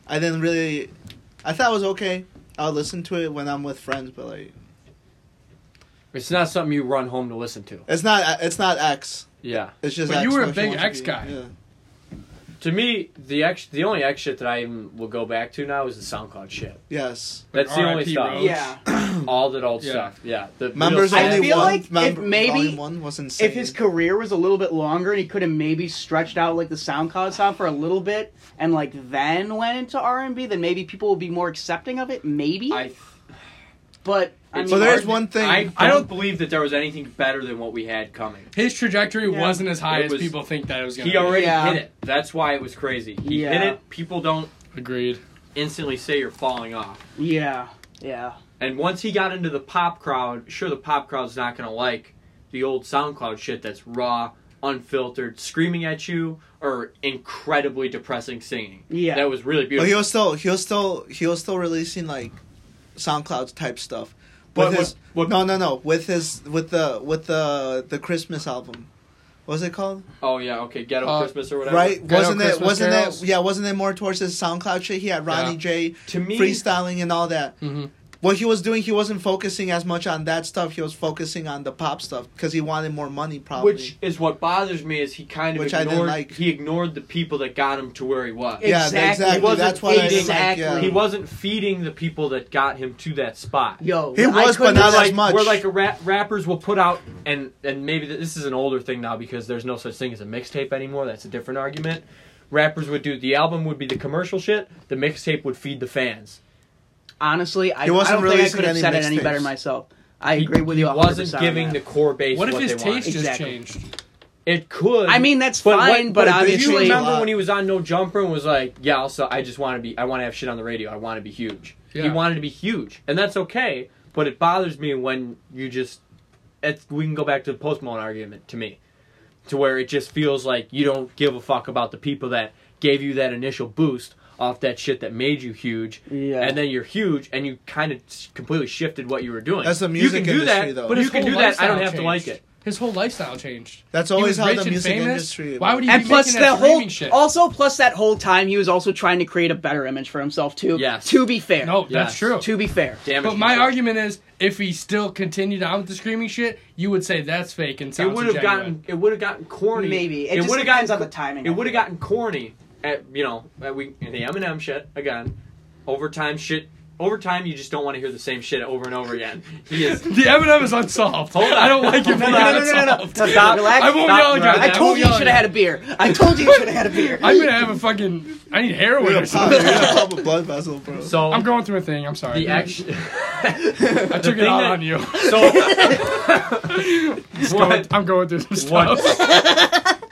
[SPEAKER 4] I didn't really. I thought it was okay. I'll listen to it when I'm with friends, but like,
[SPEAKER 1] It's not something you run home to listen to.
[SPEAKER 4] it's not. It's not X.
[SPEAKER 1] Yeah.
[SPEAKER 4] It's just.
[SPEAKER 3] But you
[SPEAKER 4] X
[SPEAKER 3] were a
[SPEAKER 4] what
[SPEAKER 3] big
[SPEAKER 4] wants to
[SPEAKER 3] X
[SPEAKER 4] be.
[SPEAKER 3] guy.
[SPEAKER 4] Yeah.
[SPEAKER 1] To me, the X, the only X shit that I even will go back to now is the SoundCloud shit.
[SPEAKER 4] Yes.
[SPEAKER 1] That's the only
[SPEAKER 3] RIP
[SPEAKER 1] stuff.
[SPEAKER 3] Roach.
[SPEAKER 2] Yeah.
[SPEAKER 1] All that old
[SPEAKER 3] Yeah.
[SPEAKER 1] stuff. Yeah. The real
[SPEAKER 4] Members
[SPEAKER 1] sad-
[SPEAKER 4] only
[SPEAKER 2] I feel
[SPEAKER 4] one.
[SPEAKER 2] like if
[SPEAKER 4] member,
[SPEAKER 2] maybe-
[SPEAKER 4] volume one was insane.
[SPEAKER 2] If his career was a little bit longer and he could have maybe stretched out like the SoundCloud sound for a little bit and like then went into R and B, then maybe people would be more accepting of it. Maybe,
[SPEAKER 1] I,
[SPEAKER 2] but I mean,
[SPEAKER 4] so there's
[SPEAKER 1] hard-
[SPEAKER 4] one thing.
[SPEAKER 1] I, don't
[SPEAKER 3] I don't-
[SPEAKER 1] believe that there was anything better than what we had coming.
[SPEAKER 3] His trajectory
[SPEAKER 2] Yeah.
[SPEAKER 3] wasn't as high
[SPEAKER 1] It
[SPEAKER 3] as
[SPEAKER 1] was-
[SPEAKER 3] people think that it was going to
[SPEAKER 1] He
[SPEAKER 3] be.
[SPEAKER 1] already
[SPEAKER 2] Yeah.
[SPEAKER 1] hit it. That's why it was crazy. He hit
[SPEAKER 2] Yeah.
[SPEAKER 1] it. People don't
[SPEAKER 3] Agreed.
[SPEAKER 1] instantly say you're falling off.
[SPEAKER 2] yeah, yeah,
[SPEAKER 1] And once he got into the pop crowd, sure the pop crowd's not gonna like the old SoundCloud shit that's raw, unfiltered, screaming at you, or incredibly depressing singing.
[SPEAKER 2] Yeah.
[SPEAKER 1] that was really
[SPEAKER 4] But
[SPEAKER 1] beautiful.
[SPEAKER 4] he was still he was still he was still releasing like SoundCloud type stuff. With
[SPEAKER 1] What- what-
[SPEAKER 4] his
[SPEAKER 1] what-
[SPEAKER 4] no no no with his with the with the the Christmas album. What was it called?
[SPEAKER 1] oh yeah, okay, Ghetto
[SPEAKER 3] Uh,
[SPEAKER 1] Christmas or whatever.
[SPEAKER 4] right?
[SPEAKER 3] Ghetto
[SPEAKER 4] Wasn't it
[SPEAKER 3] Christmas
[SPEAKER 4] wasn't
[SPEAKER 3] Carols?
[SPEAKER 4] it yeah, wasn't it more towards his SoundCloud shit? He had Ronnie
[SPEAKER 3] Yeah.
[SPEAKER 4] J
[SPEAKER 1] To me,
[SPEAKER 4] freestyling and all that.
[SPEAKER 3] Mhm.
[SPEAKER 4] What he was doing, he wasn't focusing as much on that stuff. He was focusing on the pop stuff because he wanted more money, probably.
[SPEAKER 1] which is what bothers me, is he kind of
[SPEAKER 4] Which I didn't
[SPEAKER 1] ignored.
[SPEAKER 4] like.
[SPEAKER 1] He ignored the people that got him to where he was.
[SPEAKER 4] yeah,
[SPEAKER 2] Exactly.
[SPEAKER 1] He
[SPEAKER 4] exactly.
[SPEAKER 1] wasn't
[SPEAKER 4] That's why I didn't like,
[SPEAKER 2] exactly-
[SPEAKER 4] yeah.
[SPEAKER 1] He wasn't feeding the people that got him to that spot.
[SPEAKER 2] yo,
[SPEAKER 4] He
[SPEAKER 2] I
[SPEAKER 4] was, but
[SPEAKER 2] couldn't-
[SPEAKER 4] not
[SPEAKER 1] We're
[SPEAKER 4] as
[SPEAKER 1] like,
[SPEAKER 4] much.
[SPEAKER 1] We're like a rap, rappers will put out and and maybe th- this is an older thing now because there's no such thing as a mixtape anymore. That's a different argument. Rappers would do the album would be the commercial shit. The mixtape would feed the fans.
[SPEAKER 2] honestly, I,
[SPEAKER 4] He
[SPEAKER 2] I
[SPEAKER 4] wasn't
[SPEAKER 2] don't think I
[SPEAKER 4] releasing
[SPEAKER 2] could have
[SPEAKER 4] any
[SPEAKER 2] said it any
[SPEAKER 4] mixtapes.
[SPEAKER 2] better myself. I
[SPEAKER 1] He-
[SPEAKER 2] agree with you.
[SPEAKER 1] He
[SPEAKER 2] 100
[SPEAKER 1] wasn't giving the core base
[SPEAKER 3] What
[SPEAKER 1] what,
[SPEAKER 3] if his
[SPEAKER 1] they
[SPEAKER 3] taste
[SPEAKER 1] wanted.
[SPEAKER 3] just
[SPEAKER 2] Exactly.
[SPEAKER 3] changed?
[SPEAKER 1] It could.
[SPEAKER 2] I mean, that's
[SPEAKER 1] but
[SPEAKER 2] fine,
[SPEAKER 1] what-
[SPEAKER 2] but,
[SPEAKER 4] but
[SPEAKER 1] Do you
[SPEAKER 2] obviously, uh,
[SPEAKER 4] a
[SPEAKER 1] remember
[SPEAKER 4] lot.
[SPEAKER 1] when he was on No Jumper and was like, "Yeah, also, I just want to be. I want to have shit on the radio. I want to be huge." He
[SPEAKER 3] Yeah.
[SPEAKER 1] wanted to be huge, and that's okay. But it bothers me when you just. It's, we can go back to the Post Malone argument to me, to where it just feels like you don't give a fuck about the people that gave you that initial boost off that shit that made you huge.
[SPEAKER 2] Yeah.
[SPEAKER 1] And then you're huge, and you kind of completely shifted what you were doing.
[SPEAKER 4] That's the
[SPEAKER 1] you can
[SPEAKER 4] music
[SPEAKER 1] do
[SPEAKER 4] industry,
[SPEAKER 1] that,
[SPEAKER 4] though.
[SPEAKER 1] But
[SPEAKER 4] But
[SPEAKER 1] you
[SPEAKER 3] his
[SPEAKER 1] can
[SPEAKER 3] whole
[SPEAKER 1] do that. I don't
[SPEAKER 3] lifestyle
[SPEAKER 1] have to like
[SPEAKER 3] changed.
[SPEAKER 1] it.
[SPEAKER 3] His whole lifestyle changed.
[SPEAKER 4] That's
[SPEAKER 3] He was
[SPEAKER 4] always how
[SPEAKER 3] rich
[SPEAKER 4] the
[SPEAKER 3] and
[SPEAKER 4] music
[SPEAKER 3] famous.
[SPEAKER 4] industry.
[SPEAKER 3] Why would he
[SPEAKER 2] and
[SPEAKER 3] be
[SPEAKER 2] plus
[SPEAKER 3] making that
[SPEAKER 2] that whole
[SPEAKER 3] screaming shit?
[SPEAKER 2] also plus that whole time he was also trying to create a better image for himself too.
[SPEAKER 1] Yes.
[SPEAKER 2] To be fair.
[SPEAKER 3] No,
[SPEAKER 1] Yes.
[SPEAKER 3] that's true.
[SPEAKER 2] To be fair.
[SPEAKER 1] Damn
[SPEAKER 3] But my argument is, if he still continued on with the screaming shit, you would say that's fake and
[SPEAKER 1] it
[SPEAKER 3] sounds
[SPEAKER 1] would have
[SPEAKER 3] genuine.
[SPEAKER 1] gotten it would have gotten corny.
[SPEAKER 2] Maybe. It just
[SPEAKER 1] would've
[SPEAKER 2] depends
[SPEAKER 1] gotten-
[SPEAKER 2] on the timing
[SPEAKER 1] It
[SPEAKER 2] of
[SPEAKER 1] would
[SPEAKER 2] it.
[SPEAKER 1] have gotten corny at you know at we in the Eminem shit again. Overtime shit. Over time, you just don't want to hear the same shit over and over again. He is.
[SPEAKER 3] The Eminem is unsolved.
[SPEAKER 1] Hold on.
[SPEAKER 3] I don't like it.
[SPEAKER 1] No,
[SPEAKER 3] being
[SPEAKER 1] no, no, no,
[SPEAKER 2] no, no.
[SPEAKER 3] unsolved.
[SPEAKER 2] No, stop, relax,
[SPEAKER 3] I won't
[SPEAKER 1] stop,
[SPEAKER 3] yell at you.
[SPEAKER 1] relax.
[SPEAKER 2] I told you you
[SPEAKER 3] won't
[SPEAKER 2] should have
[SPEAKER 3] yell at
[SPEAKER 2] had a beer. I told you you should have had a beer.
[SPEAKER 3] I'm gonna have a fucking. I need
[SPEAKER 4] You're
[SPEAKER 3] heroin
[SPEAKER 4] gonna
[SPEAKER 3] or
[SPEAKER 4] pop- you're
[SPEAKER 3] something.
[SPEAKER 4] gonna pop a blood vessel, bro.
[SPEAKER 1] So
[SPEAKER 3] I'm going through a thing. I'm sorry.
[SPEAKER 1] the action.
[SPEAKER 3] I took it
[SPEAKER 1] thing
[SPEAKER 3] out
[SPEAKER 1] that-
[SPEAKER 3] on you.
[SPEAKER 1] so
[SPEAKER 3] Just
[SPEAKER 1] What?
[SPEAKER 3] going- I'm going through some
[SPEAKER 1] What-
[SPEAKER 3] stuff.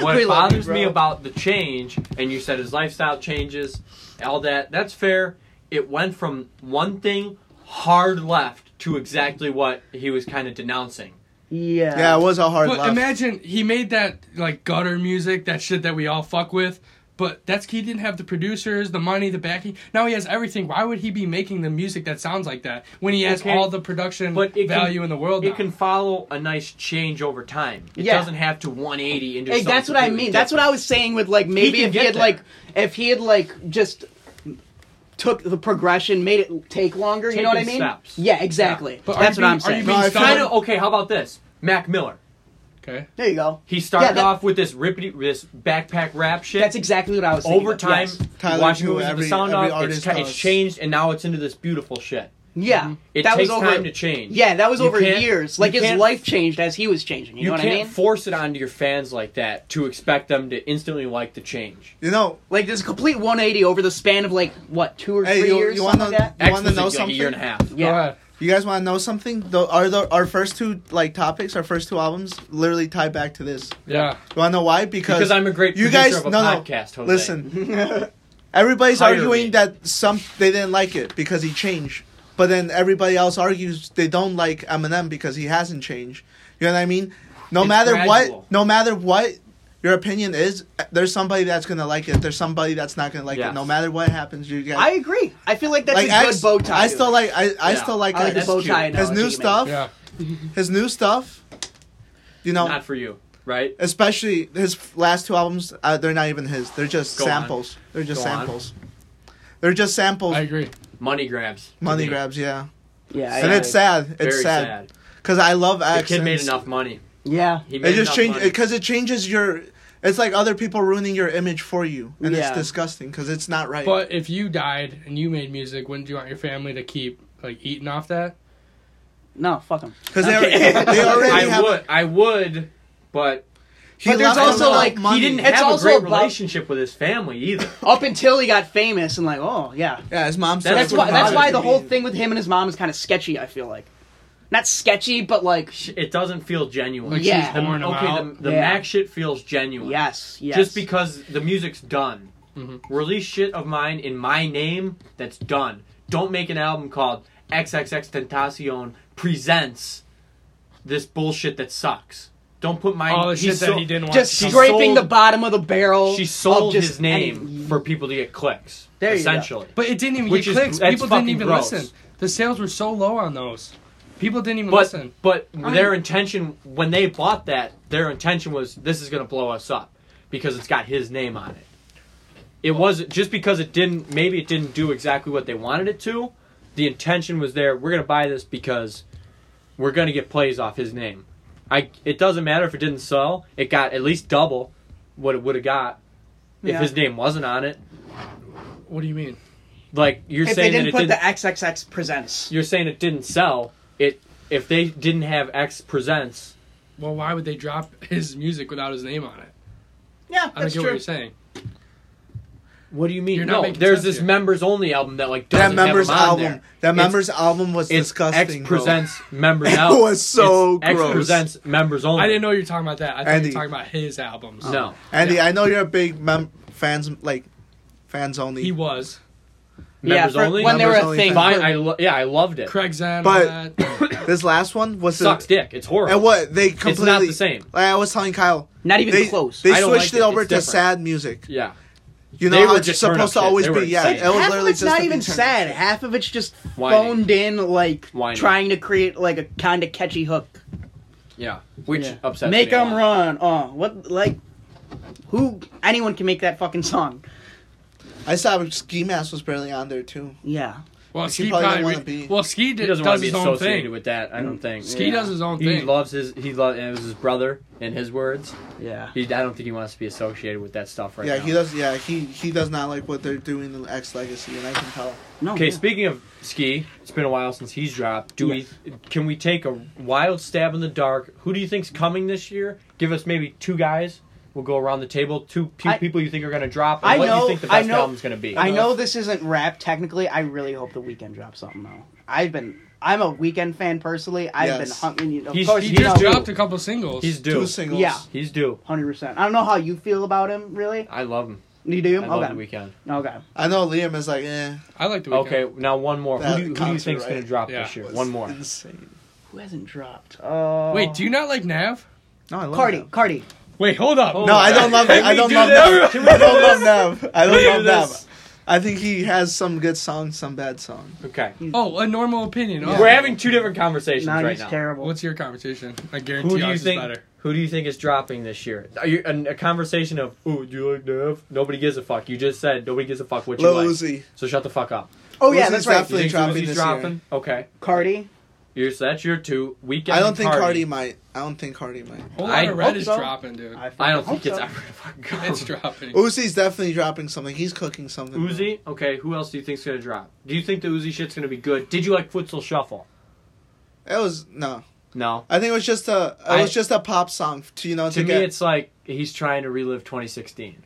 [SPEAKER 1] what
[SPEAKER 2] We love you,
[SPEAKER 1] bothers me
[SPEAKER 2] bro.
[SPEAKER 1] about the change, and you said his lifestyle changes, all that. That's fair. It went from one thing, hard left, to exactly what he was kind of denouncing.
[SPEAKER 2] Yeah.
[SPEAKER 4] yeah, it was a hard
[SPEAKER 3] But
[SPEAKER 4] laugh.
[SPEAKER 3] imagine he made that like gutter music, that shit that we all fuck with. But that's he didn't have the producers, the money, the backing. Now he has everything. Why would he be making the music that sounds like that when he has
[SPEAKER 1] Okay,
[SPEAKER 3] all the production
[SPEAKER 1] but it can-
[SPEAKER 3] value in the world? now?
[SPEAKER 1] It can follow a nice change over time. It
[SPEAKER 2] Yeah.
[SPEAKER 1] doesn't have to 180 into.
[SPEAKER 2] Hey,
[SPEAKER 1] something
[SPEAKER 2] that's what I mean.
[SPEAKER 1] completely
[SPEAKER 2] That's what I was saying with like maybe
[SPEAKER 1] can
[SPEAKER 2] if he
[SPEAKER 1] get
[SPEAKER 2] had
[SPEAKER 1] there.
[SPEAKER 2] like if he had like just took the progression, made it take longer. you know what I mean?
[SPEAKER 1] Taken steps.
[SPEAKER 2] Yeah, exactly.
[SPEAKER 3] But are
[SPEAKER 2] That's
[SPEAKER 3] you
[SPEAKER 2] what
[SPEAKER 3] being-
[SPEAKER 2] I'm
[SPEAKER 3] are you
[SPEAKER 2] saying.
[SPEAKER 3] being
[SPEAKER 4] No, I
[SPEAKER 3] stubborn?
[SPEAKER 1] Kind of okay. How about this, Mac Miller?
[SPEAKER 3] Okay.
[SPEAKER 2] there you go.
[SPEAKER 1] He started
[SPEAKER 2] Yeah, that-
[SPEAKER 1] off with this rippity, this backpack rap shit.
[SPEAKER 2] That's exactly what I was. thinking
[SPEAKER 1] over
[SPEAKER 2] of,
[SPEAKER 1] time.
[SPEAKER 2] yes.
[SPEAKER 4] Tyler,
[SPEAKER 1] watching
[SPEAKER 4] too,
[SPEAKER 1] movies with
[SPEAKER 4] every-
[SPEAKER 1] the sound
[SPEAKER 4] every
[SPEAKER 1] off, it's,
[SPEAKER 4] artist
[SPEAKER 1] ki- it's
[SPEAKER 4] does.
[SPEAKER 1] changed, and now it's into this beautiful shit.
[SPEAKER 2] Yeah,
[SPEAKER 1] Mm-hmm. It
[SPEAKER 2] that
[SPEAKER 1] takes
[SPEAKER 2] was over.
[SPEAKER 1] time to change.
[SPEAKER 2] Yeah, that was
[SPEAKER 1] You
[SPEAKER 2] over
[SPEAKER 1] can't-
[SPEAKER 2] years.
[SPEAKER 1] you
[SPEAKER 2] Like his
[SPEAKER 1] can't-
[SPEAKER 2] life changed as he was changing. You,
[SPEAKER 1] You,
[SPEAKER 2] know what
[SPEAKER 1] can't
[SPEAKER 2] I mean?
[SPEAKER 1] force it onto your fans like that to expect them to instantly like the change.
[SPEAKER 4] you know,
[SPEAKER 2] like this complete 180 over the span of like what two or
[SPEAKER 4] Hey,
[SPEAKER 2] three
[SPEAKER 4] you-
[SPEAKER 2] years.
[SPEAKER 4] you
[SPEAKER 2] something
[SPEAKER 4] wanna-
[SPEAKER 2] like that?
[SPEAKER 1] X
[SPEAKER 4] You wanna
[SPEAKER 1] was
[SPEAKER 4] know
[SPEAKER 1] like a year and a half.
[SPEAKER 2] Yeah.
[SPEAKER 3] Go ahead.
[SPEAKER 4] you guys want to know something? The, our the, our first two like topics, our first two albums, literally tie back to this.
[SPEAKER 3] Yeah.
[SPEAKER 4] You want to know why? Because,
[SPEAKER 1] Because I'm a great
[SPEAKER 4] you
[SPEAKER 1] producer
[SPEAKER 4] guys
[SPEAKER 1] of a
[SPEAKER 4] no, no.
[SPEAKER 1] podcast, Jose.
[SPEAKER 4] Listen, Everybody's
[SPEAKER 1] Hire
[SPEAKER 4] arguing
[SPEAKER 1] me.
[SPEAKER 4] that some they didn't like it because he changed, but then everybody else argues they don't like Eminem because he hasn't changed. You know what I mean? No
[SPEAKER 1] It's
[SPEAKER 4] matter
[SPEAKER 1] gradual.
[SPEAKER 4] what, no matter what your opinion is, there's somebody that's gonna like it. There's somebody that's not gonna like
[SPEAKER 1] Yes.
[SPEAKER 4] it. No matter what happens, you guys.
[SPEAKER 2] I agree. I feel like that's
[SPEAKER 4] like
[SPEAKER 2] a
[SPEAKER 4] I,
[SPEAKER 2] good bow tie.
[SPEAKER 4] I still like I, I
[SPEAKER 1] Yeah.
[SPEAKER 4] still like,
[SPEAKER 2] I like the
[SPEAKER 1] That's
[SPEAKER 4] his,
[SPEAKER 2] bow
[SPEAKER 1] cute.
[SPEAKER 2] tie.
[SPEAKER 4] his
[SPEAKER 2] analogy
[SPEAKER 4] new
[SPEAKER 2] you made.
[SPEAKER 4] stuff.
[SPEAKER 3] Yeah.
[SPEAKER 4] His new stuff. You know,
[SPEAKER 1] Not for you, right?
[SPEAKER 4] especially his last two albums uh, they're not even his they're just
[SPEAKER 1] Go on.
[SPEAKER 4] samples they're just
[SPEAKER 1] Go on.
[SPEAKER 4] samples they're just samples
[SPEAKER 3] I agree.
[SPEAKER 1] Money grabs.
[SPEAKER 4] money
[SPEAKER 1] Yeah.
[SPEAKER 4] grabs yeah
[SPEAKER 2] Yeah,
[SPEAKER 4] and
[SPEAKER 2] yeah.
[SPEAKER 4] it's sad
[SPEAKER 1] Very
[SPEAKER 4] it's sad
[SPEAKER 1] sad.
[SPEAKER 4] because i love
[SPEAKER 1] The
[SPEAKER 4] accents
[SPEAKER 1] kid made enough money.
[SPEAKER 2] Yeah,
[SPEAKER 1] He made
[SPEAKER 4] it just
[SPEAKER 1] enough
[SPEAKER 4] changes
[SPEAKER 1] money.
[SPEAKER 4] because it changes your it's like other people ruining your image for you and
[SPEAKER 2] Yeah.
[SPEAKER 4] it's disgusting because it's not right
[SPEAKER 3] But if you died and you made music, wouldn't you want your family to keep like eating off that?
[SPEAKER 2] no, fuck him.
[SPEAKER 4] because they, already- they already
[SPEAKER 1] I
[SPEAKER 4] have
[SPEAKER 1] would, I would, but
[SPEAKER 4] he
[SPEAKER 2] But there's
[SPEAKER 4] left
[SPEAKER 2] also,
[SPEAKER 4] enough
[SPEAKER 2] like, he
[SPEAKER 1] he
[SPEAKER 4] money.
[SPEAKER 1] didn't
[SPEAKER 2] It's
[SPEAKER 1] have a
[SPEAKER 2] also
[SPEAKER 1] great
[SPEAKER 2] about-
[SPEAKER 1] relationship with his family either.
[SPEAKER 2] Up until he got famous and like, oh yeah,
[SPEAKER 4] yeah his mom
[SPEAKER 1] That's
[SPEAKER 2] that's
[SPEAKER 1] what
[SPEAKER 2] why. That's
[SPEAKER 1] bothers
[SPEAKER 2] why the
[SPEAKER 4] me.
[SPEAKER 2] whole thing with him and his mom is kind of sketchy. I feel like, not sketchy, but like,
[SPEAKER 1] It doesn't feel genuine.
[SPEAKER 3] Like
[SPEAKER 2] Yeah.
[SPEAKER 3] she's pouring
[SPEAKER 1] The-
[SPEAKER 3] them
[SPEAKER 1] okay,
[SPEAKER 3] out.
[SPEAKER 1] the, the
[SPEAKER 2] Yeah.
[SPEAKER 1] Mac shit feels genuine.
[SPEAKER 2] yes, yes.
[SPEAKER 1] Just because the music's done.
[SPEAKER 4] Mm-hmm.
[SPEAKER 3] Mhm.
[SPEAKER 1] Release shit of mine in my name that's done. Don't make an album called XXX Tentacion Presents this bullshit that sucks. Don't put my
[SPEAKER 3] All the
[SPEAKER 1] he
[SPEAKER 3] shit that
[SPEAKER 1] sold-
[SPEAKER 3] he didn't want.
[SPEAKER 2] just
[SPEAKER 1] She
[SPEAKER 2] scraping
[SPEAKER 1] sold-
[SPEAKER 2] the bottom of the barrel.
[SPEAKER 1] She
[SPEAKER 2] of
[SPEAKER 1] sold
[SPEAKER 2] just
[SPEAKER 1] his name
[SPEAKER 2] any-
[SPEAKER 1] for people to get clicks.
[SPEAKER 2] There you go.
[SPEAKER 1] essentially.
[SPEAKER 3] But it didn't even
[SPEAKER 1] Which
[SPEAKER 3] get
[SPEAKER 1] is-
[SPEAKER 3] clicks.
[SPEAKER 1] that's
[SPEAKER 3] People didn't
[SPEAKER 1] fucking
[SPEAKER 3] even
[SPEAKER 1] gross.
[SPEAKER 3] listen. The sales were so low on those. People didn't even
[SPEAKER 1] But
[SPEAKER 3] listen.
[SPEAKER 1] but
[SPEAKER 3] I-
[SPEAKER 1] their intention when they bought that, their intention was this is gonna blow us up because it's got his name on it. It wasn't just because it didn't maybe it didn't do exactly what they wanted it to. The intention was there, we're gonna buy this because we're gonna get plays off his name. I it doesn't matter if it didn't sell, it got at least double what it would have got
[SPEAKER 2] Yeah.
[SPEAKER 1] if his name wasn't on it.
[SPEAKER 3] What do you mean?
[SPEAKER 1] Like you're
[SPEAKER 2] If they
[SPEAKER 1] saying
[SPEAKER 2] didn't
[SPEAKER 1] that it
[SPEAKER 2] put
[SPEAKER 1] didn't
[SPEAKER 2] the XXX presents,
[SPEAKER 1] you're saying it didn't sell. It if they didn't have X presents
[SPEAKER 3] Well, why would they drop his music without his name on it?
[SPEAKER 2] yeah,
[SPEAKER 3] I don't
[SPEAKER 2] that's
[SPEAKER 3] get what
[SPEAKER 2] true.
[SPEAKER 3] you're saying.
[SPEAKER 1] What do you mean?
[SPEAKER 3] You're not
[SPEAKER 1] no,
[SPEAKER 3] making
[SPEAKER 1] there's
[SPEAKER 3] sense
[SPEAKER 1] this
[SPEAKER 3] here.
[SPEAKER 1] members only album that like
[SPEAKER 4] that
[SPEAKER 1] doesn't
[SPEAKER 4] members
[SPEAKER 1] have him on
[SPEAKER 4] album
[SPEAKER 1] There.
[SPEAKER 4] that
[SPEAKER 1] It's-
[SPEAKER 4] members album was
[SPEAKER 1] It's
[SPEAKER 4] disgusting
[SPEAKER 1] X
[SPEAKER 4] bro.
[SPEAKER 1] presents members
[SPEAKER 4] It
[SPEAKER 1] album.
[SPEAKER 4] was so
[SPEAKER 1] It's X
[SPEAKER 4] gross.
[SPEAKER 1] presents members only.
[SPEAKER 3] I didn't know you were talking about that. I thought you
[SPEAKER 4] Andy.
[SPEAKER 3] were talking about his albums.
[SPEAKER 1] No,
[SPEAKER 4] andy i know you're a big mem- fans like fans only
[SPEAKER 3] He was.
[SPEAKER 2] Yeah,
[SPEAKER 1] members
[SPEAKER 2] for-
[SPEAKER 1] only.
[SPEAKER 2] when they were
[SPEAKER 4] Members
[SPEAKER 2] a
[SPEAKER 4] only
[SPEAKER 2] thing.
[SPEAKER 4] fan.
[SPEAKER 1] Fine, I lo- yeah, I loved it.
[SPEAKER 3] Craig Zen, all
[SPEAKER 4] But-
[SPEAKER 3] that.
[SPEAKER 4] this last one was the-
[SPEAKER 1] Sucks dick. It's horrible.
[SPEAKER 4] And what they completely
[SPEAKER 1] it's not the same.
[SPEAKER 4] Like I was telling Kyle,
[SPEAKER 2] Not even
[SPEAKER 4] they,
[SPEAKER 2] close.
[SPEAKER 4] They
[SPEAKER 1] I don't
[SPEAKER 4] switched
[SPEAKER 1] like it.
[SPEAKER 4] it over
[SPEAKER 1] It's
[SPEAKER 4] to
[SPEAKER 1] different.
[SPEAKER 4] sad music.
[SPEAKER 1] Yeah,
[SPEAKER 4] You know
[SPEAKER 1] They
[SPEAKER 4] how
[SPEAKER 1] were
[SPEAKER 4] it's
[SPEAKER 1] just turn up
[SPEAKER 4] supposed to
[SPEAKER 1] shit.
[SPEAKER 4] always
[SPEAKER 1] They were
[SPEAKER 4] be. Yeah,
[SPEAKER 1] excited.
[SPEAKER 4] it was
[SPEAKER 2] half of
[SPEAKER 4] literally
[SPEAKER 2] it's
[SPEAKER 4] just
[SPEAKER 2] not
[SPEAKER 4] to
[SPEAKER 2] even
[SPEAKER 4] be turned-
[SPEAKER 2] sad. Half of it's just
[SPEAKER 1] Whining.
[SPEAKER 2] phoned in, like
[SPEAKER 1] Whining.
[SPEAKER 2] trying to create like a kind of catchy hook.
[SPEAKER 1] yeah, which
[SPEAKER 2] Yeah.
[SPEAKER 1] upsets
[SPEAKER 2] Make
[SPEAKER 1] me a
[SPEAKER 2] 'em
[SPEAKER 1] lot.
[SPEAKER 2] run. Oh, what like who anyone can make that fucking song.
[SPEAKER 4] I saw Ski Mask was barely on there too.
[SPEAKER 2] Yeah.
[SPEAKER 3] well,
[SPEAKER 4] She
[SPEAKER 3] Ski
[SPEAKER 4] probably
[SPEAKER 3] probably.
[SPEAKER 4] didn't wanna
[SPEAKER 3] re-
[SPEAKER 4] be-
[SPEAKER 3] well, Ski
[SPEAKER 1] He
[SPEAKER 3] did,
[SPEAKER 1] doesn't want
[SPEAKER 3] does
[SPEAKER 1] to be
[SPEAKER 3] his own
[SPEAKER 1] associated
[SPEAKER 3] thing.
[SPEAKER 1] with that. I don't think.
[SPEAKER 3] Ski
[SPEAKER 2] Yeah.
[SPEAKER 3] does his own
[SPEAKER 1] He
[SPEAKER 3] thing.
[SPEAKER 1] loves his. He loved. It was his brother. In his words,
[SPEAKER 2] Yeah.
[SPEAKER 1] he. I don't think he wants to be associated with that stuff right
[SPEAKER 4] yeah,
[SPEAKER 1] now.
[SPEAKER 4] he does. Yeah, he he does not like what they're doing in X Legacy, and I can tell.
[SPEAKER 2] No.
[SPEAKER 1] Okay,
[SPEAKER 2] Oh, yeah.
[SPEAKER 1] speaking of ski, it's been a while since he's dropped. Do we? Can we take a wild stab in the dark? Who do you think's coming this year? Give us maybe two guys. We'll go around the table. Two pe-
[SPEAKER 2] I-
[SPEAKER 1] people you think are going to drop, and
[SPEAKER 2] I
[SPEAKER 1] what
[SPEAKER 2] know-
[SPEAKER 1] you think the
[SPEAKER 2] I
[SPEAKER 1] best
[SPEAKER 2] know-
[SPEAKER 1] album's going to be.
[SPEAKER 2] I know this isn't rap technically. I really hope the weekend drops something though. I've been I'm a weekend fan personally. I've
[SPEAKER 4] Yes.
[SPEAKER 2] been hunting you know,
[SPEAKER 1] He's-
[SPEAKER 2] of course
[SPEAKER 3] He
[SPEAKER 1] he's
[SPEAKER 2] you know,
[SPEAKER 3] just
[SPEAKER 1] due.
[SPEAKER 3] dropped a couple singles.
[SPEAKER 1] he's
[SPEAKER 4] Two
[SPEAKER 1] due.
[SPEAKER 4] singles.
[SPEAKER 2] Yeah.
[SPEAKER 1] He's due.
[SPEAKER 2] 100%. I don't know how you feel about him really.
[SPEAKER 1] I love him.
[SPEAKER 2] You do?
[SPEAKER 1] I love the
[SPEAKER 2] okay.
[SPEAKER 1] weekend.
[SPEAKER 2] Okay.
[SPEAKER 4] I know Liam is like, eh.
[SPEAKER 3] I like the weekend.
[SPEAKER 1] Okay, now one more.
[SPEAKER 4] That
[SPEAKER 1] Who do, you- who do you
[SPEAKER 4] concert,
[SPEAKER 1] think's
[SPEAKER 4] right?
[SPEAKER 1] going to drop
[SPEAKER 3] Yeah.
[SPEAKER 1] this year?
[SPEAKER 4] was
[SPEAKER 1] One more.
[SPEAKER 4] Insane.
[SPEAKER 2] Who hasn't dropped? Uh
[SPEAKER 3] Wait, do you not like Nav?
[SPEAKER 4] No, I love
[SPEAKER 2] Cardi,
[SPEAKER 4] him.
[SPEAKER 2] Cardi.
[SPEAKER 3] Wait, hold up.
[SPEAKER 1] Hold
[SPEAKER 4] No, I don't love. I
[SPEAKER 3] we
[SPEAKER 4] don't
[SPEAKER 3] do
[SPEAKER 4] love
[SPEAKER 3] this?
[SPEAKER 4] Nav. I don't love Nav. I
[SPEAKER 1] Can we
[SPEAKER 4] don't
[SPEAKER 1] do
[SPEAKER 4] love
[SPEAKER 1] this?
[SPEAKER 4] Nav. I think he has some good songs, some bad songs.
[SPEAKER 1] Okay,
[SPEAKER 3] Oh, a normal opinion. Oh.
[SPEAKER 1] we're having two different conversations
[SPEAKER 2] No,
[SPEAKER 1] right
[SPEAKER 2] he's
[SPEAKER 1] now.
[SPEAKER 2] terrible.
[SPEAKER 3] What's your conversation? I guarantee
[SPEAKER 1] Who do you
[SPEAKER 3] ours
[SPEAKER 1] think?
[SPEAKER 3] is better.
[SPEAKER 1] Who do you think is dropping this year? Are you, a, a conversation of, "Ooh, do you like Nav?" Nobody gives a fuck. You just said nobody gives a fuck what you
[SPEAKER 4] Lil
[SPEAKER 1] like.
[SPEAKER 4] Uzi.
[SPEAKER 1] So shut the fuck up.
[SPEAKER 2] oh yeah,
[SPEAKER 4] Uzi's
[SPEAKER 2] that's right.
[SPEAKER 1] You
[SPEAKER 4] Definitely
[SPEAKER 1] think
[SPEAKER 4] dropping
[SPEAKER 1] Uzi's
[SPEAKER 4] this
[SPEAKER 1] dropping?
[SPEAKER 4] year.
[SPEAKER 1] Okay.
[SPEAKER 2] Cardi.
[SPEAKER 1] You're, so that's your two. Weekend.
[SPEAKER 4] I don't think
[SPEAKER 1] Cardi.
[SPEAKER 4] Cardi might. I don't think Cardi might.
[SPEAKER 3] Whole
[SPEAKER 1] I
[SPEAKER 3] lot of red
[SPEAKER 2] hope
[SPEAKER 3] is
[SPEAKER 2] so.
[SPEAKER 3] dropping, dude.
[SPEAKER 1] I don't
[SPEAKER 2] fucking
[SPEAKER 1] think it's
[SPEAKER 2] hope
[SPEAKER 1] ever gonna fucking go.
[SPEAKER 3] It's dropping.
[SPEAKER 4] Uzi's definitely dropping something. He's cooking something.
[SPEAKER 1] Uzi. Okay. Who else do you think's gonna drop? Do you think the Uzi shit's gonna be good? Did you like Futsal Shuffle?
[SPEAKER 4] It was no.
[SPEAKER 1] No.
[SPEAKER 4] I think it was just a. It
[SPEAKER 1] I-
[SPEAKER 4] was just a pop song. To, you know, to,
[SPEAKER 1] To me,
[SPEAKER 4] get.
[SPEAKER 1] it's like he's trying to relive 2016.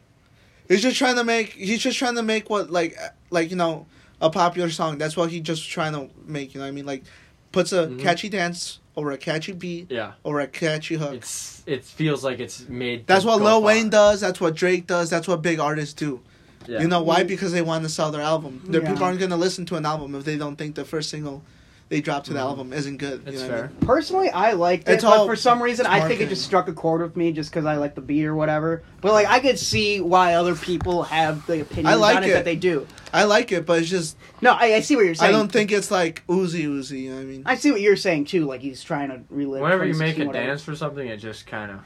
[SPEAKER 4] he's just trying to make. He's just trying to make what like uh, like you know a popular song. That's what he's just trying to make. You know, what I mean, like puts a
[SPEAKER 1] Mhm.
[SPEAKER 4] catchy dance over a catchy beat
[SPEAKER 1] Yeah.
[SPEAKER 4] over a catchy hook.
[SPEAKER 1] It's it feels like it's made.
[SPEAKER 4] that's
[SPEAKER 1] to
[SPEAKER 4] what
[SPEAKER 1] go
[SPEAKER 4] Lil
[SPEAKER 1] far.
[SPEAKER 4] Wayne does. That's what Drake does. That's what big artists do.
[SPEAKER 1] Yeah.
[SPEAKER 4] You know why? Because they want to sell their album. The
[SPEAKER 2] Yeah.
[SPEAKER 4] people aren't going to listen to an album if they don't think the first single they drop to the album isn't good.
[SPEAKER 1] That's
[SPEAKER 4] you know what I
[SPEAKER 1] fair.
[SPEAKER 4] mean?
[SPEAKER 2] Personally, I liked it,
[SPEAKER 4] It's
[SPEAKER 2] but
[SPEAKER 4] all-
[SPEAKER 2] for some reason,
[SPEAKER 4] it's
[SPEAKER 2] I think it
[SPEAKER 4] marketing.
[SPEAKER 2] just struck a chord with me just because I like the beat or whatever. But like, I could see why other people have the opinions
[SPEAKER 4] I like
[SPEAKER 2] on it,
[SPEAKER 4] it.
[SPEAKER 2] that they do.
[SPEAKER 4] I like it, but it's just
[SPEAKER 2] No, I, I see what you're saying.
[SPEAKER 4] I don't think it's like oozy oozy. You know what I mean,
[SPEAKER 2] I see what you're saying too. Like he's trying to relive.
[SPEAKER 1] Whenever you
[SPEAKER 2] 2016,
[SPEAKER 1] make a
[SPEAKER 2] whatever.
[SPEAKER 1] dance for something, it just kind of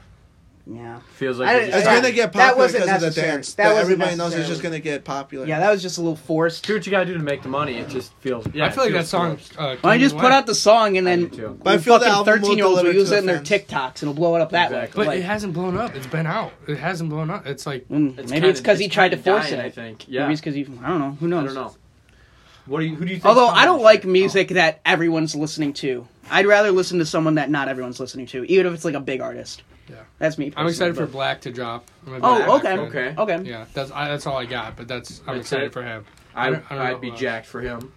[SPEAKER 2] yeah,
[SPEAKER 1] feels
[SPEAKER 2] I-
[SPEAKER 1] like.
[SPEAKER 4] it's
[SPEAKER 2] Right.
[SPEAKER 4] going to
[SPEAKER 2] That
[SPEAKER 4] get popular
[SPEAKER 2] wasn't
[SPEAKER 4] because of the
[SPEAKER 2] necessary.
[SPEAKER 4] dance.
[SPEAKER 2] That
[SPEAKER 4] That
[SPEAKER 2] wasn't
[SPEAKER 4] everybody knows it's just
[SPEAKER 2] necessarily.
[SPEAKER 4] going to get popular.
[SPEAKER 2] yeah, that was just a little forced.
[SPEAKER 1] Do what you gotta do to make the money. It just feels. Yeah,
[SPEAKER 3] I feel like
[SPEAKER 1] it
[SPEAKER 3] that
[SPEAKER 1] feels
[SPEAKER 3] song.
[SPEAKER 1] forced.
[SPEAKER 3] Uh,
[SPEAKER 2] Why don't you
[SPEAKER 3] Kingdom
[SPEAKER 2] just put
[SPEAKER 3] Why-
[SPEAKER 2] out the song and
[SPEAKER 1] I do
[SPEAKER 2] then
[SPEAKER 1] too.
[SPEAKER 4] But I feel the
[SPEAKER 2] fucking
[SPEAKER 4] album moved a
[SPEAKER 2] thirteen year olds will
[SPEAKER 4] little
[SPEAKER 2] use it
[SPEAKER 4] to the
[SPEAKER 2] in their
[SPEAKER 4] fans.
[SPEAKER 2] TikToks and it'll blow it up that
[SPEAKER 1] Exactly.
[SPEAKER 3] But
[SPEAKER 2] way. Like,
[SPEAKER 3] it hasn't blown up. It's been out. It hasn't blown up. It's like
[SPEAKER 2] mm, maybe
[SPEAKER 1] kinda-
[SPEAKER 2] it's because he tried to
[SPEAKER 1] kinda
[SPEAKER 2] force
[SPEAKER 1] dying,
[SPEAKER 2] it.
[SPEAKER 1] I think. Yeah.
[SPEAKER 2] Maybe it's because he. I don't know. Who knows?
[SPEAKER 1] I don't know. Oh. What do you? Who do you? Think
[SPEAKER 2] Although I don't like music that everyone's listening to. I'd rather listen to someone that not everyone's listening to, even if it's like a big artist.
[SPEAKER 3] Yeah.
[SPEAKER 2] That's me.
[SPEAKER 3] I'm
[SPEAKER 2] Personally,
[SPEAKER 3] excited for
[SPEAKER 2] but-
[SPEAKER 3] Black to drop. I'm a Black
[SPEAKER 2] Oh, okay.
[SPEAKER 3] fan.
[SPEAKER 1] Okay.
[SPEAKER 2] Okay.
[SPEAKER 3] Yeah, that's I, that's all I got. But that's I'm
[SPEAKER 1] That's
[SPEAKER 3] excited
[SPEAKER 1] it?
[SPEAKER 3] for him.
[SPEAKER 1] I,
[SPEAKER 3] I don't- I don't know
[SPEAKER 1] would be
[SPEAKER 3] who else.
[SPEAKER 1] jacked for him.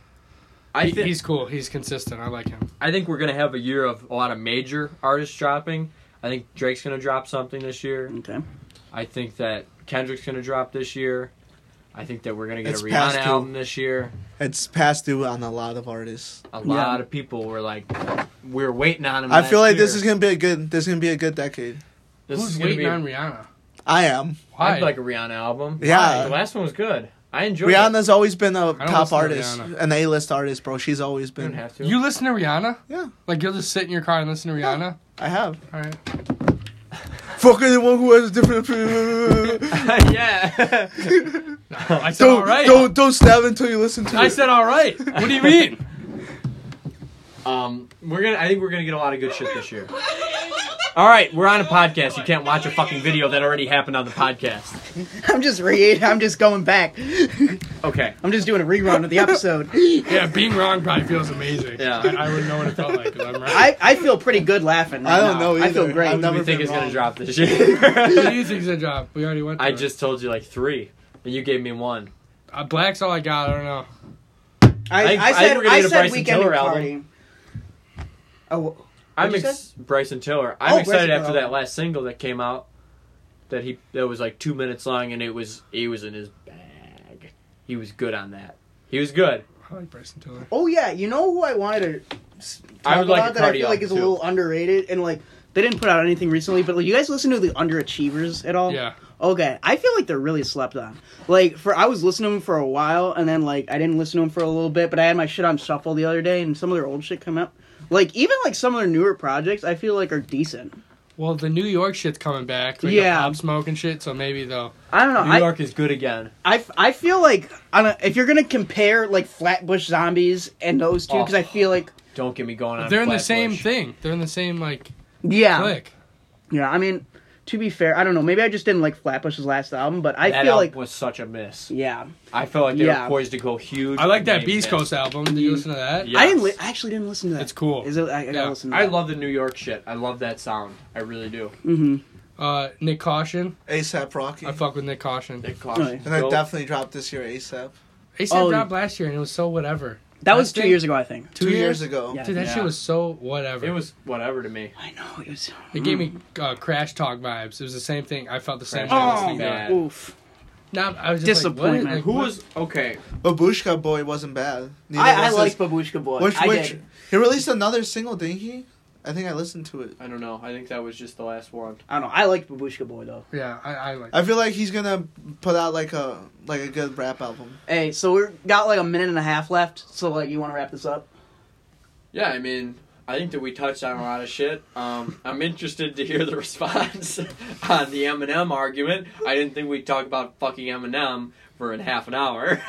[SPEAKER 1] I
[SPEAKER 3] He-
[SPEAKER 1] think
[SPEAKER 3] he's cool. He's consistent. I like him.
[SPEAKER 1] I think we're gonna have a year of a lot of major artists dropping. I think Drake's gonna drop something this year.
[SPEAKER 2] Okay.
[SPEAKER 1] I think that Kendrick's gonna drop this year. I think that we're gonna get
[SPEAKER 4] It's
[SPEAKER 1] a
[SPEAKER 4] past
[SPEAKER 1] Rihanna
[SPEAKER 4] due.
[SPEAKER 1] album this year.
[SPEAKER 4] It's past due on a lot of artists.
[SPEAKER 1] A lot of people were like, we are waiting on him.
[SPEAKER 4] I feel
[SPEAKER 1] last
[SPEAKER 4] like this
[SPEAKER 1] year.
[SPEAKER 4] is gonna be a good. This is gonna be a good decade.
[SPEAKER 1] This
[SPEAKER 3] Who's
[SPEAKER 1] is gonna
[SPEAKER 3] waiting
[SPEAKER 1] be.
[SPEAKER 3] on Rihanna?
[SPEAKER 4] I am.
[SPEAKER 3] Why?
[SPEAKER 1] I'd like a Rihanna album.
[SPEAKER 4] Yeah.
[SPEAKER 1] the last one was good. I enjoyed. It.
[SPEAKER 4] Rihanna's always been a
[SPEAKER 3] don't
[SPEAKER 4] top
[SPEAKER 3] listen to
[SPEAKER 4] artist,
[SPEAKER 3] Rihanna.
[SPEAKER 4] an A list artist, bro. She's always
[SPEAKER 1] You don't
[SPEAKER 4] been.
[SPEAKER 1] have to.
[SPEAKER 3] you listen to Rihanna?
[SPEAKER 4] Yeah.
[SPEAKER 3] Like you'll just sit in your car and listen to Rihanna?
[SPEAKER 4] I have.
[SPEAKER 3] All right.
[SPEAKER 4] Fuck anyone who has a different.
[SPEAKER 1] yeah.
[SPEAKER 3] I said all
[SPEAKER 4] don't
[SPEAKER 3] right.
[SPEAKER 4] don't don't stab until you listen to.
[SPEAKER 3] I
[SPEAKER 4] it.
[SPEAKER 3] said all right. What do you mean?
[SPEAKER 1] Um, we're gonna. I think we're gonna get a lot of good shit this year. All right, we're on a podcast. You can't watch a fucking video that already happened on the podcast.
[SPEAKER 2] I'm just re. I'm just going back.
[SPEAKER 1] Okay.
[SPEAKER 2] I'm just doing a rerun of the episode.
[SPEAKER 3] yeah, being wrong probably feels amazing.
[SPEAKER 1] Yeah.
[SPEAKER 3] I, I wouldn't know what it felt like because I'm right.
[SPEAKER 2] I, I feel pretty good laughing. Right
[SPEAKER 4] I don't
[SPEAKER 2] now.
[SPEAKER 4] know
[SPEAKER 2] I feel
[SPEAKER 4] either.
[SPEAKER 2] great.
[SPEAKER 4] I've never-
[SPEAKER 1] We think
[SPEAKER 4] been
[SPEAKER 1] it's gonna
[SPEAKER 4] wrong.
[SPEAKER 1] drop this year.
[SPEAKER 3] what do you think's a job? We already went.
[SPEAKER 1] I
[SPEAKER 3] through it.
[SPEAKER 1] just told you like three, and you gave me one.
[SPEAKER 3] uh, black's all I got. I don't know.
[SPEAKER 2] I,
[SPEAKER 1] I-
[SPEAKER 2] I
[SPEAKER 1] I
[SPEAKER 2] said
[SPEAKER 1] think we're gonna
[SPEAKER 2] I
[SPEAKER 1] get a
[SPEAKER 2] said
[SPEAKER 1] Bryson
[SPEAKER 2] weekend
[SPEAKER 1] Tiller
[SPEAKER 2] at
[SPEAKER 1] album.
[SPEAKER 2] party. Oh,
[SPEAKER 1] I'm
[SPEAKER 2] What'd you
[SPEAKER 1] ex- Bryson Tiller. I'm
[SPEAKER 2] Oh,
[SPEAKER 1] excited
[SPEAKER 2] Bryson
[SPEAKER 1] after
[SPEAKER 2] Tiller.
[SPEAKER 1] that last single that came out. That he that was like two minutes long, and it was he was in his bag. He was good on that. He was good.
[SPEAKER 3] I like Bryson Tiller.
[SPEAKER 2] oh yeah. You know who I wanted to talk
[SPEAKER 1] I would like
[SPEAKER 2] about
[SPEAKER 1] a
[SPEAKER 2] that I
[SPEAKER 1] cardi
[SPEAKER 2] feel like is a
[SPEAKER 1] album,
[SPEAKER 2] little underrated and like they didn't put out anything recently. But like, you guys listen to the Underachievers at all?
[SPEAKER 3] Yeah.
[SPEAKER 2] Okay, I feel like they're really slept on. Like for I was listening to them for a while, and then like I didn't listen to them for a little bit, but I had my shit on shuffle the other day, and some of their old shit come up. Like even like some of their newer projects, I feel like are decent.
[SPEAKER 3] Well, the New York shit's coming back. Like
[SPEAKER 2] Yeah.
[SPEAKER 3] yeah. Pop Smoke and shit. So maybe though.
[SPEAKER 2] I don't know.
[SPEAKER 1] New
[SPEAKER 2] I,
[SPEAKER 1] York is good again.
[SPEAKER 2] I, f- I feel like on a, if you're gonna compare like Flatbush Zombies and those two, because I feel like
[SPEAKER 1] Don't get me going on.
[SPEAKER 3] They're in the
[SPEAKER 1] Flatbush.
[SPEAKER 3] same thing. They're in the same like
[SPEAKER 2] yeah,
[SPEAKER 3] click.
[SPEAKER 2] yeah. I mean, to be fair, I don't know. Maybe I just didn't like Flatbush's last album, but I
[SPEAKER 1] that
[SPEAKER 2] feel
[SPEAKER 1] album
[SPEAKER 2] like
[SPEAKER 1] was such a miss.
[SPEAKER 2] yeah.
[SPEAKER 1] I felt like they
[SPEAKER 2] Yeah.
[SPEAKER 1] were poised to go huge.
[SPEAKER 3] I like
[SPEAKER 1] and
[SPEAKER 3] that
[SPEAKER 1] they
[SPEAKER 3] Beast
[SPEAKER 1] missed.
[SPEAKER 3] Coast album. Did you listen to that?
[SPEAKER 1] Yeah.
[SPEAKER 2] I didn't. Li-
[SPEAKER 1] Yes.
[SPEAKER 2] I actually didn't listen to that.
[SPEAKER 3] It's cool.
[SPEAKER 2] Is it? I, I gotta
[SPEAKER 3] Yeah.
[SPEAKER 2] listen. To
[SPEAKER 1] I
[SPEAKER 2] that.
[SPEAKER 1] love the New York shit. I love that sound. I really do.
[SPEAKER 2] Mm-hmm.
[SPEAKER 3] Uh, Nick Caution.
[SPEAKER 4] ASAP Rocky.
[SPEAKER 3] I fuck with Nick Caution.
[SPEAKER 1] It costs.
[SPEAKER 2] Right.
[SPEAKER 4] and I definitely dropped this year ASAP.
[SPEAKER 3] He
[SPEAKER 2] Oh.
[SPEAKER 3] said dropped last year and it was so whatever.
[SPEAKER 2] That was
[SPEAKER 3] I
[SPEAKER 2] two
[SPEAKER 3] think-
[SPEAKER 2] years ago, I think.
[SPEAKER 4] Two, years ago.
[SPEAKER 2] Yeah.
[SPEAKER 3] Dude, that
[SPEAKER 1] Yeah.
[SPEAKER 3] shit was so whatever.
[SPEAKER 1] it was whatever to me.
[SPEAKER 2] I know it was.
[SPEAKER 3] It gave me uh, Crash Talk vibes. It was the same thing. I felt the
[SPEAKER 1] Crash
[SPEAKER 3] same.
[SPEAKER 1] Talk.
[SPEAKER 2] Oh,
[SPEAKER 3] way listening to it.
[SPEAKER 1] bad.
[SPEAKER 2] oof.
[SPEAKER 3] Not, I was just
[SPEAKER 2] Disappointment.
[SPEAKER 3] Like, what is- like,
[SPEAKER 1] Who
[SPEAKER 3] what-
[SPEAKER 1] was okay?
[SPEAKER 4] Babushka Boy wasn't bad. Neither
[SPEAKER 2] I, I
[SPEAKER 4] was
[SPEAKER 2] like
[SPEAKER 4] this-
[SPEAKER 2] Babushka Boy.
[SPEAKER 4] Which
[SPEAKER 2] I
[SPEAKER 4] which
[SPEAKER 2] did.
[SPEAKER 4] he released another single, didn't he? I think I listened to it.
[SPEAKER 1] I don't know. I think that was just the last one.
[SPEAKER 2] I don't know. I liked Babushka Boy though.
[SPEAKER 3] Yeah, I, I like.
[SPEAKER 4] I feel like he's gonna put out like a like a good rap album.
[SPEAKER 2] Hey, so we got like a minute and a half left. So like, you want to wrap this up?
[SPEAKER 1] Yeah, I mean, I think that we touched on a lot of shit. Um, I'm interested to hear the response on the Eminem argument. I didn't think we'd talk about fucking Eminem for in half an hour.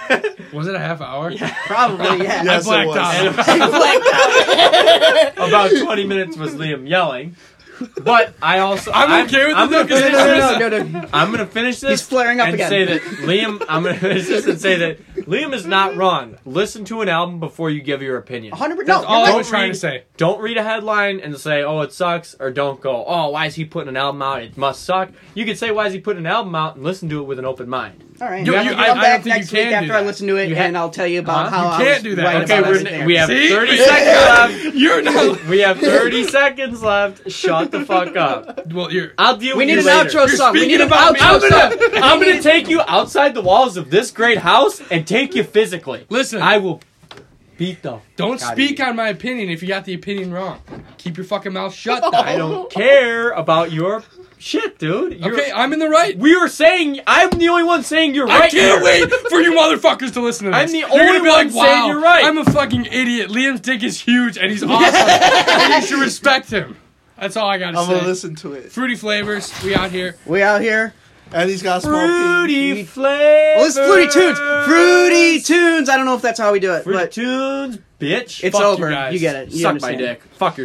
[SPEAKER 3] was it a half hour?
[SPEAKER 2] Probably, yeah.
[SPEAKER 4] Yes, it
[SPEAKER 3] I blacked
[SPEAKER 4] was.
[SPEAKER 1] About
[SPEAKER 3] out.
[SPEAKER 1] 20 minutes was Liam yelling. But I also
[SPEAKER 3] I'm okay with
[SPEAKER 1] I'm
[SPEAKER 3] the
[SPEAKER 1] gonna
[SPEAKER 3] no,
[SPEAKER 1] finish
[SPEAKER 3] no, no,
[SPEAKER 1] this.
[SPEAKER 3] no,
[SPEAKER 1] I'm gonna finish this.
[SPEAKER 2] He's flaring up
[SPEAKER 1] and
[SPEAKER 2] again.
[SPEAKER 1] Say that Liam. I'm gonna finish this and say that Liam is not wrong. Listen to an album before you give your opinion.
[SPEAKER 2] 100
[SPEAKER 3] That's
[SPEAKER 2] No,
[SPEAKER 3] all
[SPEAKER 2] you're
[SPEAKER 3] I
[SPEAKER 2] right.
[SPEAKER 3] was trying to say.
[SPEAKER 1] Don't read a headline and say, "Oh, it sucks," or don't go, "Oh, why is he putting an album out? It must suck." You could say, "Why is he putting an album out?" and listen to it with an open mind.
[SPEAKER 2] All right.
[SPEAKER 3] You-
[SPEAKER 2] I'll
[SPEAKER 3] you-
[SPEAKER 2] come
[SPEAKER 3] I- I don't
[SPEAKER 2] back
[SPEAKER 3] think you
[SPEAKER 2] next week
[SPEAKER 3] can do
[SPEAKER 2] after I
[SPEAKER 3] that.
[SPEAKER 2] listen to it,
[SPEAKER 1] You ha-
[SPEAKER 2] and I'll tell you about
[SPEAKER 1] Huh?
[SPEAKER 2] how I
[SPEAKER 3] You
[SPEAKER 2] was
[SPEAKER 3] can't do that.
[SPEAKER 2] right
[SPEAKER 3] Okay,
[SPEAKER 2] about
[SPEAKER 3] we're-
[SPEAKER 2] everything.
[SPEAKER 1] We have
[SPEAKER 3] See?
[SPEAKER 1] 30 seconds left.
[SPEAKER 3] You're not.
[SPEAKER 1] We have 30 seconds left. Shut the fuck up.
[SPEAKER 3] Well, you're.
[SPEAKER 1] I'll deal
[SPEAKER 2] We
[SPEAKER 1] with
[SPEAKER 2] need
[SPEAKER 1] you
[SPEAKER 2] an
[SPEAKER 1] later.
[SPEAKER 2] outro song. We
[SPEAKER 3] speaking
[SPEAKER 2] need an
[SPEAKER 3] about me.
[SPEAKER 1] I'm
[SPEAKER 2] outro song.
[SPEAKER 1] gonna, I'm gonna take you outside the walls of this great house and take you physically.
[SPEAKER 3] Listen,
[SPEAKER 1] I will beat the.
[SPEAKER 3] don't
[SPEAKER 1] fuck outta
[SPEAKER 3] speak
[SPEAKER 1] you.
[SPEAKER 3] on my opinion if you got the opinion wrong. Keep your fucking mouth shut.
[SPEAKER 1] I
[SPEAKER 3] Doc.
[SPEAKER 1] don't care about your shit, dude. You're,
[SPEAKER 3] Okay, I'm in the right.
[SPEAKER 1] We were saying I'm the only one saying you're right.
[SPEAKER 3] I can't
[SPEAKER 1] here.
[SPEAKER 3] wait for you motherfuckers to listen to this.
[SPEAKER 1] I'm the
[SPEAKER 3] You're
[SPEAKER 1] only
[SPEAKER 3] gonna be
[SPEAKER 1] one
[SPEAKER 3] like,
[SPEAKER 1] saying
[SPEAKER 3] wow,
[SPEAKER 1] you're right."
[SPEAKER 3] I'm a fucking idiot. Liam's dick is huge and he's awesome. and you should respect him. That's all I gotta
[SPEAKER 4] I'm
[SPEAKER 3] say.
[SPEAKER 4] gonna listen to it.
[SPEAKER 3] Fruity flavors, we out here.
[SPEAKER 2] We out here.
[SPEAKER 4] And he's got a small penis.
[SPEAKER 1] Fruity flavor.
[SPEAKER 2] Well, it's Fruity Tunes. Fruity Tunes. I don't know if that's how we do it,
[SPEAKER 1] Fruity
[SPEAKER 2] but
[SPEAKER 1] tunes, bitch.
[SPEAKER 2] it's
[SPEAKER 1] Fuck
[SPEAKER 2] over.
[SPEAKER 1] You, guys.
[SPEAKER 2] You get it. You
[SPEAKER 1] Suck
[SPEAKER 2] understand.
[SPEAKER 1] my dick. Fuck your.